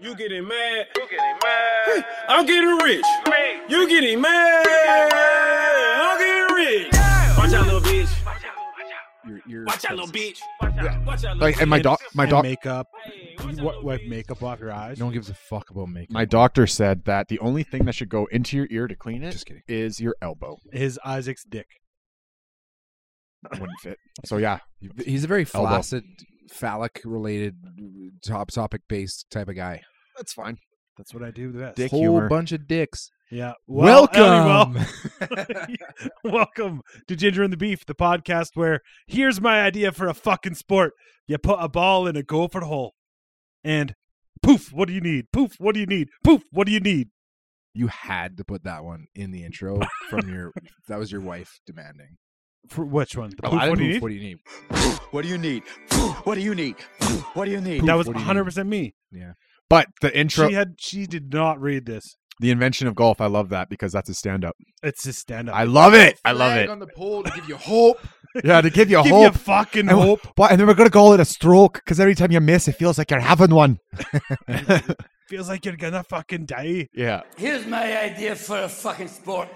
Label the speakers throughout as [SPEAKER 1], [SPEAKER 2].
[SPEAKER 1] You getting mad?
[SPEAKER 2] You getting mad?
[SPEAKER 1] I'm getting rich.
[SPEAKER 2] Me.
[SPEAKER 1] You getting mad? I'm getting rich. Watch out, little bitch.
[SPEAKER 2] Watch out! Watch out!
[SPEAKER 3] Your ears.
[SPEAKER 1] Watch out, little bitch.
[SPEAKER 2] Watch out!
[SPEAKER 1] Watch out, little
[SPEAKER 4] Like, and my
[SPEAKER 1] bitch.
[SPEAKER 4] doc, my doc,
[SPEAKER 3] makeup.
[SPEAKER 1] Hey,
[SPEAKER 3] You
[SPEAKER 1] watch out,
[SPEAKER 3] wi-
[SPEAKER 1] little
[SPEAKER 3] wipe
[SPEAKER 1] bitch.
[SPEAKER 3] makeup off your eyes.
[SPEAKER 4] no one gives a fuck about makeup.
[SPEAKER 3] My
[SPEAKER 4] My doctor said that the only thing that should go into your ear to clean it is
[SPEAKER 3] Just kidding.
[SPEAKER 4] your elbow.
[SPEAKER 3] His Isaac's dick.
[SPEAKER 4] Wouldn't fit. So yeah, you-
[SPEAKER 5] He's a very
[SPEAKER 4] Elbow.
[SPEAKER 5] flaccid, phallic related, top topic based type of guy.
[SPEAKER 4] that's fine.
[SPEAKER 3] That's what I do best.
[SPEAKER 4] Dick
[SPEAKER 5] Whole
[SPEAKER 4] humor.
[SPEAKER 5] bunch of dicks.
[SPEAKER 3] Yeah. Well, anyway,
[SPEAKER 5] Welcome.
[SPEAKER 3] well, welcome to Ginger and the Beef, the podcast where here's my idea for a fucking sport. You put a ball in a gopher hole, and poof, what do you need? Poof, what do you need? Poof, what do you need?
[SPEAKER 5] you had to put that one in the intro from your. That was your wife demanding.
[SPEAKER 3] For which one? The
[SPEAKER 5] Oh,
[SPEAKER 3] poof,
[SPEAKER 5] I
[SPEAKER 3] what do you
[SPEAKER 5] poof,
[SPEAKER 3] need?
[SPEAKER 5] What do you need?
[SPEAKER 4] What do you need? What do you need? What do you need?
[SPEAKER 3] that was
[SPEAKER 5] what do you
[SPEAKER 3] 100% me.
[SPEAKER 4] But the intro,
[SPEAKER 3] She had. She did not read this.
[SPEAKER 4] the invention of golf, I love that because that's a stand-up.
[SPEAKER 3] It's his stand up.
[SPEAKER 4] I love it. I love
[SPEAKER 5] Flag
[SPEAKER 4] it.
[SPEAKER 5] On the pole to give you hope.
[SPEAKER 4] Yeah, to give you
[SPEAKER 3] Give
[SPEAKER 4] hope.
[SPEAKER 3] you fucking
[SPEAKER 4] And-
[SPEAKER 3] hope.
[SPEAKER 4] But and then we're gonna call it a stroke because every time you miss, it feels like you're having one.
[SPEAKER 3] Feels like you're gonna fucking die.
[SPEAKER 4] Yeah.
[SPEAKER 6] Here's my idea for a fucking sport.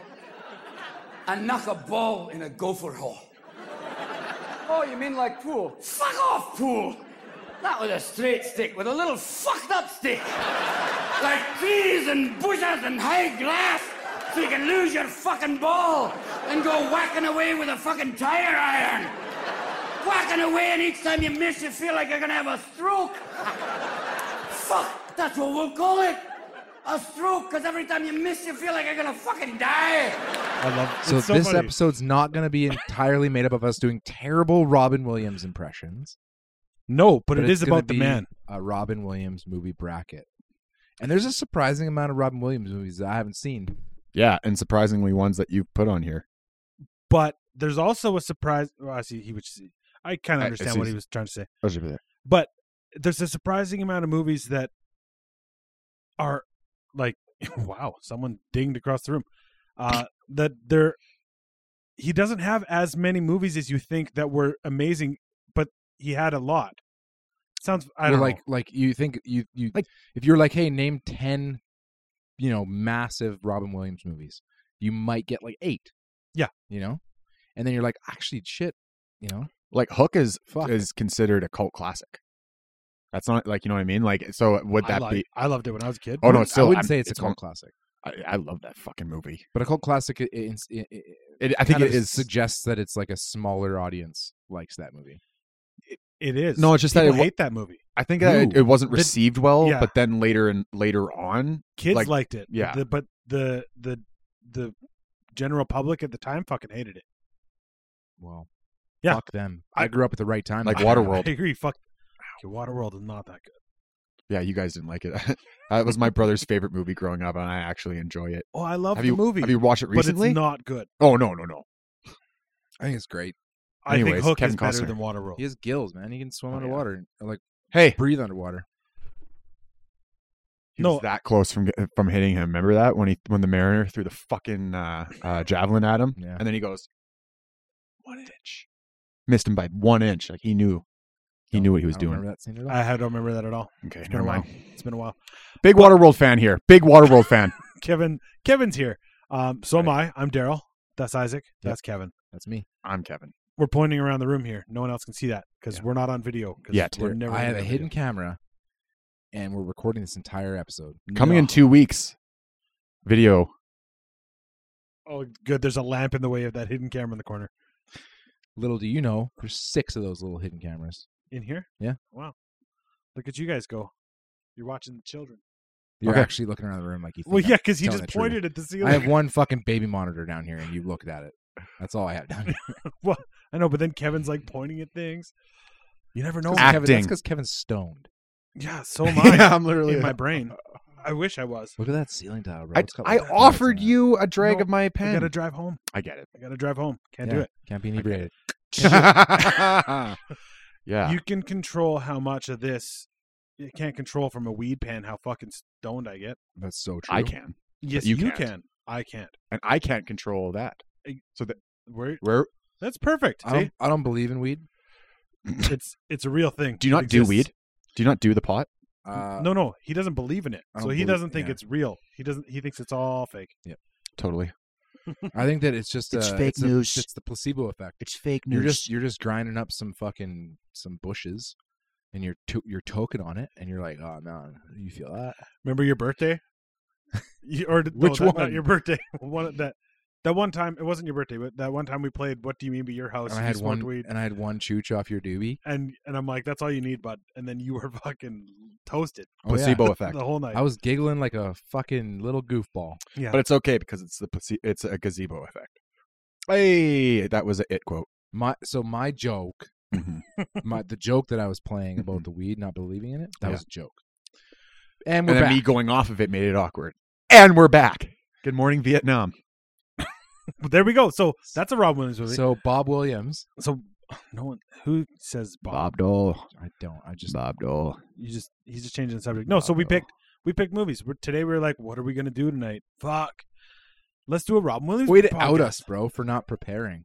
[SPEAKER 6] I knock a ball in a gopher hole. Oh, you mean like pool? Fuck off, pool! Not with a straight stick, with a little fucked up stick. like trees and bushes and high grass, so you can lose your fucking ball and go whacking away with a fucking tire iron. Whacking away, and each time you miss, you feel like you're gonna have a stroke. Fuck, that's what we'll call it. A stroke, because every time you miss, you feel like you're gonna fucking die.
[SPEAKER 3] I love
[SPEAKER 5] So,
[SPEAKER 3] it's so
[SPEAKER 5] this
[SPEAKER 3] funny.
[SPEAKER 5] episode's not going to be entirely made up of us doing terrible Robin Williams impressions.
[SPEAKER 3] No, but, it
[SPEAKER 5] it's
[SPEAKER 3] is
[SPEAKER 5] gonna
[SPEAKER 3] about the
[SPEAKER 5] be
[SPEAKER 3] man.
[SPEAKER 5] A Robin Williams movie bracket. And there's a surprising amount of Robin Williams movies that I haven't seen.
[SPEAKER 4] Yeah, and surprisingly, ones that you've put on here.
[SPEAKER 3] But there's also a surprise. Well, I see. He was. I kind
[SPEAKER 4] I- I
[SPEAKER 3] of understand
[SPEAKER 4] see.
[SPEAKER 3] what he was trying to say.
[SPEAKER 4] Those are the-
[SPEAKER 3] But there's a surprising amount of movies that are like, wow, someone dinged across the room. Uh, that they're. He doesn't have as many movies as you think that were amazing, but he had a lot. Sounds. I
[SPEAKER 5] Well,
[SPEAKER 3] don't
[SPEAKER 5] like
[SPEAKER 3] know.
[SPEAKER 5] like you think you you
[SPEAKER 4] Like-
[SPEAKER 5] if you're like, hey, name ten, you know, massive Robin Williams movies, you might get like eight.
[SPEAKER 3] Yeah.
[SPEAKER 5] You know? And then you're like, actually shit, you know?
[SPEAKER 4] like Hook is
[SPEAKER 5] Fuck.
[SPEAKER 4] is considered a cult classic. That's not like you know what I mean. Like so, would
[SPEAKER 3] I,
[SPEAKER 4] that
[SPEAKER 3] like-
[SPEAKER 4] be?
[SPEAKER 3] I loved it when I was a kid.
[SPEAKER 4] Oh no,
[SPEAKER 5] I
[SPEAKER 4] it's still.
[SPEAKER 5] wouldn't
[SPEAKER 4] I'm-
[SPEAKER 5] say it's, a
[SPEAKER 4] one-
[SPEAKER 5] cult classic.
[SPEAKER 4] I, I love that fucking movie.
[SPEAKER 5] But a cult classic i- i- ins- i- i-
[SPEAKER 4] It, I think
[SPEAKER 5] kind
[SPEAKER 4] it
[SPEAKER 5] of
[SPEAKER 4] is.
[SPEAKER 5] suggests that it's like a smaller audience likes that movie.
[SPEAKER 3] It is.
[SPEAKER 4] No, it's just that
[SPEAKER 3] People
[SPEAKER 4] it wa-
[SPEAKER 3] hate that movie.
[SPEAKER 4] I think that it,
[SPEAKER 5] Ooh.
[SPEAKER 4] it wasn't
[SPEAKER 3] The-
[SPEAKER 4] received well,
[SPEAKER 3] yeah.
[SPEAKER 4] but then later and later on,
[SPEAKER 3] Kids
[SPEAKER 4] Like,
[SPEAKER 3] liked it. but
[SPEAKER 4] yeah.
[SPEAKER 3] the- but the the the general public at the time fucking hated it.
[SPEAKER 5] Well,
[SPEAKER 3] Yeah.
[SPEAKER 5] fuck them. I grew up at the right time.
[SPEAKER 4] like
[SPEAKER 5] man.
[SPEAKER 4] Waterworld.
[SPEAKER 3] I agree. Fuck. Okay, Waterworld is not that good.
[SPEAKER 4] Yeah, you guys didn't like it. that was my brother's favorite movie growing up, and I actually enjoy it.
[SPEAKER 3] Oh, I love
[SPEAKER 4] have
[SPEAKER 3] the
[SPEAKER 4] you
[SPEAKER 3] movie,
[SPEAKER 4] have you watched it
[SPEAKER 3] but it's
[SPEAKER 4] recently?
[SPEAKER 3] not good.
[SPEAKER 4] oh no, no, no.
[SPEAKER 5] I think it's great.
[SPEAKER 3] I
[SPEAKER 4] Anyways,
[SPEAKER 3] think Hook
[SPEAKER 4] Kevin
[SPEAKER 3] is better
[SPEAKER 4] Costner.
[SPEAKER 3] than Waterworld.
[SPEAKER 5] He has gills, man. He can swim
[SPEAKER 4] Oh, yeah.
[SPEAKER 5] underwater and like
[SPEAKER 4] Hey,
[SPEAKER 5] breathe underwater.
[SPEAKER 4] he was
[SPEAKER 3] No.
[SPEAKER 4] that close from get- from hitting him. Remember that when he when the Mariner threw the fucking uh, uh, javelin at him,
[SPEAKER 5] Yeah.
[SPEAKER 4] and then he goes one inch, missed him by one inch. Like he knew, he
[SPEAKER 3] Oh,
[SPEAKER 5] Don't-
[SPEAKER 4] knew what he was
[SPEAKER 5] I don't
[SPEAKER 4] doing.
[SPEAKER 5] Remember that scene at all?
[SPEAKER 3] I don't remember that at all.
[SPEAKER 4] Okay,
[SPEAKER 3] been
[SPEAKER 4] never
[SPEAKER 3] a while.
[SPEAKER 4] mind.
[SPEAKER 3] It's been a while.
[SPEAKER 4] Big Waterworld fan here. Big Waterworld fan.
[SPEAKER 3] Kevin, Kevin's here. Um, so am I. I'm Daryl. That's Isaac. That's Kevin.
[SPEAKER 5] That's me.
[SPEAKER 4] I'm Kevin.
[SPEAKER 3] We're pointing around the room here. No one else can see that because
[SPEAKER 4] Yeah.
[SPEAKER 3] we're not on video. 'cause
[SPEAKER 4] Yet.
[SPEAKER 3] we're never.
[SPEAKER 5] I
[SPEAKER 3] gonna
[SPEAKER 5] have
[SPEAKER 3] be
[SPEAKER 5] a
[SPEAKER 3] on
[SPEAKER 5] hidden
[SPEAKER 3] video.
[SPEAKER 5] camera, and we're recording this entire episode.
[SPEAKER 4] Coming in two weeks. Video.
[SPEAKER 3] Oh, good. There's a lamp in the way of that hidden camera in the corner.
[SPEAKER 5] Little do you know, there's six of those little hidden cameras.
[SPEAKER 3] In here?
[SPEAKER 5] Yeah.
[SPEAKER 3] Wow. Look at you guys go. You're watching the children.
[SPEAKER 5] You're
[SPEAKER 4] Okay.
[SPEAKER 5] actually looking around the room like you. Think
[SPEAKER 3] Well, yeah,
[SPEAKER 5] I'm
[SPEAKER 3] because he
[SPEAKER 5] telling
[SPEAKER 3] just
[SPEAKER 5] the truth.
[SPEAKER 3] pointed at the ceiling.
[SPEAKER 5] I
[SPEAKER 3] I,
[SPEAKER 5] have one fucking baby monitor down here, and you looked at it. That's all I have down here.
[SPEAKER 3] know, but then Kevin's like pointing at things. You never know.
[SPEAKER 4] It's 'cause-
[SPEAKER 5] Kevin, that's
[SPEAKER 4] Acting.
[SPEAKER 5] because Kevin's stoned.
[SPEAKER 3] Yeah, so am I.
[SPEAKER 4] I'm literally.
[SPEAKER 3] in Oh my brain. I wish I was.
[SPEAKER 5] Look at that ceiling tile, bro.
[SPEAKER 4] I,
[SPEAKER 5] It's got,
[SPEAKER 4] I
[SPEAKER 5] like, highlights
[SPEAKER 4] offered
[SPEAKER 5] on it.
[SPEAKER 4] you a drag
[SPEAKER 3] No,
[SPEAKER 4] of my
[SPEAKER 3] I
[SPEAKER 4] pen.
[SPEAKER 3] gotta drive home.
[SPEAKER 4] I get it.
[SPEAKER 3] I gotta drive home. Can't do
[SPEAKER 5] Yeah,
[SPEAKER 3] it.
[SPEAKER 5] Can't be inebriated.
[SPEAKER 4] yeah.
[SPEAKER 3] You can control how much of this. You can't control from a weed pen how fucking stoned I get.
[SPEAKER 5] That's so true.
[SPEAKER 4] I can.
[SPEAKER 3] Yes,
[SPEAKER 4] you
[SPEAKER 3] you,
[SPEAKER 4] can't.
[SPEAKER 3] can. I can't.
[SPEAKER 4] And I can't control that. So that
[SPEAKER 3] We're,
[SPEAKER 4] we're
[SPEAKER 3] that's perfect.
[SPEAKER 5] I
[SPEAKER 3] See?
[SPEAKER 5] don't, I don't believe in weed.
[SPEAKER 3] it's it's a real thing.
[SPEAKER 4] do you
[SPEAKER 3] It
[SPEAKER 4] not do
[SPEAKER 3] exists.
[SPEAKER 4] weed? Do you not do the pot?
[SPEAKER 5] Uh,
[SPEAKER 3] no, no, he doesn't believe in it,
[SPEAKER 5] I
[SPEAKER 3] so
[SPEAKER 5] don't
[SPEAKER 3] he
[SPEAKER 5] believe-
[SPEAKER 3] doesn't think
[SPEAKER 5] yeah.
[SPEAKER 3] it's real. He doesn't. He thinks it's all fake.
[SPEAKER 4] Totally.
[SPEAKER 5] I think that it's just
[SPEAKER 7] It's
[SPEAKER 5] uh,
[SPEAKER 7] fake
[SPEAKER 5] the-
[SPEAKER 7] news.
[SPEAKER 5] it's the placebo effect.
[SPEAKER 7] It's fake news.
[SPEAKER 5] You're just you're just grinding up some fucking some bushes, and you're to, you're token on it, and you're like, oh man, you feel that?
[SPEAKER 3] Remember your birthday? You- or did- no,
[SPEAKER 5] Which
[SPEAKER 3] that- not
[SPEAKER 5] one?
[SPEAKER 3] your birthday. one of that that one time. It wasn't your birthday, but that one time we played. What do you mean by your house?
[SPEAKER 5] And I
[SPEAKER 3] You
[SPEAKER 5] had
[SPEAKER 3] smoked
[SPEAKER 5] one
[SPEAKER 3] weed.
[SPEAKER 5] and I had one chooch off your doobie.
[SPEAKER 3] and and I'm like, that's all you need, bud. And then you were fucking toasted
[SPEAKER 5] Oh, yeah.
[SPEAKER 4] placebo effect.
[SPEAKER 3] the whole night.
[SPEAKER 5] I was giggling like a fucking little goofball.
[SPEAKER 3] yeah,
[SPEAKER 4] But it's okay because it's the place- it's a gazebo effect. Hey, that was an it quote.
[SPEAKER 5] My so my joke,
[SPEAKER 4] Mhm.
[SPEAKER 5] my the joke that I was playing about the weed not believing in it, that
[SPEAKER 4] Yeah.
[SPEAKER 5] was a joke. And
[SPEAKER 4] and
[SPEAKER 5] we're
[SPEAKER 4] then
[SPEAKER 5] back.
[SPEAKER 4] me going off of it made it awkward. And we're back. Good morning, Vietnam.
[SPEAKER 3] But there we go. So that's a Rob Williams movie. So,
[SPEAKER 5] So Bob Williams,
[SPEAKER 3] no one who says Bob.
[SPEAKER 4] Dole.
[SPEAKER 5] I don't. I just
[SPEAKER 4] Bob Dole.
[SPEAKER 3] You just he's just changing the subject. No, so we
[SPEAKER 4] Bravo.
[SPEAKER 3] picked we picked movies. We're, today we were like, what are we gonna do tonight? Fuck. Let's do a Rob Williams.
[SPEAKER 5] way to out
[SPEAKER 3] podcast.
[SPEAKER 5] us, bro, for not preparing.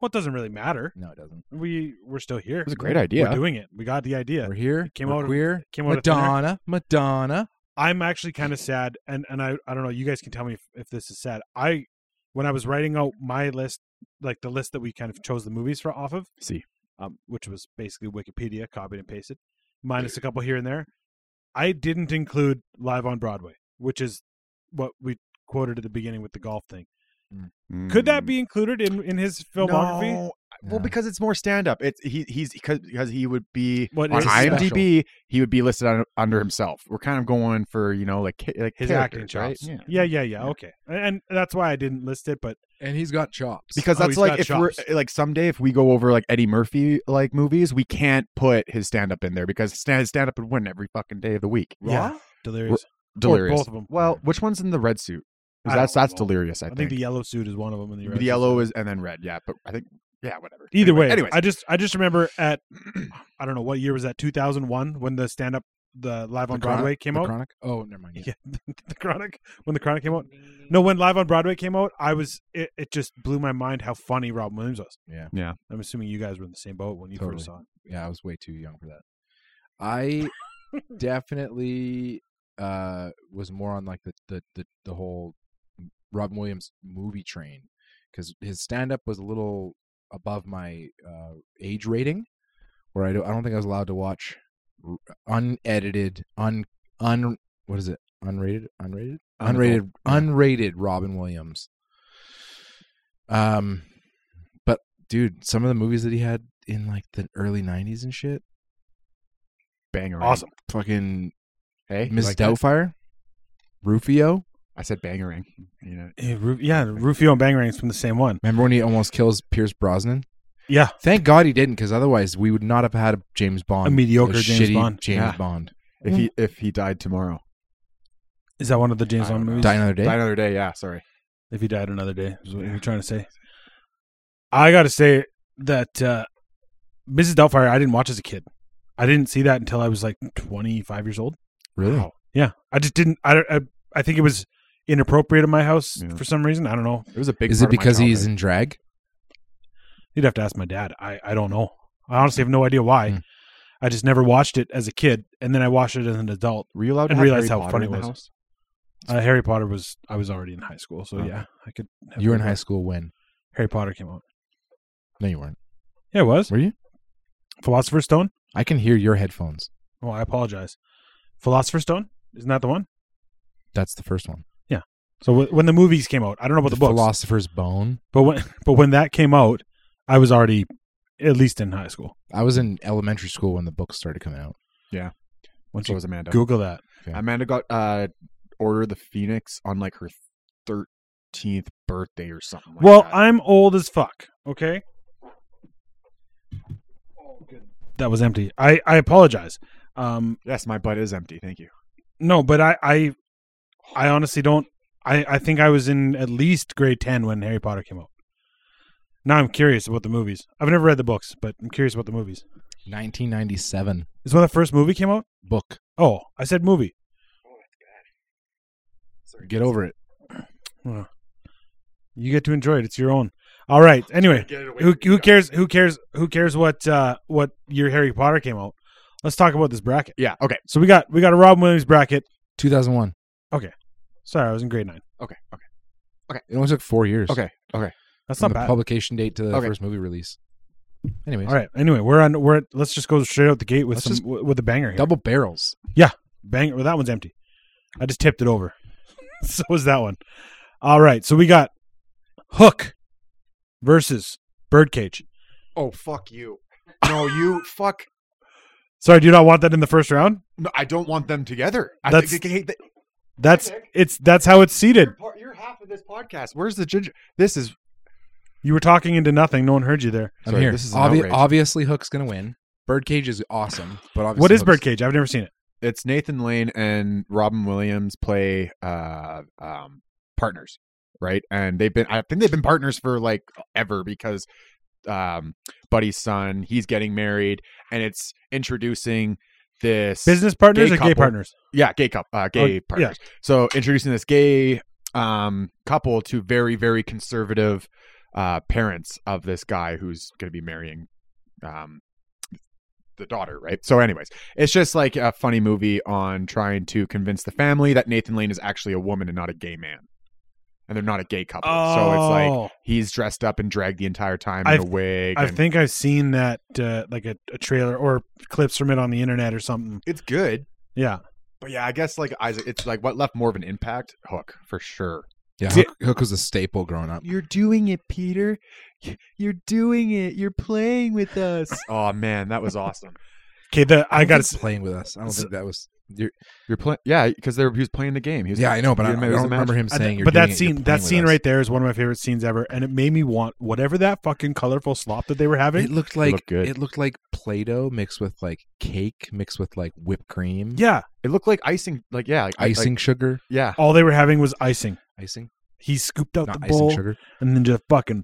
[SPEAKER 3] Well, it doesn't really matter.
[SPEAKER 5] No, it doesn't.
[SPEAKER 3] We we're still here. It
[SPEAKER 4] was a great idea.
[SPEAKER 3] We're doing it. We got the idea.
[SPEAKER 5] We're here.
[SPEAKER 3] came
[SPEAKER 5] we're
[SPEAKER 3] out of-
[SPEAKER 5] queer.
[SPEAKER 3] Came out of thin air.
[SPEAKER 5] Madonna, Madonna.
[SPEAKER 3] I'm actually kind of sad, and and I I don't know. You guys can tell me if, if this is sad. I when I was writing out my list, like the list that we kind of chose the movies for off of,
[SPEAKER 4] See.
[SPEAKER 3] um, which was basically Wikipedia copied and pasted, minus a couple here and there. I didn't include Live on Broadway, which is what we quoted at the beginning with the golf thing. Could that be included in in his filmography?
[SPEAKER 4] Mm. No. Well, because it's more stand up. It's he he's because because he would be
[SPEAKER 3] What
[SPEAKER 4] on
[SPEAKER 3] is
[SPEAKER 4] IMDb, he would be listed on, under himself. We're kind of going for you know like ca- like
[SPEAKER 3] his acting
[SPEAKER 4] characters,
[SPEAKER 3] chops?
[SPEAKER 4] right?
[SPEAKER 3] Yeah, yeah, yeah. Okay, and, and that's why I didn't list it. But
[SPEAKER 5] And he's got chops.
[SPEAKER 4] Because
[SPEAKER 3] Oh,
[SPEAKER 4] that's
[SPEAKER 3] he's
[SPEAKER 4] like
[SPEAKER 3] got
[SPEAKER 4] if we're
[SPEAKER 3] chops.
[SPEAKER 4] like someday if we go over like Eddie Murphy like movies, we can't put his stand up in there because stand- his stand up would win every fucking day of the week.
[SPEAKER 3] yeah, delirious.
[SPEAKER 4] Delirious.
[SPEAKER 3] both of 'em.
[SPEAKER 4] Well, which one's in the red suit? 'Cause
[SPEAKER 3] I
[SPEAKER 4] that's
[SPEAKER 3] don't
[SPEAKER 4] that's
[SPEAKER 3] know.
[SPEAKER 4] delirious. I,
[SPEAKER 3] I think the yellow suit is one of them. And the,
[SPEAKER 4] the,
[SPEAKER 3] red
[SPEAKER 4] yellow is and then red. Yeah, but I think yeah, whatever.
[SPEAKER 3] Either
[SPEAKER 4] Anyway-
[SPEAKER 3] way,
[SPEAKER 4] anyways,
[SPEAKER 3] I just I just remember at I don't know what year was that 2001 when the stand up the live on
[SPEAKER 5] The Chronic-
[SPEAKER 3] Broadway came
[SPEAKER 5] the
[SPEAKER 3] out.
[SPEAKER 5] Chronic? Oh, never mind. Yeah.
[SPEAKER 3] Yeah, the Chronic when the Chronic came out. No, when live on Broadway came out, I was it, it just blew my mind how funny Rob Williams was.
[SPEAKER 5] Yeah.
[SPEAKER 4] Yeah.
[SPEAKER 3] I'm assuming you guys were in the same boat when you
[SPEAKER 5] Totally.
[SPEAKER 3] first saw it.
[SPEAKER 5] yeah, I was way too young for that. I definitely uh was more on like the the the, the whole Rob Williams movie train because his stand up was a little above my uh age rating, where I don't I don't think I was allowed to watch r- unedited un un what is it unrated unrated unrated unrated Robin Williams. Um, but dude, some of the movies that he had in like the early '90s and shit,
[SPEAKER 4] banger. right?
[SPEAKER 3] Awesome.
[SPEAKER 5] fucking
[SPEAKER 4] Hey,
[SPEAKER 5] Miss
[SPEAKER 4] like that?
[SPEAKER 5] Doubtfire, Rufio.
[SPEAKER 4] I said bangering. You know,
[SPEAKER 3] Yeah, Ru- yeah, Rufio and Bangerangs from the same one.
[SPEAKER 5] Remember when he almost kills Pierce Brosnan?
[SPEAKER 3] Yeah.
[SPEAKER 5] Thank God he didn't, because otherwise we would not have had a James Bond,
[SPEAKER 3] A mediocre James
[SPEAKER 5] shitty
[SPEAKER 3] Bond.
[SPEAKER 5] James
[SPEAKER 4] Yeah.
[SPEAKER 5] Bond.
[SPEAKER 4] if he if he died tomorrow,
[SPEAKER 3] Is that one of the James
[SPEAKER 4] I don't
[SPEAKER 3] Bond
[SPEAKER 4] know.
[SPEAKER 3] movies?
[SPEAKER 5] Die another day.
[SPEAKER 4] die another day. Yeah, sorry.
[SPEAKER 3] if he died another day is what you're trying to say i gotta say that uh mrs doubtfire i didn't watch as a kid i didn't see that until i was like 25 years old
[SPEAKER 5] really?
[SPEAKER 3] Oh, yeah i just didn't i don't- i, I think it was inappropriate in my house
[SPEAKER 4] Yeah.
[SPEAKER 3] for some reason i don't know
[SPEAKER 4] It was a big.
[SPEAKER 5] Is it
[SPEAKER 4] part of my
[SPEAKER 5] because he's
[SPEAKER 4] childhood.
[SPEAKER 5] in drag?
[SPEAKER 3] you'd have to ask my dad i i don't know i honestly have no idea why
[SPEAKER 5] Hmm.
[SPEAKER 3] i just never watched it as a kid and then i watched it as an adult
[SPEAKER 4] Were you allowed to
[SPEAKER 3] and
[SPEAKER 4] have
[SPEAKER 3] realized
[SPEAKER 4] Harry
[SPEAKER 3] how
[SPEAKER 4] Potter
[SPEAKER 3] funny
[SPEAKER 4] in
[SPEAKER 3] it
[SPEAKER 4] the
[SPEAKER 3] was.
[SPEAKER 4] house?
[SPEAKER 3] uh, harry potter was i was already in high school so
[SPEAKER 4] Okay.
[SPEAKER 3] yeah i could have-
[SPEAKER 5] Uh-huh. You were in high school when?
[SPEAKER 3] harry potter came out
[SPEAKER 5] No, you weren't.
[SPEAKER 3] yeah it was
[SPEAKER 5] Were you?
[SPEAKER 3] philosopher's stone
[SPEAKER 5] I can hear your headphones.
[SPEAKER 3] Oh, I apologize. Philosopher's Stone isn't that the one?
[SPEAKER 5] That's the first one.
[SPEAKER 3] So w- when the movies came out, I don't know about the, books,
[SPEAKER 5] Philosopher's Bone.
[SPEAKER 3] but when but when that came out, I was already at least in high school.
[SPEAKER 5] I was in elementary school when the books started coming out.
[SPEAKER 3] Once
[SPEAKER 4] So
[SPEAKER 3] you
[SPEAKER 4] was Amanda.
[SPEAKER 3] Google that,
[SPEAKER 4] Amanda got uh Order of the Phoenix on like her thirteenth birthday or something. Like
[SPEAKER 3] well,
[SPEAKER 4] that.
[SPEAKER 3] I'm old as fuck. Okay. That was empty. I I apologize. Um,
[SPEAKER 4] yes, my butt is empty. Thank you.
[SPEAKER 3] no, but I I I honestly don't. I I think I was in at least grade ten when Harry Potter came out. Now I'm curious about the movies. I've never read the books, but I'm curious about the movies.
[SPEAKER 5] 1997
[SPEAKER 3] Is when the first movie came out?
[SPEAKER 5] book.
[SPEAKER 3] Oh, I said movie.
[SPEAKER 5] Get over it.
[SPEAKER 3] You get to enjoy it. It's your own. All right. Anyway, who who cares? Who cares? Who cares what uh, what year Harry Potter came out? Let's talk about this bracket.
[SPEAKER 4] Yeah. Okay.
[SPEAKER 3] So we got we got a Robin Williams bracket.
[SPEAKER 5] 2001.
[SPEAKER 3] Sorry, I was in grade nine.
[SPEAKER 4] Okay. Okay.
[SPEAKER 5] It only took four years.
[SPEAKER 4] Okay. Okay.
[SPEAKER 3] That's
[SPEAKER 5] From
[SPEAKER 3] not
[SPEAKER 5] the
[SPEAKER 3] bad.
[SPEAKER 5] publication date to the
[SPEAKER 4] Okay.
[SPEAKER 5] first movie release. Anyways,
[SPEAKER 3] All right. Anyway, we're on. We're at, let's just go straight out the gate with
[SPEAKER 5] Let's
[SPEAKER 3] some
[SPEAKER 5] just-
[SPEAKER 3] w- with the banger here.
[SPEAKER 5] double barrels.
[SPEAKER 3] Bang. Well, that one's empty. I just tipped it over. so is that one. All right. So we got Hook versus Birdcage.
[SPEAKER 4] Oh fuck you. No, you fuck.
[SPEAKER 3] Sorry, do you not want that in the first round?
[SPEAKER 4] No, I don't want them together. I
[SPEAKER 3] That's-
[SPEAKER 4] think I hate that.
[SPEAKER 3] That's it's that's how it's seated.
[SPEAKER 4] You're, part- you're half of this podcast. Where's the ginger? This is
[SPEAKER 3] You were talking into nothing. No one heard you there.
[SPEAKER 5] I'm
[SPEAKER 4] Sorry,
[SPEAKER 5] here.
[SPEAKER 4] this is an
[SPEAKER 5] Obvi-
[SPEAKER 4] outrage.
[SPEAKER 5] obviously, Hook's gonna win. Birdcage is awesome, but obviously,
[SPEAKER 3] What is
[SPEAKER 5] Hook's-
[SPEAKER 3] Birdcage? I've never seen it.
[SPEAKER 4] it's Nathan Lane and Robin Williams play uh um partners, right? And they've been I think they've been partners for like ever because um Buddy's son, he's getting married and it's introducing this
[SPEAKER 3] Business partners
[SPEAKER 4] Gay
[SPEAKER 3] or gay
[SPEAKER 4] couple.
[SPEAKER 3] partners?
[SPEAKER 4] yeah, gay couple, uh,
[SPEAKER 3] Oh,
[SPEAKER 4] gay
[SPEAKER 3] yeah.
[SPEAKER 4] partners. So introducing this gay um, couple to very, very conservative uh, parents of this guy who's going to be marrying um, the daughter, right? So, anyways, it's just like a funny movie on trying to convince the family that Nathan Lane is actually a woman and not a gay man, and they're not a gay couple. So it's like
[SPEAKER 3] Oh.
[SPEAKER 4] he's dressed up and dragged the entire time
[SPEAKER 3] I've-
[SPEAKER 4] in a wig.
[SPEAKER 3] I
[SPEAKER 4] and-
[SPEAKER 3] think I've seen that uh, like a, a trailer or clips from it on the internet or something.
[SPEAKER 4] it's good.
[SPEAKER 3] Yeah.
[SPEAKER 4] But yeah, I guess like Isaac, it's like what left more of an impact? Hook for sure.
[SPEAKER 5] Yeah,
[SPEAKER 4] Di-
[SPEAKER 5] Hook, Hook was a staple growing up.
[SPEAKER 4] You're doing it, Peter. You're doing it. You're playing with us. oh man, that was awesome.
[SPEAKER 3] Okay, the I
[SPEAKER 5] don't
[SPEAKER 3] got
[SPEAKER 5] think playing with us. I don't
[SPEAKER 3] So-
[SPEAKER 5] think that was. You're,
[SPEAKER 4] You're playing, yeah, because he was playing the game. He was,
[SPEAKER 5] yeah, I know, but I,
[SPEAKER 4] you
[SPEAKER 5] I
[SPEAKER 4] remember-
[SPEAKER 5] don't remember him
[SPEAKER 3] I-
[SPEAKER 5] saying. You're
[SPEAKER 3] but
[SPEAKER 5] doing
[SPEAKER 3] that
[SPEAKER 5] it, you're
[SPEAKER 3] scene, that
[SPEAKER 5] playing with
[SPEAKER 3] scene
[SPEAKER 5] us."
[SPEAKER 3] right there is one of my favorite scenes ever, and it made me want whatever that fucking colorful slop that they were having.
[SPEAKER 5] It looked like
[SPEAKER 4] looked good.
[SPEAKER 5] it looked like Play-Doh mixed with like cake mixed with like whipped cream.
[SPEAKER 3] yeah,
[SPEAKER 4] It looked like icing, like yeah, like I- like-
[SPEAKER 5] icing sugar,
[SPEAKER 4] yeah,
[SPEAKER 3] all they were having was icing.
[SPEAKER 5] icing,
[SPEAKER 3] He scooped out
[SPEAKER 5] not
[SPEAKER 3] the
[SPEAKER 5] icing
[SPEAKER 3] bowl
[SPEAKER 5] sugar.
[SPEAKER 3] and then just fucking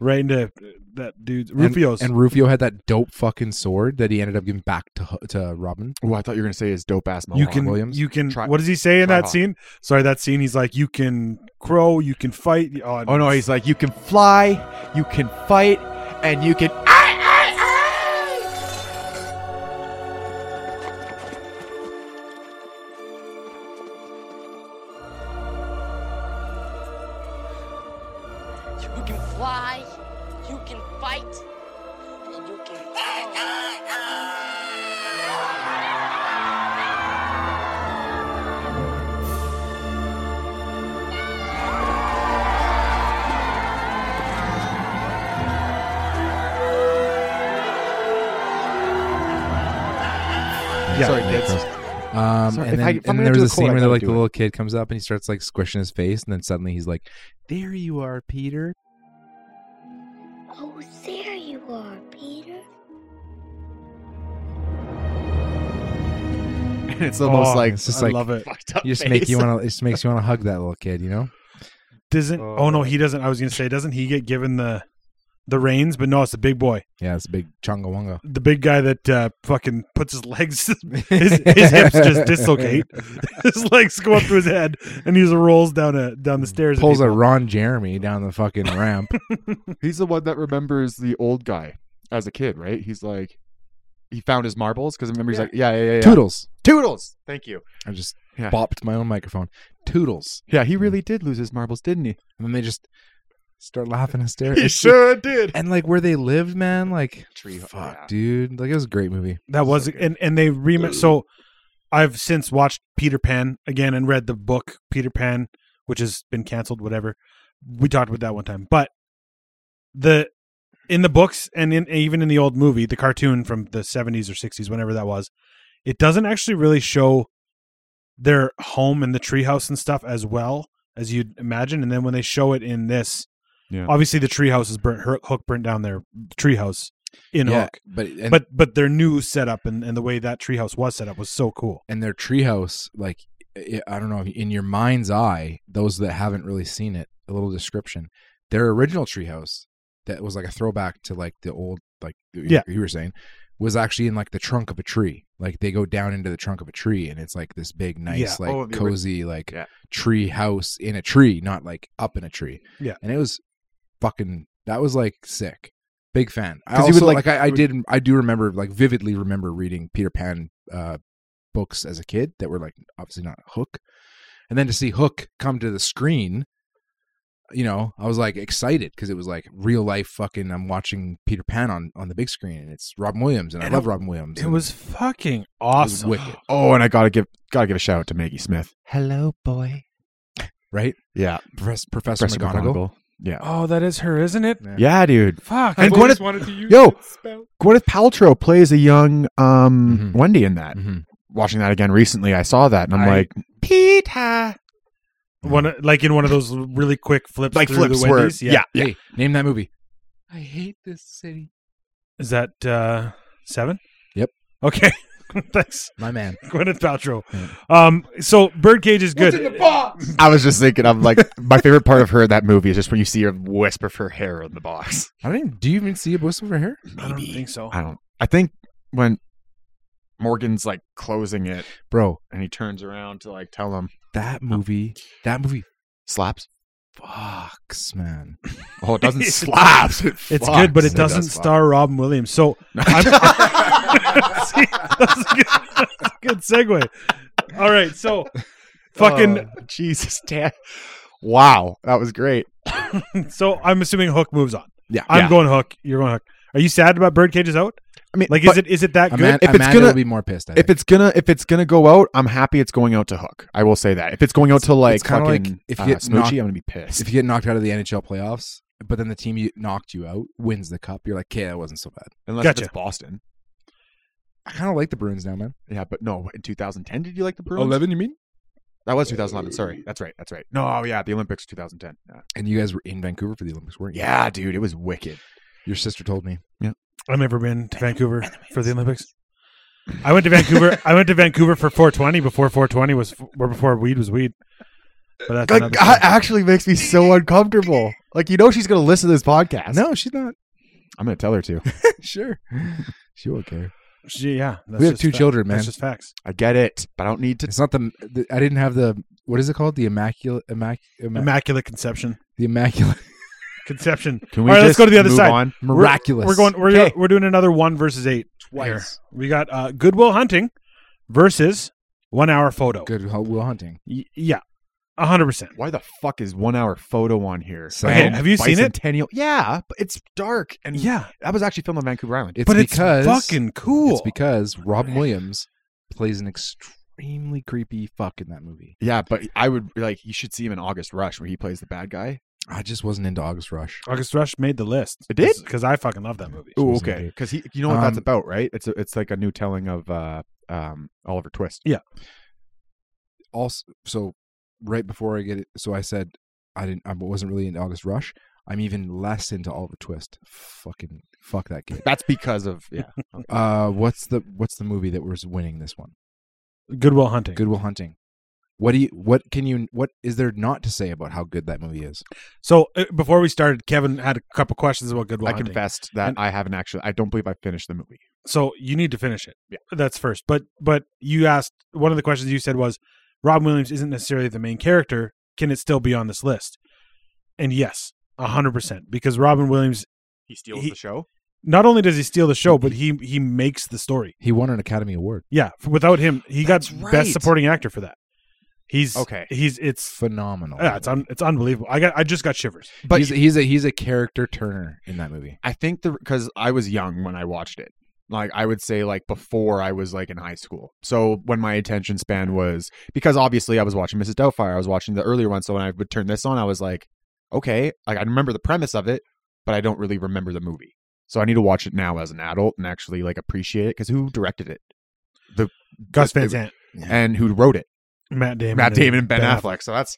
[SPEAKER 3] right into that dude's Rufio's.
[SPEAKER 5] And Rufio had that dope fucking sword that he ended up giving back to Ho- to Robin.
[SPEAKER 4] Oh, I thought you were gonna say his dope ass.
[SPEAKER 3] you
[SPEAKER 4] mohawk.
[SPEAKER 3] can,
[SPEAKER 5] Williams.
[SPEAKER 3] you can.
[SPEAKER 4] Try-
[SPEAKER 3] what does he say in
[SPEAKER 4] try
[SPEAKER 3] that
[SPEAKER 4] hawk.
[SPEAKER 3] scene? Sorry, that scene. He's like, you can crow, you can fight. Oh,
[SPEAKER 4] Oh no, he's like you can fly, you can fight, and you can.
[SPEAKER 7] You can fly, you can fight, and you can.
[SPEAKER 3] Yeah.
[SPEAKER 4] Sorry, kids.
[SPEAKER 5] Um,
[SPEAKER 4] Sorry,
[SPEAKER 5] and
[SPEAKER 4] if
[SPEAKER 5] then,
[SPEAKER 4] I-
[SPEAKER 5] and
[SPEAKER 4] if I'm
[SPEAKER 5] then
[SPEAKER 4] gonna
[SPEAKER 5] there was
[SPEAKER 4] do
[SPEAKER 5] a
[SPEAKER 4] a quote,
[SPEAKER 5] scene
[SPEAKER 4] I
[SPEAKER 5] where the,
[SPEAKER 4] gotta
[SPEAKER 5] like
[SPEAKER 4] do
[SPEAKER 5] the
[SPEAKER 4] it.
[SPEAKER 5] little kid comes up and he starts like squishing his face, and then suddenly he's like, "There you are, Peter."
[SPEAKER 8] Oh, there you are, Peter.
[SPEAKER 4] And it's almost
[SPEAKER 3] Oh,
[SPEAKER 4] like
[SPEAKER 5] It's just
[SPEAKER 3] I
[SPEAKER 5] like
[SPEAKER 3] love it.
[SPEAKER 4] fucked up
[SPEAKER 5] you just make you
[SPEAKER 4] face.
[SPEAKER 5] want to. It just makes you want to hug that little kid, you know?
[SPEAKER 3] Doesn't?
[SPEAKER 4] Oh.
[SPEAKER 3] Oh no, he doesn't. I was gonna say, doesn't he get given the the reins? But no, it's the big boy,
[SPEAKER 5] Yeah, it's a big chonga wonga.
[SPEAKER 3] the big guy that uh, fucking puts his legs. His, his hips just dislocate. his legs go up to his head, and he just rolls down a down the stairs. at
[SPEAKER 5] Pulls a
[SPEAKER 3] people.
[SPEAKER 5] Ron Jeremy down the fucking ramp.
[SPEAKER 4] He's the one that remembers the old guy as a kid, right? He's like, he found his marbles because remember he's like, yeah, yeah, yeah, yeah.
[SPEAKER 5] Toodles.
[SPEAKER 4] Toodles. Thank you.
[SPEAKER 5] I just
[SPEAKER 4] Yeah.
[SPEAKER 5] bopped my own microphone. Toodles.
[SPEAKER 4] Yeah, he really did lose his marbles, didn't he?
[SPEAKER 5] And then they just start laughing hysterically.
[SPEAKER 4] He sure did.
[SPEAKER 5] And like where they lived, man, like
[SPEAKER 4] Tree-
[SPEAKER 5] fuck,
[SPEAKER 4] yeah.
[SPEAKER 5] dude. Like it was a great movie.
[SPEAKER 3] That was
[SPEAKER 4] So good.
[SPEAKER 3] and and they remade. So I've since watched Peter Pan again and read the book Peter Pan, which has been canceled. Whatever we talked about that one time, but the in the books and in even in the old movie, the cartoon from the seventies or sixties, whenever that was, it doesn't actually really show their home and the treehouse and stuff as well as you'd imagine. And then when they show it in this,
[SPEAKER 4] Yeah.
[SPEAKER 3] obviously the treehouse is burnt. Her, Hook burnt down their treehouse in
[SPEAKER 5] yeah,
[SPEAKER 3] Hook
[SPEAKER 5] but and,
[SPEAKER 3] but but their new setup and, and the way that treehouse was set up was so cool.
[SPEAKER 5] and their treehouse, like i I don't know, in your mind's eye, those that haven't really seen it, a little description. Their original treehouse that was like a throwback to like the old, like you-
[SPEAKER 3] Yeah.
[SPEAKER 5] you were saying, was actually in like the trunk of a tree. Like they go down into the trunk of a tree, and it's like this big, nice,
[SPEAKER 3] Yeah.
[SPEAKER 5] like
[SPEAKER 4] Oh, the ori-
[SPEAKER 5] cozy, like
[SPEAKER 4] Yeah.
[SPEAKER 5] tree house in a tree, not like up in a tree.
[SPEAKER 3] Yeah.
[SPEAKER 5] and it was fucking. That was like sick. Big fan. I
[SPEAKER 4] 'Cause
[SPEAKER 5] also
[SPEAKER 4] he would,
[SPEAKER 5] like,
[SPEAKER 4] like-
[SPEAKER 5] I, I did I do remember like vividly remember reading Peter Pan uh, books as a kid that were like obviously not Hook, and then to see Hook come to the screen, you know, I was like excited because it was like real life fucking. I'm watching Peter Pan on on the big screen, and it's Robin Williams, and, I
[SPEAKER 3] And it-
[SPEAKER 5] love Robin Williams.
[SPEAKER 3] It
[SPEAKER 5] and
[SPEAKER 3] was fucking
[SPEAKER 5] was
[SPEAKER 3] awesome.
[SPEAKER 5] wicked,
[SPEAKER 4] Oh, and I gotta give gotta give a shout out to Maggie Smith.
[SPEAKER 5] Hello, boy. Right,
[SPEAKER 4] Yeah,
[SPEAKER 5] Professor, Professor,
[SPEAKER 4] Professor
[SPEAKER 5] McGonagall.
[SPEAKER 4] McGonagall. Yeah,
[SPEAKER 3] Oh, that is her, isn't it?
[SPEAKER 4] yeah, dude.
[SPEAKER 3] Fuck.
[SPEAKER 4] And
[SPEAKER 3] I-
[SPEAKER 4] Gwyneth-
[SPEAKER 1] wanted to use
[SPEAKER 4] Yo.
[SPEAKER 1] that spell.
[SPEAKER 4] Gwyneth Paltrow plays a young um
[SPEAKER 5] Mhm.
[SPEAKER 4] Wendy in that.
[SPEAKER 5] Mhm.
[SPEAKER 4] Watching that again recently, I saw that and I'm
[SPEAKER 5] I-
[SPEAKER 4] like, Peter,
[SPEAKER 3] one of- like in one of those really quick flips,
[SPEAKER 4] like
[SPEAKER 3] through the
[SPEAKER 4] flips where,
[SPEAKER 3] Wendy's.
[SPEAKER 4] yeah, yeah,
[SPEAKER 5] Hey, name that movie. I hate this city.
[SPEAKER 3] Is that uh seven?
[SPEAKER 5] Yep.
[SPEAKER 3] Okay. Thanks,
[SPEAKER 5] My man.
[SPEAKER 3] Gwyneth Paltrow. Um, so Birdcage is good.
[SPEAKER 4] I was just thinking, I'm like, my favorite part of her in that movie is just when you see her wisp of her hair in the box.
[SPEAKER 5] I don't even. Do you even see a whistle for her?
[SPEAKER 3] I don't think so.
[SPEAKER 4] I don't. I think when Morgan's like closing it
[SPEAKER 5] Bro,
[SPEAKER 4] and he turns around to like tell him
[SPEAKER 5] that movie. That movie
[SPEAKER 4] slaps.
[SPEAKER 5] fucks, man.
[SPEAKER 4] Oh, it doesn't slaps. It
[SPEAKER 3] It's good, but
[SPEAKER 4] fucks. does
[SPEAKER 3] it doesn't
[SPEAKER 4] fuck.
[SPEAKER 3] star Robin Williams. So I'm, See, that's, a good, that's a good segue. All right, so fucking.
[SPEAKER 4] Oh, Jesus, damn. Wow, that was great.
[SPEAKER 3] So I'm assuming Hook moves on.
[SPEAKER 5] Yeah.
[SPEAKER 3] I'm
[SPEAKER 4] Yeah.
[SPEAKER 3] going Hook. You're going Hook. Are you sad about Birdcage is out?
[SPEAKER 4] I mean,
[SPEAKER 3] Like,
[SPEAKER 4] but-
[SPEAKER 3] is it is it that good?
[SPEAKER 5] Amanda,
[SPEAKER 4] If it's
[SPEAKER 5] Amanda
[SPEAKER 4] gonna-
[SPEAKER 5] will be more pissed. I
[SPEAKER 4] if it's gonna if it's gonna go out, I'm happy it's going out to Hook. I will say that. If it's going out to like
[SPEAKER 5] it's kinda
[SPEAKER 4] fucking
[SPEAKER 5] like if
[SPEAKER 4] if
[SPEAKER 5] you
[SPEAKER 4] you
[SPEAKER 5] get
[SPEAKER 4] Smoochie,
[SPEAKER 5] knocked-
[SPEAKER 4] I'm gonna be pissed.
[SPEAKER 5] if you get knocked out of the NHL playoffs, but then the team you knocked you out wins the cup, you're like, okay, that wasn't so bad.
[SPEAKER 4] Unless
[SPEAKER 3] Gotcha.
[SPEAKER 4] it's Boston.
[SPEAKER 5] I kind of like the Bruins now, man.
[SPEAKER 4] Yeah, but no. In 2010, did you like the Bruins?
[SPEAKER 5] you mean?
[SPEAKER 4] That was 2011. Sorry, that's right. That's right. No, yeah, the Olympics 2010. Yeah,
[SPEAKER 5] And you guys were in Vancouver for the Olympics, weren't you?
[SPEAKER 4] yeah dude, it was wicked.
[SPEAKER 5] Your sister told me.
[SPEAKER 3] I've never been to Vancouver for the Olympics. I went to Vancouver. I went to Vancouver for 420 before 420 was, or before weed was weed. But that's another story.
[SPEAKER 4] actually makes me so uncomfortable. Like you know, she's gonna listen to this podcast.
[SPEAKER 5] No, she's not.
[SPEAKER 4] I'm gonna tell her to.
[SPEAKER 5] sure. she won't care.
[SPEAKER 3] She- yeah, that's
[SPEAKER 5] We have
[SPEAKER 3] just
[SPEAKER 5] two
[SPEAKER 3] fact-
[SPEAKER 5] children, man.
[SPEAKER 3] That's just facts.
[SPEAKER 4] I get it, but I don't need to.
[SPEAKER 5] It's not the, the. I didn't have the. What is it called? The immaculate. Immac, immac,
[SPEAKER 3] Immaculate conception.
[SPEAKER 5] the immaculate.
[SPEAKER 3] Conception.
[SPEAKER 4] Can
[SPEAKER 3] we All right, let's just go to the other move side.
[SPEAKER 4] On?
[SPEAKER 3] We're-
[SPEAKER 5] Miraculous.
[SPEAKER 3] We're, going. We're
[SPEAKER 4] Okay.
[SPEAKER 3] we're doing another one versus eight. here. We got uh, Goodwill Hunting versus One Hour Photo.
[SPEAKER 5] Good. Hu- Will hunting.
[SPEAKER 3] Y- yeah, hundred percent.
[SPEAKER 4] Why the fuck is one hour photo on here?
[SPEAKER 5] So-
[SPEAKER 3] Okay, have you seen it?
[SPEAKER 4] Bicentennial. Yeah, but it's dark, and
[SPEAKER 3] Yeah,
[SPEAKER 4] that was actually filmed on Vancouver Island.
[SPEAKER 5] It's
[SPEAKER 3] but
[SPEAKER 5] because
[SPEAKER 3] it's fucking cool.
[SPEAKER 5] It's because Robin Williams plays an extremely creepy fuck in that movie.
[SPEAKER 4] yeah, but I would like you should see him in August Rush where he plays the bad guy.
[SPEAKER 5] I just wasn't into August Rush.
[SPEAKER 3] August Rush made the list.
[SPEAKER 4] It did?
[SPEAKER 3] because I fucking love that movie.
[SPEAKER 4] Oh,
[SPEAKER 5] wasn't
[SPEAKER 4] okay.
[SPEAKER 5] great.
[SPEAKER 4] Because he, you know what that's
[SPEAKER 5] Um,
[SPEAKER 4] about, right? It's a, it's like a new telling of uh, um, Oliver Twist.
[SPEAKER 5] Also, so right before I get it, so I said I didn't. I wasn't really into August Rush. I'm even less into Oliver Twist. Fucking fuck that kid.
[SPEAKER 4] That's because of yeah.
[SPEAKER 5] Uh, what's the what's the movie that was winning this one?
[SPEAKER 3] Goodwill Hunting.
[SPEAKER 5] Goodwill Hunting. What do you? What can you? What is there not to say about how good that movie is?
[SPEAKER 3] So uh, before we started, Kevin had a couple questions about Goodwill
[SPEAKER 4] I
[SPEAKER 3] Hunting.
[SPEAKER 4] confessed that
[SPEAKER 3] And-
[SPEAKER 4] I haven't actually. I don't believe I finished the movie.
[SPEAKER 3] So you need to finish it.
[SPEAKER 4] Yeah.
[SPEAKER 3] that's first. But but you asked one of the questions you said was Robin Williams isn't necessarily the main character. Can it still be on this list? And yes, hundred percent. Because Robin Williams
[SPEAKER 4] He steals
[SPEAKER 3] He-
[SPEAKER 4] the show.
[SPEAKER 3] not only does he steal the show, but he he makes the story.
[SPEAKER 5] He won an Academy Award.
[SPEAKER 3] Yeah, f- without him, he
[SPEAKER 4] That's
[SPEAKER 3] got
[SPEAKER 4] right.
[SPEAKER 3] best supporting actor for that. He's
[SPEAKER 4] Okay.
[SPEAKER 3] He's it's
[SPEAKER 5] Phenomenal.
[SPEAKER 3] Oh, yeah, it's un, it's unbelievable. I got I just got shivers.
[SPEAKER 4] But
[SPEAKER 5] he's, he's a he's a character Turner in that movie.
[SPEAKER 4] I think the because I was young when I watched it. Like I would say, like before I was like in high school. So when my attention span was because obviously I was watching Mrs. Doubtfire, I was watching the earlier one. So when I would turn this on, I was like, okay, like I remember the premise of it, but I don't really remember the movie. So I need to watch it now as an adult and actually like appreciate it because who directed it? The
[SPEAKER 3] Gus Van
[SPEAKER 4] the-
[SPEAKER 3] Sant,
[SPEAKER 4] and who wrote it?
[SPEAKER 3] Matt Damon,
[SPEAKER 4] Matt
[SPEAKER 3] and
[SPEAKER 4] Damon and Ben,
[SPEAKER 3] Ben
[SPEAKER 4] Affleck. So that's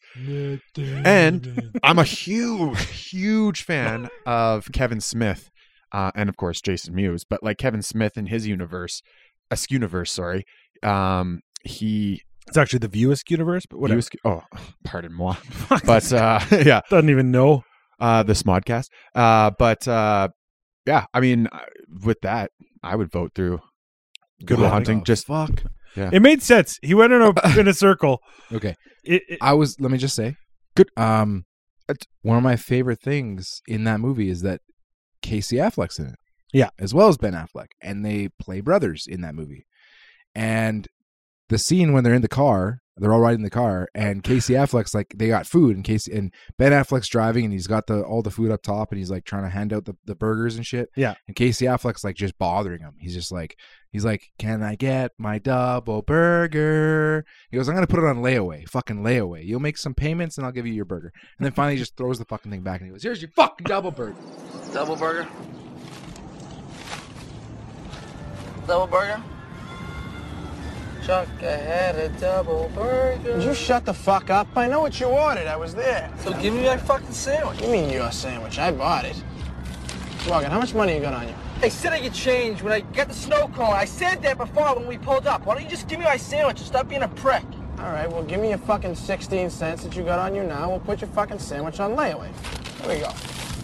[SPEAKER 4] And- I'm a huge, huge fan of Kevin Smith, uh, and of course Jason Mewes. But like Kevin Smith in his universe, Askew universe, sorry, um, he
[SPEAKER 3] It's actually the Viewist universe, but whatever.
[SPEAKER 4] Askew- oh, pardon moi,
[SPEAKER 3] Fuck,
[SPEAKER 4] but uh, yeah,
[SPEAKER 3] doesn't even know.
[SPEAKER 4] uh, the Smodcast. Uh, but uh, yeah, I mean, uh, with that, I would vote through Good Oh, Will
[SPEAKER 3] Wow.
[SPEAKER 4] Hunting. Just
[SPEAKER 5] fuck.
[SPEAKER 3] It made sense. He went in a in a circle.
[SPEAKER 5] Okay.
[SPEAKER 3] It, it,
[SPEAKER 5] I was. Let me just say,
[SPEAKER 4] Good.
[SPEAKER 5] Um,
[SPEAKER 4] It-
[SPEAKER 5] one of my favorite things in that movie is that Casey Affleck's in it.
[SPEAKER 3] Yeah.
[SPEAKER 5] As well as Ben Affleck. And they play brothers in that movie. And the scene when they're in the car, they're all riding the car, and Casey Affleck's like they got food and Casey and Ben Affleck's driving and he's got the all the food up top and he's like trying to hand out the, the burgers and shit.
[SPEAKER 3] Yeah.
[SPEAKER 5] And Casey Affleck's like just bothering him. He's just like he's like, Can I get my double burger? He goes, I'm gonna put it on layaway, fucking layaway. You'll make some payments and I'll give you your burger. And then finally he just throws the fucking thing back and he goes, Here's your fucking double burger.
[SPEAKER 7] Double burger. Double burger. Chuck ahead a double burger.
[SPEAKER 9] You shut the fuck up. I know what you ordered. I was there.
[SPEAKER 7] So give me my fucking sandwich.
[SPEAKER 9] You mean your sandwich? I bought it. Morgan, how much money you got on you?
[SPEAKER 7] I said I get change when I get the snow cone. I said that before when we pulled up. Why don't you just give me my sandwich and stop being a prick?
[SPEAKER 9] All right, well, give me your fucking 16 cents that you got on you now. We'll put your fucking sandwich on layaway. Here we go.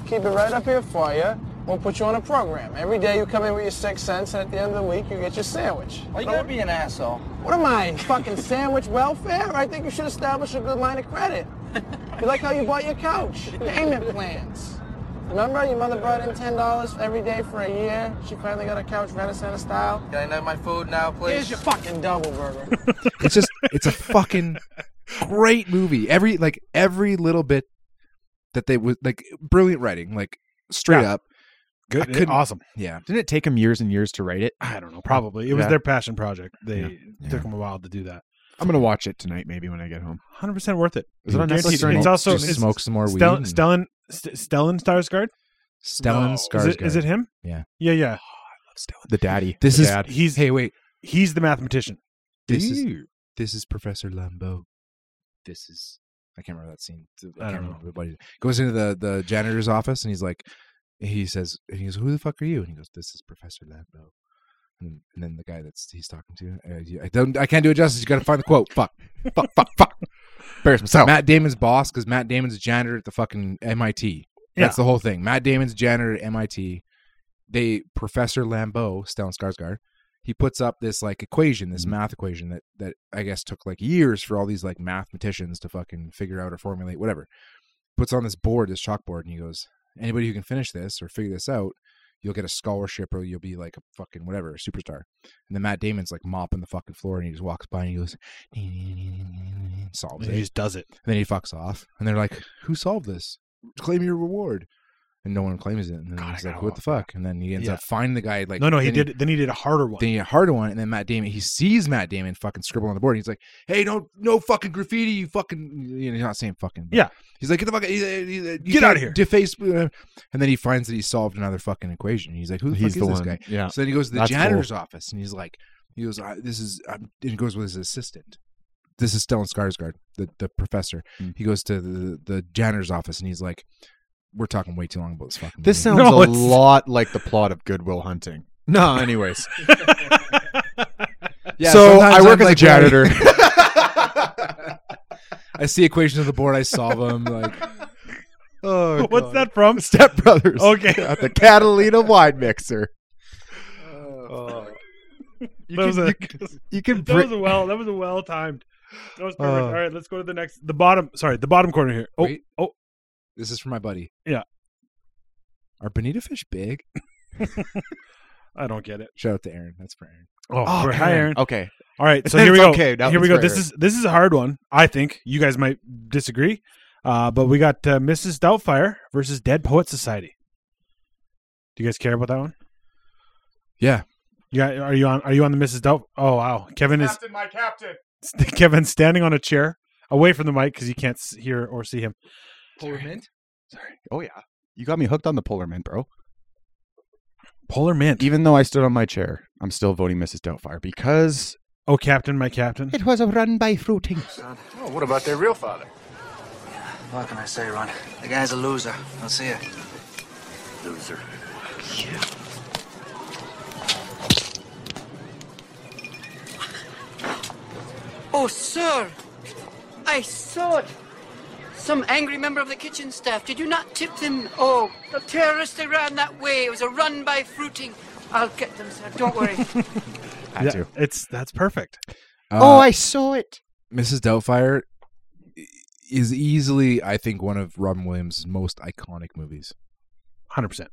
[SPEAKER 9] Keep it right up here for you. We'll put you on a program. Every day you come in with your six cents, and at the end of the week, you get your sandwich.
[SPEAKER 7] Why you gotta be an asshole?
[SPEAKER 9] What am I, fucking sandwich welfare? I think you should establish a good line of credit. You like how you bought your couch? Payment plans. Remember, your mother brought in $10 every day for a year? She finally got a couch Renaissance style.
[SPEAKER 7] Can I have my food now, please?
[SPEAKER 9] Here's your fucking double burger.
[SPEAKER 5] It's just it's a fucking great movie. Every like every little bit that they was like brilliant writing, like straight up. I
[SPEAKER 3] Good,
[SPEAKER 5] couldn't-
[SPEAKER 3] awesome.
[SPEAKER 5] Yeah.
[SPEAKER 4] Didn't it take him years and years to write it?
[SPEAKER 3] I don't know. Probably it was
[SPEAKER 4] Yeah.
[SPEAKER 3] their passion project. They
[SPEAKER 4] Yeah.
[SPEAKER 3] took them a while to do that.
[SPEAKER 4] I'm gonna watch it tonight, maybe when I get home.
[SPEAKER 3] Hundred percent worth it.
[SPEAKER 4] Is it on
[SPEAKER 3] Guaranteed.
[SPEAKER 4] Netflix or
[SPEAKER 3] It's
[SPEAKER 4] not?
[SPEAKER 3] also
[SPEAKER 5] just
[SPEAKER 3] it's
[SPEAKER 5] smoke some more weed.
[SPEAKER 3] Stel-
[SPEAKER 5] and-
[SPEAKER 3] Stellan St- Stellan Skarsgård.
[SPEAKER 5] Stellan
[SPEAKER 3] Is
[SPEAKER 5] Skarsgård.
[SPEAKER 3] it, is it him?
[SPEAKER 5] Yeah.
[SPEAKER 3] Yeah. Yeah.
[SPEAKER 4] The daddy.
[SPEAKER 5] This
[SPEAKER 4] the
[SPEAKER 5] is-
[SPEAKER 4] dad.
[SPEAKER 3] He's
[SPEAKER 5] Hey, wait.
[SPEAKER 3] he's the mathematician.
[SPEAKER 5] This is this is Professor Lambeau. This is I can't remember that scene.
[SPEAKER 3] I
[SPEAKER 5] can't
[SPEAKER 3] don't
[SPEAKER 5] remember what he- Goes into the the janitor's office and he's like, he says, and he goes, "Who the fuck are you?" And he goes, "This is Professor Lambeau." And, and then the guy that's he's talking to, uh, you- I don't, I can't do it justice. You got to find the quote. Fuck, fuck, fuck, fuck.
[SPEAKER 4] embarrass myself.
[SPEAKER 5] Matt Damon's boss, because Matt Damon's a janitor at the fucking MIT. That's the whole thing. Matt Damon's janitor at MIT. They Professor Lambeau, Stellan Skarsgård, he puts up this like equation, this math equation that that I guess took like years for all these like mathematicians to fucking figure out or formulate, whatever. Puts on this board, this chalkboard, and he goes, anybody who can finish this or figure this out, you'll get a scholarship or you'll be like a fucking whatever, a superstar. And then Matt Damon's like mopping the fucking floor, and he just walks by and he goes, solves
[SPEAKER 3] He
[SPEAKER 5] it.
[SPEAKER 3] just does it.
[SPEAKER 5] And then he fucks off. And they're like, Who solved this? Claim your reward. And no one claims it. And then
[SPEAKER 4] God,
[SPEAKER 5] he's
[SPEAKER 4] I
[SPEAKER 5] like,
[SPEAKER 4] gotta
[SPEAKER 5] What the
[SPEAKER 4] watch
[SPEAKER 5] fuck? And then he ends
[SPEAKER 3] Yeah.
[SPEAKER 5] up finding the guy like
[SPEAKER 3] no, no, he
[SPEAKER 5] then
[SPEAKER 3] did. then he did a harder one.
[SPEAKER 5] then he had a harder one, and then Matt Damon, he sees Matt Damon fucking scribble on the board. And he's like, "Hey, no, no fucking graffiti, you fucking." You know, he's not saying fucking. but
[SPEAKER 3] Yeah.
[SPEAKER 5] He's like, "Get the fuck, he's, he's, you
[SPEAKER 3] Get outta
[SPEAKER 5] can't
[SPEAKER 3] here."
[SPEAKER 5] deface." uh," And then he finds that he solved another fucking equation. He's like, "Who the
[SPEAKER 4] He's
[SPEAKER 5] fuck
[SPEAKER 4] the
[SPEAKER 5] is this
[SPEAKER 4] one.
[SPEAKER 5] guy?"
[SPEAKER 4] Yeah.
[SPEAKER 5] So then he goes to the
[SPEAKER 4] That's cool.
[SPEAKER 5] janitor's office, and he's like, "He goes, I, this is," I'm, and he goes with his assistant. This is Stellan Skarsgård, the the professor.
[SPEAKER 4] Mm.
[SPEAKER 5] He goes to the the janitor's office, and he's like, "We're talking way too long about this fucking."
[SPEAKER 4] This
[SPEAKER 5] movie."
[SPEAKER 4] sounds
[SPEAKER 3] No,
[SPEAKER 4] a
[SPEAKER 3] it's-
[SPEAKER 4] lot like the plot of Goodwill Hunting. No, anyways.
[SPEAKER 5] Yeah,
[SPEAKER 4] so
[SPEAKER 5] sometimes
[SPEAKER 4] I
[SPEAKER 5] I'm
[SPEAKER 4] work as a
[SPEAKER 5] like, "Wait."
[SPEAKER 4] janitor.
[SPEAKER 3] Oh,
[SPEAKER 5] I see equations on the board. I solve them. Like
[SPEAKER 4] oh,
[SPEAKER 3] What's
[SPEAKER 4] God.
[SPEAKER 3] that from?
[SPEAKER 4] Step Brothers.
[SPEAKER 3] Okay.
[SPEAKER 4] At the Catalina wine mixer. Oh, You
[SPEAKER 3] Oh. That was
[SPEAKER 4] can,
[SPEAKER 3] a-
[SPEAKER 4] you can, you can
[SPEAKER 3] that
[SPEAKER 4] bri-
[SPEAKER 3] was a well. That was a well timed. That was perfect.
[SPEAKER 4] Uh.
[SPEAKER 3] All right, let's go to the next. The bottom. Sorry, the bottom corner here. Oh,
[SPEAKER 5] Wait.
[SPEAKER 3] oh,
[SPEAKER 5] This is for my buddy.
[SPEAKER 3] Yeah.
[SPEAKER 5] Are bonita fish big?
[SPEAKER 3] I don't get it.
[SPEAKER 5] Shout out to Aaron. That's for Aaron.
[SPEAKER 3] Oh,
[SPEAKER 4] Oh,
[SPEAKER 3] for- hi, Aaron.
[SPEAKER 4] Okay.
[SPEAKER 3] All right, so
[SPEAKER 4] It's
[SPEAKER 3] here we go.
[SPEAKER 4] okay. That
[SPEAKER 3] here we
[SPEAKER 4] one's
[SPEAKER 3] go.
[SPEAKER 4] for
[SPEAKER 3] This
[SPEAKER 4] Aaron.
[SPEAKER 3] is this is a hard one. I think you guys might disagree, uh, but we got uh, Mrs. Doubtfire versus Dead Poet Society. Do you guys care about that one?
[SPEAKER 5] Yeah.
[SPEAKER 3] You got, are you on? Are you on the Mrs. Doubt? Oh wow, Kevin is
[SPEAKER 4] my captain.
[SPEAKER 3] Kevin's standing on a chair away from the mic because you can't s- hear or see him.
[SPEAKER 5] Polar mint.
[SPEAKER 4] Sorry. Oh yeah. You got me hooked on the polar mint, bro.
[SPEAKER 3] Polar Mint.
[SPEAKER 4] Even though I stood on my chair, I'm still voting Mrs. Doubtfire because
[SPEAKER 3] Oh, Captain, my Captain.
[SPEAKER 4] it was a run by fruiting.
[SPEAKER 9] what about their real father?
[SPEAKER 2] What can I say, Ron? The guy's a loser. I'll see ya. Loser.
[SPEAKER 10] Oh, sir, I saw it. Some angry member of the kitchen staff. Did you not tip them? Oh, the terrorists, they ran that way. It was a run by fruiting. I'll get them, sir. Don't worry.
[SPEAKER 4] Had
[SPEAKER 3] Yeah,
[SPEAKER 4] to.
[SPEAKER 3] it's that's perfect. Uh,
[SPEAKER 4] oh, I saw it.
[SPEAKER 5] Mrs. Uh, Doubtfire e, i- is easily, I think, one of Robin Williams' most iconic movies.
[SPEAKER 3] Hundred percent.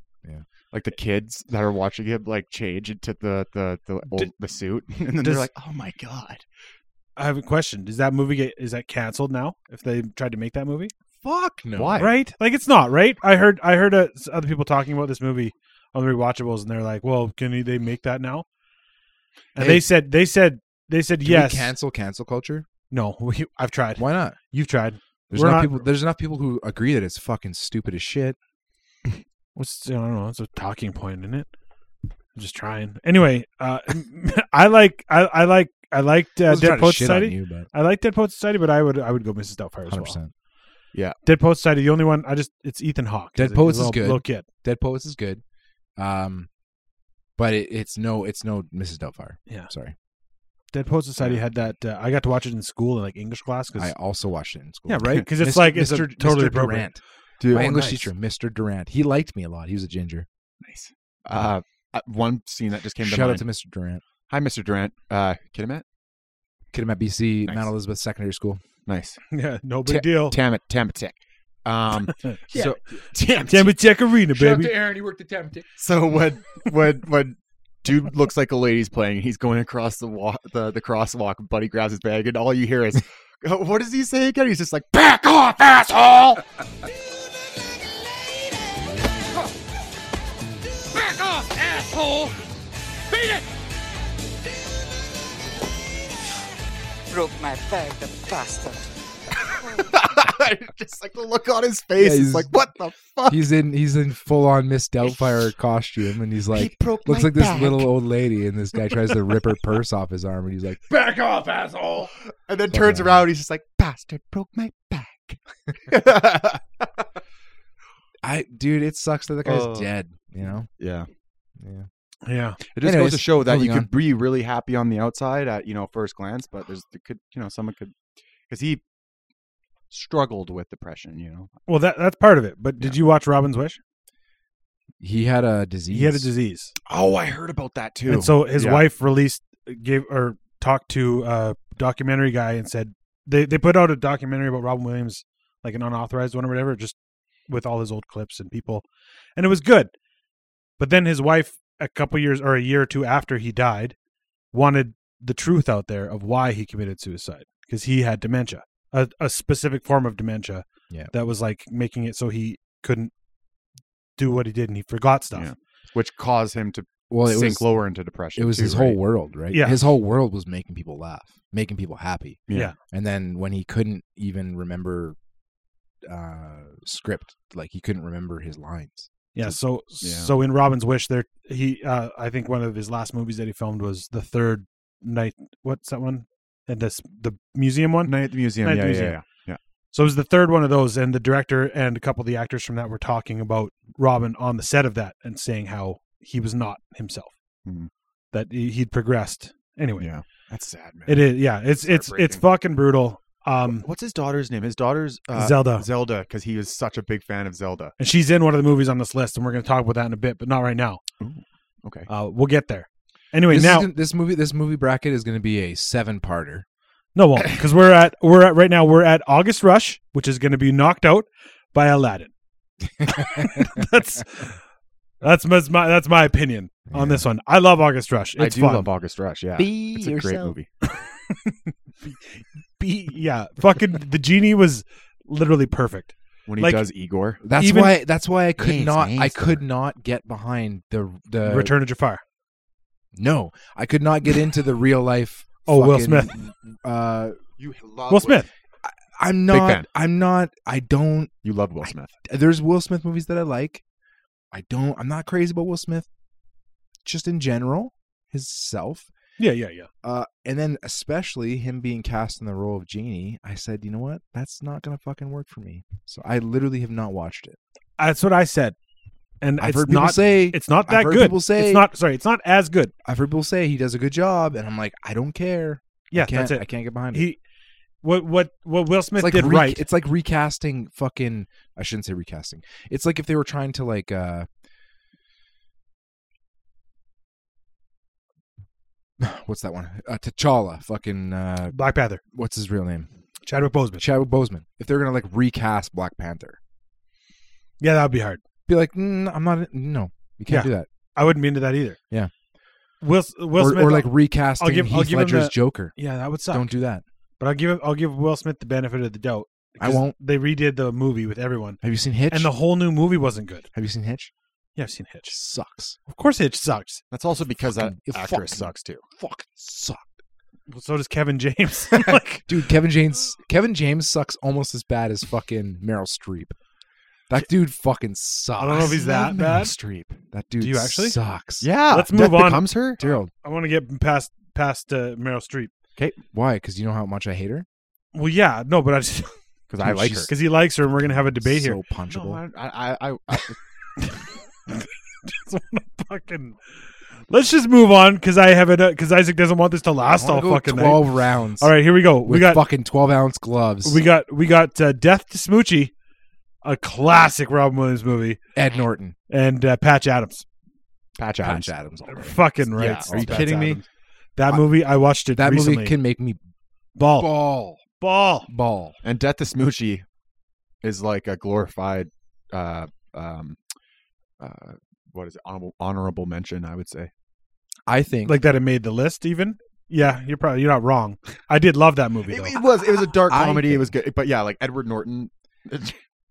[SPEAKER 4] Like the kids that are watching him like change into the the the, old, the suit, and then
[SPEAKER 3] does-
[SPEAKER 4] they're like, "Oh my god,
[SPEAKER 3] I have a question. Does that movie get is that canceled now? If they tried to make that movie,
[SPEAKER 4] fuck
[SPEAKER 5] No.
[SPEAKER 4] why?"
[SPEAKER 3] right? Like it's not right. I heard I heard uh, s- other people talking about this movie on the rewatchables, and they're like, "Well, can they make that now?" And
[SPEAKER 4] Hey.
[SPEAKER 3] they said they said they said
[SPEAKER 5] Do
[SPEAKER 3] yes.
[SPEAKER 5] we cancel cancel culture?
[SPEAKER 3] No, we, I've tried.
[SPEAKER 5] Why not?
[SPEAKER 3] You've tried.
[SPEAKER 5] There's
[SPEAKER 3] We're
[SPEAKER 5] enough
[SPEAKER 3] not-
[SPEAKER 5] people. There's enough people who agree that it's fucking stupid as shit.
[SPEAKER 3] What's I don't know. It's a talking point, isn't it? I'm just trying. Anyway, uh, I like I, I like I liked uh,
[SPEAKER 5] Wasn't trying
[SPEAKER 3] Dead
[SPEAKER 5] to
[SPEAKER 3] Poet
[SPEAKER 5] shit on
[SPEAKER 3] Society.
[SPEAKER 5] you, but
[SPEAKER 3] I like Dead Poet Society, but I would I would go Mrs. Doubtfire
[SPEAKER 5] 100.
[SPEAKER 3] as well.
[SPEAKER 5] percent
[SPEAKER 3] Dead Poet Society, the only one I just it's Ethan Hawke.
[SPEAKER 5] Dead
[SPEAKER 3] He's a
[SPEAKER 5] Poets is
[SPEAKER 3] little-
[SPEAKER 5] good.
[SPEAKER 3] Little kid.
[SPEAKER 5] Dead Poets is good, um, but it, it's no, it's no Mrs. Doubtfire.
[SPEAKER 3] Yeah.
[SPEAKER 5] sorry.
[SPEAKER 3] Dead Poet Society had that. Uh, I got to watch it in school in like English class
[SPEAKER 5] I
[SPEAKER 3] because
[SPEAKER 5] also watched it in school.
[SPEAKER 3] yeah, right because it's
[SPEAKER 5] Mr.
[SPEAKER 3] like it's
[SPEAKER 5] Mr.
[SPEAKER 3] tr- totally
[SPEAKER 5] Mr.
[SPEAKER 3] appropriate. Oh,
[SPEAKER 5] Durant.
[SPEAKER 4] Dude,
[SPEAKER 5] My English
[SPEAKER 3] nice.
[SPEAKER 5] teacher, Mr. Durant, he liked me a lot. He was a ginger.
[SPEAKER 4] Nice. Uh, uh, one scene that just came to
[SPEAKER 5] Shout out
[SPEAKER 4] mind.
[SPEAKER 5] to Mr. Durant.
[SPEAKER 4] Hi, Mr. Durant. Uh, kid him at?
[SPEAKER 5] Kid him at BC,
[SPEAKER 4] Nice.
[SPEAKER 5] Mount Elizabeth Secondary School.
[SPEAKER 4] Nice.
[SPEAKER 3] Yeah, no big
[SPEAKER 5] Oh.
[SPEAKER 3] deal.
[SPEAKER 4] Tam it, tam it, tick. Um, so tam
[SPEAKER 3] Damn it, Jack Arena, baby.
[SPEAKER 5] Aaron. He worked at Tempting.
[SPEAKER 4] So when when when dude looks like a lady's playing, and he's going across the wa- the the crosswalk. Buddy grabs his bag, and all you hear is, "Oh, "What does he say again?" He's just like, "Back off, asshole!"
[SPEAKER 10] Back off, asshole! Beat it! Broke my bag, the bastard.
[SPEAKER 4] just like the look on his face.
[SPEAKER 5] Yeah,
[SPEAKER 4] he's
[SPEAKER 5] he's-
[SPEAKER 4] like, "What the fuck?"
[SPEAKER 5] He's in he's in full on Miss Doubtfire costume, and he's like
[SPEAKER 4] broke
[SPEAKER 5] looks
[SPEAKER 4] my
[SPEAKER 5] like this
[SPEAKER 4] back.
[SPEAKER 5] little old lady, and this guy tries to rip her purse off his arm, and he's like,
[SPEAKER 4] Back off, asshole! And then
[SPEAKER 5] Fuck
[SPEAKER 4] turns
[SPEAKER 5] off.
[SPEAKER 4] around. He's just like, "Bastard broke my back."
[SPEAKER 5] "I dude, it sucks that the guy's
[SPEAKER 4] Oh.
[SPEAKER 5] dead." You know?
[SPEAKER 4] yeah.
[SPEAKER 5] Yeah.
[SPEAKER 3] Yeah,
[SPEAKER 4] It just
[SPEAKER 5] Anyways,
[SPEAKER 4] goes to show that you
[SPEAKER 5] moving
[SPEAKER 4] could be really happy on the outside at you know first glance, but there's there could you know someone could because he struggled with depression. You know,
[SPEAKER 3] well that that's part of it. But did you watch Robin's Wish?
[SPEAKER 5] He had a disease.
[SPEAKER 3] He had a disease,
[SPEAKER 4] Oh, I heard about that too.
[SPEAKER 3] and so his
[SPEAKER 4] Yeah.
[SPEAKER 3] wife released gave or talked to a documentary guy and said they they put out a documentary about Robin Williams, like an unauthorized one or whatever, just with all his old clips and people, and it was good. But then his wife, a couple years or a year or two after he died, wanted the truth out there of why he committed suicide because he had dementia, a, a specific form of dementia
[SPEAKER 5] Yeah.
[SPEAKER 3] that was like making it so he couldn't do what he did and he forgot stuff.
[SPEAKER 4] Yeah. which caused him to
[SPEAKER 5] Well, it
[SPEAKER 4] sink
[SPEAKER 5] was
[SPEAKER 4] lower into depression.
[SPEAKER 5] it was
[SPEAKER 4] too,
[SPEAKER 5] his
[SPEAKER 4] right?
[SPEAKER 5] whole world, right?
[SPEAKER 3] Yeah.
[SPEAKER 5] His whole world was making people laugh, making people happy.
[SPEAKER 4] Yeah.
[SPEAKER 3] Yeah.
[SPEAKER 5] And then when he couldn't even remember uh script, like he couldn't remember his lines.
[SPEAKER 3] Yeah, so
[SPEAKER 4] Yeah.
[SPEAKER 3] so in Robin's Wish, there he uh, I think one of his last movies that he filmed was the third night. What's that one? And this the museum one.
[SPEAKER 4] Night at the museum.
[SPEAKER 3] Night at
[SPEAKER 4] yeah,
[SPEAKER 3] the
[SPEAKER 4] yeah,
[SPEAKER 3] museum.
[SPEAKER 4] yeah, yeah.
[SPEAKER 3] So it was the third one of those, and the director and a couple of the actors from that were talking about Robin on the set of that and saying how he was not himself,
[SPEAKER 4] Mhm.
[SPEAKER 3] that he- he'd progressed. Anyway,
[SPEAKER 4] Yeah. That's sad, man.
[SPEAKER 3] it is. Yeah, it's it's it's
[SPEAKER 4] heartbreaking.
[SPEAKER 3] fucking brutal. Um,
[SPEAKER 4] What's his daughter's name? His daughter's uh,
[SPEAKER 3] Zelda.
[SPEAKER 4] Zelda, because he was such a big fan of Zelda.
[SPEAKER 3] and she's in one of the movies on this list, and we're going to talk about that in a bit, but not right now.
[SPEAKER 4] Okay.
[SPEAKER 3] Uh, we'll get there. Anyway,
[SPEAKER 5] this, is
[SPEAKER 3] now
[SPEAKER 5] gonna- this movie this movie bracket is going to be a seven-parter.
[SPEAKER 3] No, won't because we're at we're at right now we're at August Rush, which is going to be knocked out by Aladdin. that's that's my my- that's my opinion on
[SPEAKER 5] Yeah.
[SPEAKER 3] this one. I love August Rush. It's
[SPEAKER 4] I do
[SPEAKER 3] fun.
[SPEAKER 4] love August Rush. Yeah.
[SPEAKER 7] Be
[SPEAKER 4] it's a great movie.
[SPEAKER 3] Be- yeah, fucking the genie was literally perfect.
[SPEAKER 4] When he
[SPEAKER 3] Like-
[SPEAKER 4] does Igor.
[SPEAKER 5] That's
[SPEAKER 3] Even-
[SPEAKER 5] why that's why I could
[SPEAKER 4] Yes,
[SPEAKER 5] not I
[SPEAKER 4] yes,
[SPEAKER 5] could not get behind the the
[SPEAKER 3] Return of Jafar.
[SPEAKER 5] No, I could not get into the real life
[SPEAKER 3] Oh, Will
[SPEAKER 5] fucking, Uh
[SPEAKER 4] You love
[SPEAKER 3] Will Smith.
[SPEAKER 5] I'm
[SPEAKER 4] Big
[SPEAKER 5] not
[SPEAKER 4] fan.
[SPEAKER 5] I'm not I don't
[SPEAKER 4] You love Will Smith.
[SPEAKER 5] there's Will Smith movies that I like. I don't. I'm not crazy about Will Smith, just in general, his self,
[SPEAKER 3] Yeah, yeah, yeah.
[SPEAKER 5] uh, and then especially him being cast in the role of Genie. I said, you know what? That's not gonna fucking work for me. So I literally have not watched it.
[SPEAKER 3] That's what I said. And
[SPEAKER 5] I've
[SPEAKER 3] it's
[SPEAKER 5] heard people
[SPEAKER 3] not
[SPEAKER 5] say.
[SPEAKER 3] it's not
[SPEAKER 5] I've
[SPEAKER 3] that
[SPEAKER 5] heard
[SPEAKER 3] good.
[SPEAKER 5] people say-
[SPEAKER 3] it's not sorry. It's not as good.
[SPEAKER 5] I've heard people say he does a good job, and I'm like, I don't care.
[SPEAKER 3] Yeah,
[SPEAKER 5] I can't,
[SPEAKER 3] that's it.
[SPEAKER 5] I can't get behind it.
[SPEAKER 3] He what what what Will Smith
[SPEAKER 5] It's like
[SPEAKER 3] did
[SPEAKER 5] re-
[SPEAKER 3] right.
[SPEAKER 5] It's like recasting fucking. I shouldn't say recasting. It's like if they were trying to like. uh What's that one? Uh, T'Challa. Fucking. Uh,
[SPEAKER 3] Black Panther,
[SPEAKER 5] what's his real name?
[SPEAKER 3] Chadwick Boseman.
[SPEAKER 5] Chadwick Boseman. If they're gonna like recast Black Panther,
[SPEAKER 3] Yeah, that would be hard.
[SPEAKER 5] be like, mm, I'm not. No, you can't do
[SPEAKER 3] Yeah.
[SPEAKER 5] that.
[SPEAKER 3] I wouldn't be into that either.
[SPEAKER 5] Yeah.
[SPEAKER 3] Will S- Will
[SPEAKER 5] Or,
[SPEAKER 3] Smith
[SPEAKER 5] or like recasting
[SPEAKER 3] give- I'll
[SPEAKER 5] Heath
[SPEAKER 3] give him
[SPEAKER 5] Ledger's
[SPEAKER 3] the-
[SPEAKER 5] Joker.
[SPEAKER 3] yeah, that would suck.
[SPEAKER 5] Don't do that.
[SPEAKER 3] but I'll give I'll give Will Smith the benefit of the doubt.
[SPEAKER 5] I
[SPEAKER 3] 'cause
[SPEAKER 5] won't.
[SPEAKER 3] They redid the movie with everyone,
[SPEAKER 5] Have you seen Hitch?
[SPEAKER 3] and the whole new movie wasn't good.
[SPEAKER 5] Have you seen Hitch?
[SPEAKER 3] Yeah, I've seen Hitch.
[SPEAKER 5] Sucks.
[SPEAKER 3] Of course, Hitch sucks.
[SPEAKER 4] That's also because that
[SPEAKER 5] Fucking-
[SPEAKER 4] actress
[SPEAKER 5] fucking-
[SPEAKER 4] sucks too.
[SPEAKER 5] Fucking suck.
[SPEAKER 3] Well, so does Kevin James. like,
[SPEAKER 5] Dude, Kevin James Kevin James sucks almost as bad as fucking Meryl Streep. That dude fucking sucks.
[SPEAKER 3] I don't know if he's that bad.
[SPEAKER 5] Streep. That dude
[SPEAKER 3] Do you actually?
[SPEAKER 5] sucks.
[SPEAKER 4] Yeah,
[SPEAKER 3] Let's
[SPEAKER 4] Death
[SPEAKER 3] move on.
[SPEAKER 4] Becomes her.
[SPEAKER 5] Daryl,
[SPEAKER 3] I want to get past past uh, Meryl Streep.
[SPEAKER 5] why? Because you know how much I hate her?
[SPEAKER 3] Well, yeah, no, but I just
[SPEAKER 4] because I
[SPEAKER 5] Dude,
[SPEAKER 4] like her.
[SPEAKER 5] she's-
[SPEAKER 3] because he likes her, and we're gonna have a debate
[SPEAKER 5] so
[SPEAKER 3] here.
[SPEAKER 5] punchable.
[SPEAKER 4] No, I, I, I, I,
[SPEAKER 3] Just wanna fucking. Let's just move on because I have it because Isaac doesn't want this to last
[SPEAKER 5] I
[SPEAKER 3] all
[SPEAKER 5] wanna go
[SPEAKER 3] fucking night.
[SPEAKER 5] twelve rounds.
[SPEAKER 3] All right, here we go.
[SPEAKER 5] With
[SPEAKER 3] we got
[SPEAKER 5] fucking twelve ounce gloves.
[SPEAKER 3] we got we got uh, Death to Smoochie, a classic Robin Williams movie,
[SPEAKER 5] Ed Norton.
[SPEAKER 3] and uh, Patch Adams.
[SPEAKER 4] Patch Adams.
[SPEAKER 5] Patch Adams. all right.
[SPEAKER 3] Fucking right.
[SPEAKER 5] Yeah,
[SPEAKER 3] it's
[SPEAKER 5] are you
[SPEAKER 3] Patch
[SPEAKER 4] kidding me?
[SPEAKER 3] Adams. That movie I watched it
[SPEAKER 5] That
[SPEAKER 3] recently. Oh.
[SPEAKER 5] movie can make me
[SPEAKER 3] ball
[SPEAKER 5] ball.
[SPEAKER 3] ball.
[SPEAKER 5] Ball.
[SPEAKER 4] And Death to Smoochie is like a glorified, uh, um, uh, what is it? Honorable, honorable mention, I would say.
[SPEAKER 5] I think
[SPEAKER 3] Like that it made the list even. Yeah, you're probably you're not wrong. I did love that movie
[SPEAKER 4] It,
[SPEAKER 3] though.
[SPEAKER 4] it was. It was a dark
[SPEAKER 5] I
[SPEAKER 4] comedy. It was good, but yeah, like Edward Norton,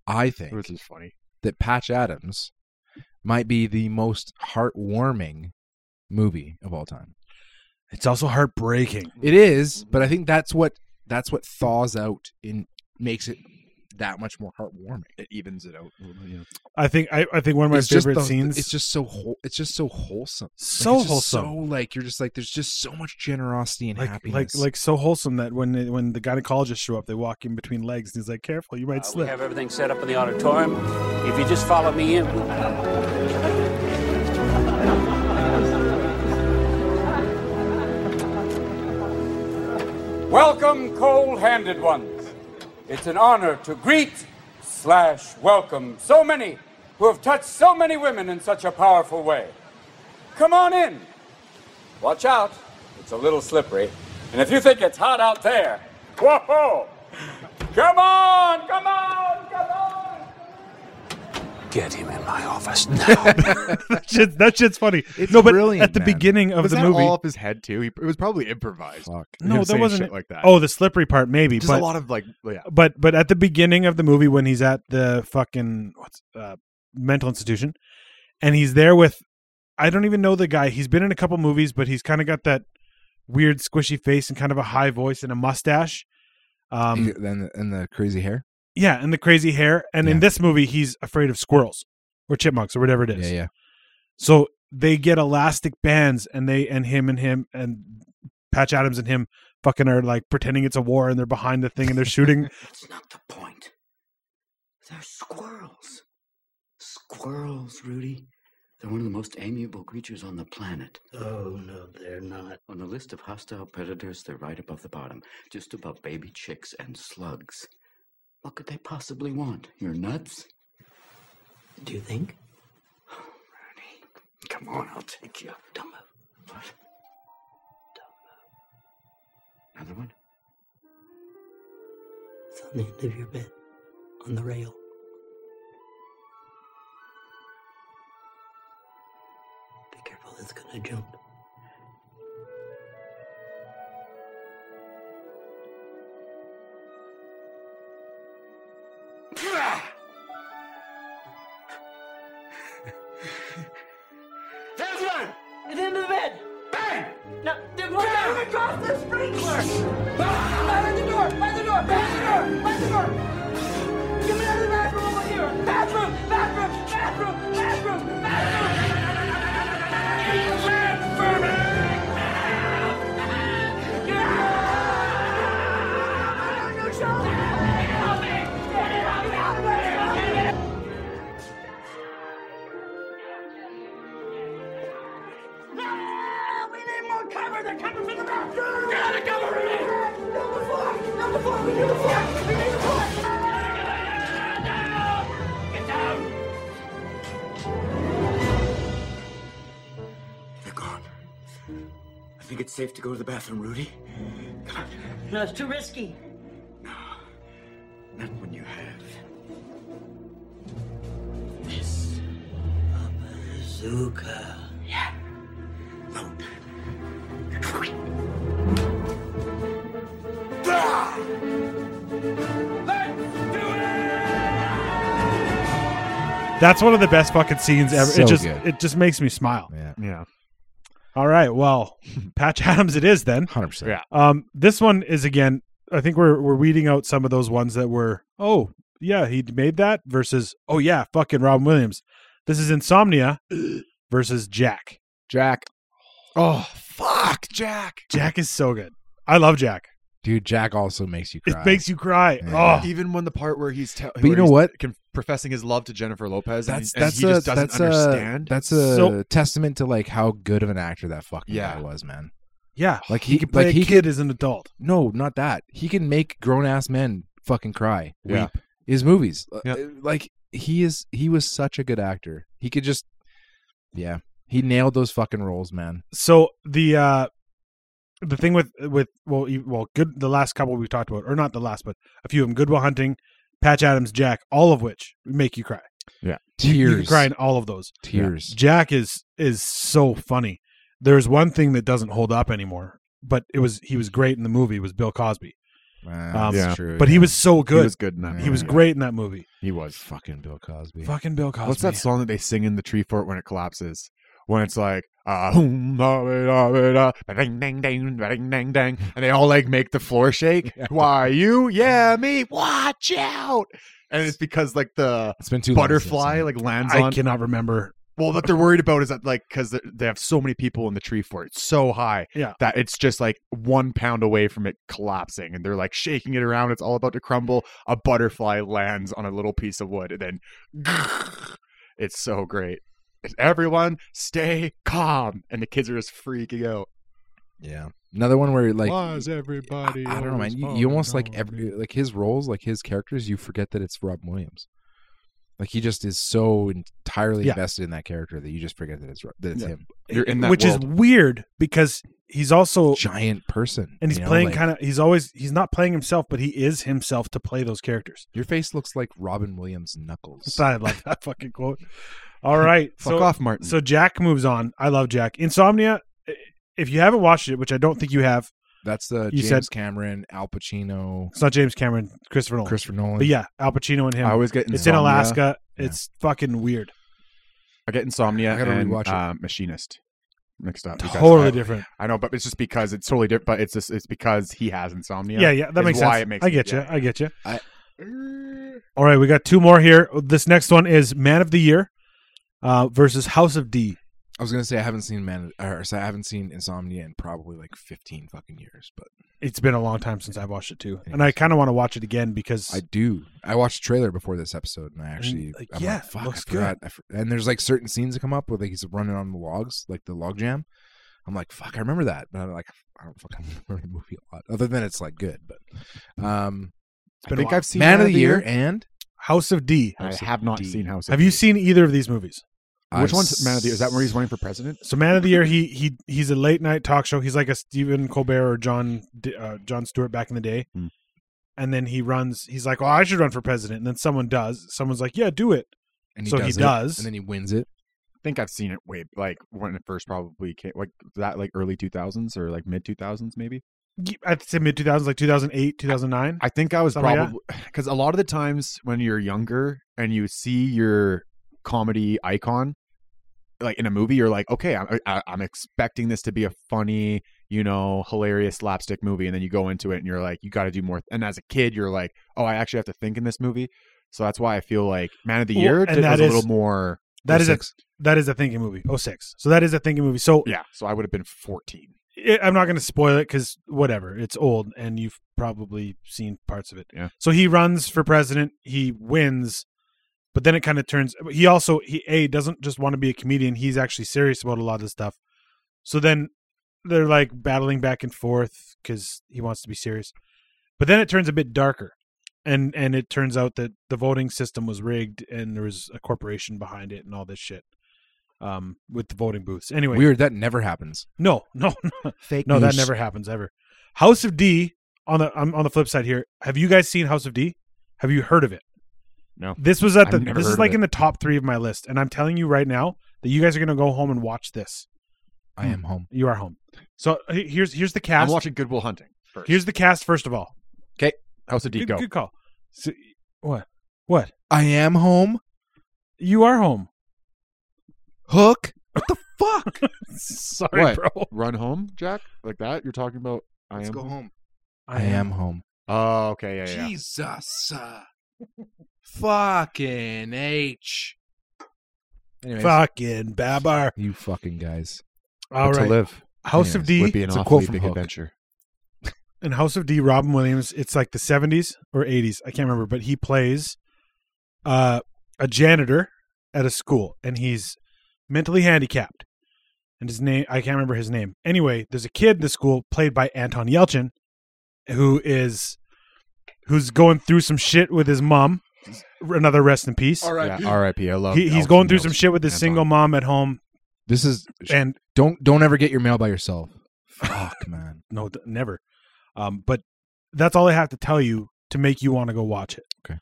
[SPEAKER 5] I think
[SPEAKER 4] which is funny.
[SPEAKER 5] that Patch Adams might be the most heartwarming movie of all time.
[SPEAKER 3] It's also heartbreaking.
[SPEAKER 5] It is, but I think that's what that's what thaws out and makes it that much more heartwarming.
[SPEAKER 4] It evens it out. a little bit, you know.
[SPEAKER 3] I think I, I think one of my favorite
[SPEAKER 5] just the-
[SPEAKER 3] scenes.
[SPEAKER 5] It's just so whole, it's just so wholesome.
[SPEAKER 3] so
[SPEAKER 5] Like, it's just
[SPEAKER 3] wholesome.
[SPEAKER 5] So like you're just like there's just so much generosity and
[SPEAKER 3] like,
[SPEAKER 5] happiness.
[SPEAKER 3] Like like so wholesome that when they- when the gynecologist show up, they walk in between legs and he's like, "Careful, you
[SPEAKER 5] Uh,
[SPEAKER 3] might
[SPEAKER 7] We
[SPEAKER 3] slip."
[SPEAKER 7] have everything set up in the auditorium. If you just follow me in. Welcome, cold-handed ones. It's an honor to greet slash welcome so many who have touched so many women in such a powerful way. Come on in. Watch out. It's a little slippery. And if you think it's hot out there, whoa! Come on! Come on! Come on! Get him in my office now.
[SPEAKER 3] that, shit, that shit's funny.
[SPEAKER 5] It's
[SPEAKER 3] no, but
[SPEAKER 5] brilliant,
[SPEAKER 3] at the
[SPEAKER 5] man.
[SPEAKER 3] beginning of
[SPEAKER 4] was
[SPEAKER 3] the
[SPEAKER 4] that
[SPEAKER 3] movie,
[SPEAKER 4] all up his head too? He, it was probably improvised.
[SPEAKER 5] Fuck.
[SPEAKER 4] Him
[SPEAKER 3] no, there
[SPEAKER 4] saying
[SPEAKER 3] wasn't
[SPEAKER 4] shit like that.
[SPEAKER 3] Oh, the slippery part, maybe.
[SPEAKER 4] Just
[SPEAKER 3] but
[SPEAKER 4] a lot of like, yeah.
[SPEAKER 3] but but at the beginning of the movie when he's at the fucking what's uh, mental institution and he's there with i don't even know the guy he's been in a couple movies but he's kind of got that weird squishy face and kind of a high voice and a mustache um
[SPEAKER 5] and, the, and the crazy hair.
[SPEAKER 3] yeah and the crazy hair and in
[SPEAKER 5] Yeah.
[SPEAKER 3] this movie he's afraid of squirrels or chipmunks or whatever it is
[SPEAKER 5] Yeah, yeah.
[SPEAKER 3] so they get elastic bands and they and him and him and patch adams and him fucking are like pretending it's a war and they're behind the thing and they're shooting
[SPEAKER 9] That's not the point. They're squirrels. Squirrels, Rudy. They're one of the most amiable creatures on the planet. Oh, no, they're not. On the list of hostile predators, they're right above the bottom, just above baby chicks and slugs. What could they possibly want? You're nuts? Do you think? Rudy, come on, I'll take you. Dumbo. What? Dumbo. Another one? It's on the end of your bed, on the rail. Be careful, it's gonna jump.
[SPEAKER 11] There's one! At the end of the bed! Bang! No, the one across the sprinkler! Behind the door! Behind the door! Behind the door! Behind the door! Get me out of the bathroom over here! Bathroom! Bathroom! Bathroom! Bathroom! Bathroom! We need more cover! They're coming from the bathroom! Get out of cover! Number four! Number four! We need the floor! We need the floor! Get down!
[SPEAKER 7] They're gone. I think it's safe to go to the bathroom, Rudy. Come on.
[SPEAKER 11] No, it's too risky.
[SPEAKER 7] Not when you have this.
[SPEAKER 10] bazooka. Yeah. Load.
[SPEAKER 3] That's one of the best fucking scenes ever.
[SPEAKER 5] So
[SPEAKER 3] it just
[SPEAKER 5] good.
[SPEAKER 3] it just makes me smile.
[SPEAKER 5] Yeah,
[SPEAKER 4] Yeah.
[SPEAKER 3] All right, well, Patch Adams, it is then.
[SPEAKER 5] hundred percent.
[SPEAKER 4] Yeah.
[SPEAKER 3] Um, this one is again. I think we're we're weeding out some of those ones that were. Oh yeah, he made that versus. Oh yeah, fucking Robin Williams. This is Insomnia versus Jack.
[SPEAKER 5] Jack,
[SPEAKER 4] Oh fuck, Jack.
[SPEAKER 3] Jack is so good. I love Jack.
[SPEAKER 5] dude, Jack also makes you
[SPEAKER 3] It
[SPEAKER 5] cry.
[SPEAKER 3] makes you cry.
[SPEAKER 5] Yeah.
[SPEAKER 3] Oh,
[SPEAKER 4] Even when the part where he's te-
[SPEAKER 5] you
[SPEAKER 4] where
[SPEAKER 5] know
[SPEAKER 4] he's
[SPEAKER 5] what?
[SPEAKER 4] con- professing his love to Jennifer Lopez,
[SPEAKER 5] that's
[SPEAKER 4] and, and
[SPEAKER 5] that's
[SPEAKER 4] he
[SPEAKER 5] a
[SPEAKER 4] just doesn't
[SPEAKER 5] that's
[SPEAKER 4] understand.
[SPEAKER 5] a that's a
[SPEAKER 3] So-
[SPEAKER 5] testament to like how good of an actor that fucking
[SPEAKER 4] Yeah.
[SPEAKER 5] guy was, man.
[SPEAKER 3] yeah.
[SPEAKER 5] Like
[SPEAKER 3] He
[SPEAKER 5] he,
[SPEAKER 3] can play
[SPEAKER 5] like
[SPEAKER 3] a
[SPEAKER 5] he
[SPEAKER 3] kid
[SPEAKER 5] could
[SPEAKER 3] as an adult.
[SPEAKER 5] no, not that he can make grown ass men fucking cry.
[SPEAKER 4] Yeah.
[SPEAKER 5] Weep. His movies, Uh,
[SPEAKER 4] Yeah.
[SPEAKER 5] like he is he was such a good actor. He could just, yeah, he nailed those fucking roles, man.
[SPEAKER 3] so the uh the thing with with well e- well good the last couple we talked about or not the last but a few of them goodwill hunting patch adams jack all of which make you cry
[SPEAKER 5] Tears,
[SPEAKER 3] you can cry in all of those
[SPEAKER 5] tears.
[SPEAKER 3] jack is is so funny there's one thing that doesn't hold up anymore but it was he was great in the movie was bill cosby
[SPEAKER 5] Ah, that's
[SPEAKER 3] Um,
[SPEAKER 4] yeah.
[SPEAKER 5] true.
[SPEAKER 3] but he
[SPEAKER 5] yeah.
[SPEAKER 3] was so good
[SPEAKER 4] He was good in that. movie. Yeah.
[SPEAKER 3] great in that movie
[SPEAKER 4] He was.
[SPEAKER 5] fucking Bill Cosby.
[SPEAKER 3] fucking bill cosby
[SPEAKER 4] What's that song that they sing in the tree fort when it collapses? When it's like, uh, hoom, da, da, da, da, ba-ding, ding, ding, ba-ding, ding, ding, and they all like make the floor shake. Why you? Yeah, me. Watch out! And it's because like the
[SPEAKER 5] It's been too long since I've
[SPEAKER 4] butterfly
[SPEAKER 5] seen it.
[SPEAKER 4] like lands
[SPEAKER 3] i
[SPEAKER 4] on.
[SPEAKER 3] cannot remember
[SPEAKER 4] Well, what they're worried about is that like because they have so many people in the tree fort, it's so high
[SPEAKER 3] Yeah.
[SPEAKER 4] that it's just like one pound away from it collapsing, and they're like shaking it around. It's all about to crumble. A butterfly lands on a little piece of wood, and then it's so great. It's, Everyone, stay calm, and the kids are just freaking out.
[SPEAKER 5] Yeah, another one where like
[SPEAKER 4] Why's everybody?
[SPEAKER 5] I, I don't know, man.
[SPEAKER 4] always
[SPEAKER 5] You,
[SPEAKER 4] falling
[SPEAKER 5] you almost like
[SPEAKER 4] on
[SPEAKER 5] every
[SPEAKER 4] me?
[SPEAKER 5] like his roles, like his characters, you forget that it's Rob Williams. Like he just is so entirely
[SPEAKER 3] Yeah.
[SPEAKER 5] invested in that character that you just forget that it's Ro- that it's him.
[SPEAKER 4] You're in that
[SPEAKER 3] which
[SPEAKER 4] world.
[SPEAKER 3] is weird because he's also
[SPEAKER 5] Giant person,
[SPEAKER 3] and he's playing kind of he's always he's not playing himself but he is himself to play those characters
[SPEAKER 5] Your face looks like Robin Williams' knuckles.
[SPEAKER 3] i love that fucking quote all right
[SPEAKER 4] Fuck
[SPEAKER 3] so,
[SPEAKER 4] off, Martin.
[SPEAKER 3] so jack moves on i love jack insomnia i- if you haven't watched it which i don't think you have
[SPEAKER 5] That's the
[SPEAKER 3] You
[SPEAKER 5] James
[SPEAKER 3] said-
[SPEAKER 5] Cameron, Al Pacino,
[SPEAKER 3] it's not james cameron christopher nolan
[SPEAKER 5] Christopher Nolan.
[SPEAKER 3] but yeah al pacino and him
[SPEAKER 4] I always get
[SPEAKER 3] it's in
[SPEAKER 4] insomnia.
[SPEAKER 3] alaska
[SPEAKER 5] Yeah.
[SPEAKER 3] it's fucking weird
[SPEAKER 4] I get insomnia
[SPEAKER 5] I gotta
[SPEAKER 4] and
[SPEAKER 5] rewatch it.
[SPEAKER 4] uh, machinist mixed up. because
[SPEAKER 3] totally
[SPEAKER 4] I-
[SPEAKER 3] different
[SPEAKER 4] I know, but it's just because it's totally different. But it's just it's because he has insomnia.
[SPEAKER 3] yeah yeah, that
[SPEAKER 4] is
[SPEAKER 3] makes
[SPEAKER 4] why
[SPEAKER 3] sense
[SPEAKER 4] It makes
[SPEAKER 3] i
[SPEAKER 4] me-
[SPEAKER 3] get you
[SPEAKER 4] yeah.
[SPEAKER 3] i get you
[SPEAKER 4] Mm.
[SPEAKER 3] all right we got two more here this next one is man of the year uh, versus house of d
[SPEAKER 5] I was gonna say I haven't seen Man, or so I haven't seen Insomnia in probably like fifteen fucking years, but
[SPEAKER 3] it's been a long time since I've watched it too, and I kind of want to watch it again because
[SPEAKER 5] I do. I watched a trailer before this episode, and I actually,
[SPEAKER 3] like,
[SPEAKER 5] I'm
[SPEAKER 3] yeah,
[SPEAKER 5] like, fuck,
[SPEAKER 3] looks
[SPEAKER 5] I forgot. I for- and there's like certain scenes that come up where like he's running on the logs, like the log jam. I'm like, fuck, I remember that, but I'm like, I don't fucking remember the movie a lot, other than it's like good. But, um,
[SPEAKER 4] I think I've seen
[SPEAKER 5] Man of the Year, and
[SPEAKER 3] House of D.
[SPEAKER 4] I
[SPEAKER 5] House of
[SPEAKER 4] have not
[SPEAKER 5] D.
[SPEAKER 4] seen House. of
[SPEAKER 3] Have you
[SPEAKER 4] D.
[SPEAKER 3] seen either of these movies?
[SPEAKER 4] which
[SPEAKER 5] I've
[SPEAKER 4] one's Man of the Year? Is that where he's running for president?
[SPEAKER 3] So Man of the Year, he he he's a late night talk show. He's like a Stephen Colbert or John D- uh, John Stewart back in the day,
[SPEAKER 4] Hmm.
[SPEAKER 3] and then he runs. He's like, "Well, I should run for president," and then someone does. Someone's like, "Yeah, do it."
[SPEAKER 5] And
[SPEAKER 3] so he
[SPEAKER 5] it,
[SPEAKER 3] does.
[SPEAKER 5] and then he wins it.
[SPEAKER 4] I think I've seen it way like when it first probably came, like that, like early two thousands or like mid two thousands maybe.
[SPEAKER 3] Ye- I'd say mid two thousands, like two thousand eight, two thousand nine.
[SPEAKER 4] I think I was
[SPEAKER 3] Something like
[SPEAKER 4] probably because a lot of the times when you're younger and you see your comedy icon like in a movie, you're like, okay, I'm I, I'm expecting this to be a funny, you know, hilarious slapstick movie, and then you go into it and you're like, you got to do more. And as a kid, you're like, oh, I actually have to think in this movie. So that's why I feel like Man of the
[SPEAKER 3] Well,
[SPEAKER 4] Year
[SPEAKER 3] and
[SPEAKER 4] did,
[SPEAKER 3] that
[SPEAKER 4] was a
[SPEAKER 3] is-
[SPEAKER 4] little more.
[SPEAKER 3] That is a
[SPEAKER 5] 06.
[SPEAKER 3] that is a thinking movie. Oh six. So that is a thinking movie. So
[SPEAKER 4] Yeah, so I would have been 14.
[SPEAKER 3] it, I'm not going to spoil it because whatever, it's old and you've probably seen parts of it.
[SPEAKER 4] Yeah.
[SPEAKER 3] So he runs for president, he wins, but then it kind of turns. He also he a doesn't just want to be a comedian; he's actually serious about a lot of this stuff. So then they're like battling back and forth because he wants to be serious, but then it turns a bit darker, and and it turns out that the voting system was rigged and there was a corporation behind it and all this shit. Um, with the voting booths. Anyway,
[SPEAKER 5] Weird, that never happens.
[SPEAKER 3] no, no,
[SPEAKER 5] Fake.
[SPEAKER 3] no, that never happens ever. House of D on the um, on the flip side here. Have you guys seen House of D? Have you heard of it?
[SPEAKER 4] No.
[SPEAKER 3] This was at the
[SPEAKER 4] I've never
[SPEAKER 3] this
[SPEAKER 4] heard
[SPEAKER 3] is
[SPEAKER 4] of
[SPEAKER 3] like
[SPEAKER 4] it.
[SPEAKER 3] in the top 3 of my list and I'm telling you right now, that you guys are going to go home and watch this.
[SPEAKER 5] I am home.
[SPEAKER 3] You are home. So uh, he- here's here's the
[SPEAKER 4] I'm
[SPEAKER 3] cast.
[SPEAKER 4] watching Goodwill Hunting first.
[SPEAKER 3] Here's the cast first of all.
[SPEAKER 4] House of
[SPEAKER 3] Good,
[SPEAKER 4] Deco.
[SPEAKER 3] good call. So, what? What?
[SPEAKER 5] I am home.
[SPEAKER 3] You are home.
[SPEAKER 5] Hook.
[SPEAKER 3] Fuck. Sorry,
[SPEAKER 4] What?
[SPEAKER 3] bro.
[SPEAKER 4] Run home, Jack, like that. You're talking about. I
[SPEAKER 5] Let's
[SPEAKER 4] am.
[SPEAKER 5] go home.
[SPEAKER 3] I am.
[SPEAKER 5] home.
[SPEAKER 4] Oh, okay, yeah, yeah.
[SPEAKER 5] Jesus. uh, fucking H. Anyways,
[SPEAKER 3] Fucking Babar.
[SPEAKER 5] you fucking guys.
[SPEAKER 3] All
[SPEAKER 4] But
[SPEAKER 3] right.
[SPEAKER 4] To live
[SPEAKER 3] House of D
[SPEAKER 4] would be an
[SPEAKER 5] It's a quote
[SPEAKER 4] awfully
[SPEAKER 5] from
[SPEAKER 4] big
[SPEAKER 5] Hook.
[SPEAKER 4] adventure.
[SPEAKER 3] in House of D, Robin Williams, it's like the 70s or 80s, I can't remember, but he plays uh, a janitor at a school and he's mentally handicapped. And his name, I can't remember his name. Anyway, there's a kid in the school played by Anton Yelchin who is who's going through some shit with his mom. Another rest in peace.
[SPEAKER 4] Yeah, R.I.P. I love.
[SPEAKER 3] He, he's
[SPEAKER 4] Elton
[SPEAKER 3] going through some
[SPEAKER 4] John.
[SPEAKER 3] shit with his
[SPEAKER 4] Anton.
[SPEAKER 3] single mom at home,
[SPEAKER 5] This is
[SPEAKER 3] and
[SPEAKER 5] don't don't ever get your mail by yourself. Fuck, man.
[SPEAKER 3] no, th- never. Um, but that's all I have to tell you to make you want to go watch it.
[SPEAKER 5] Okay.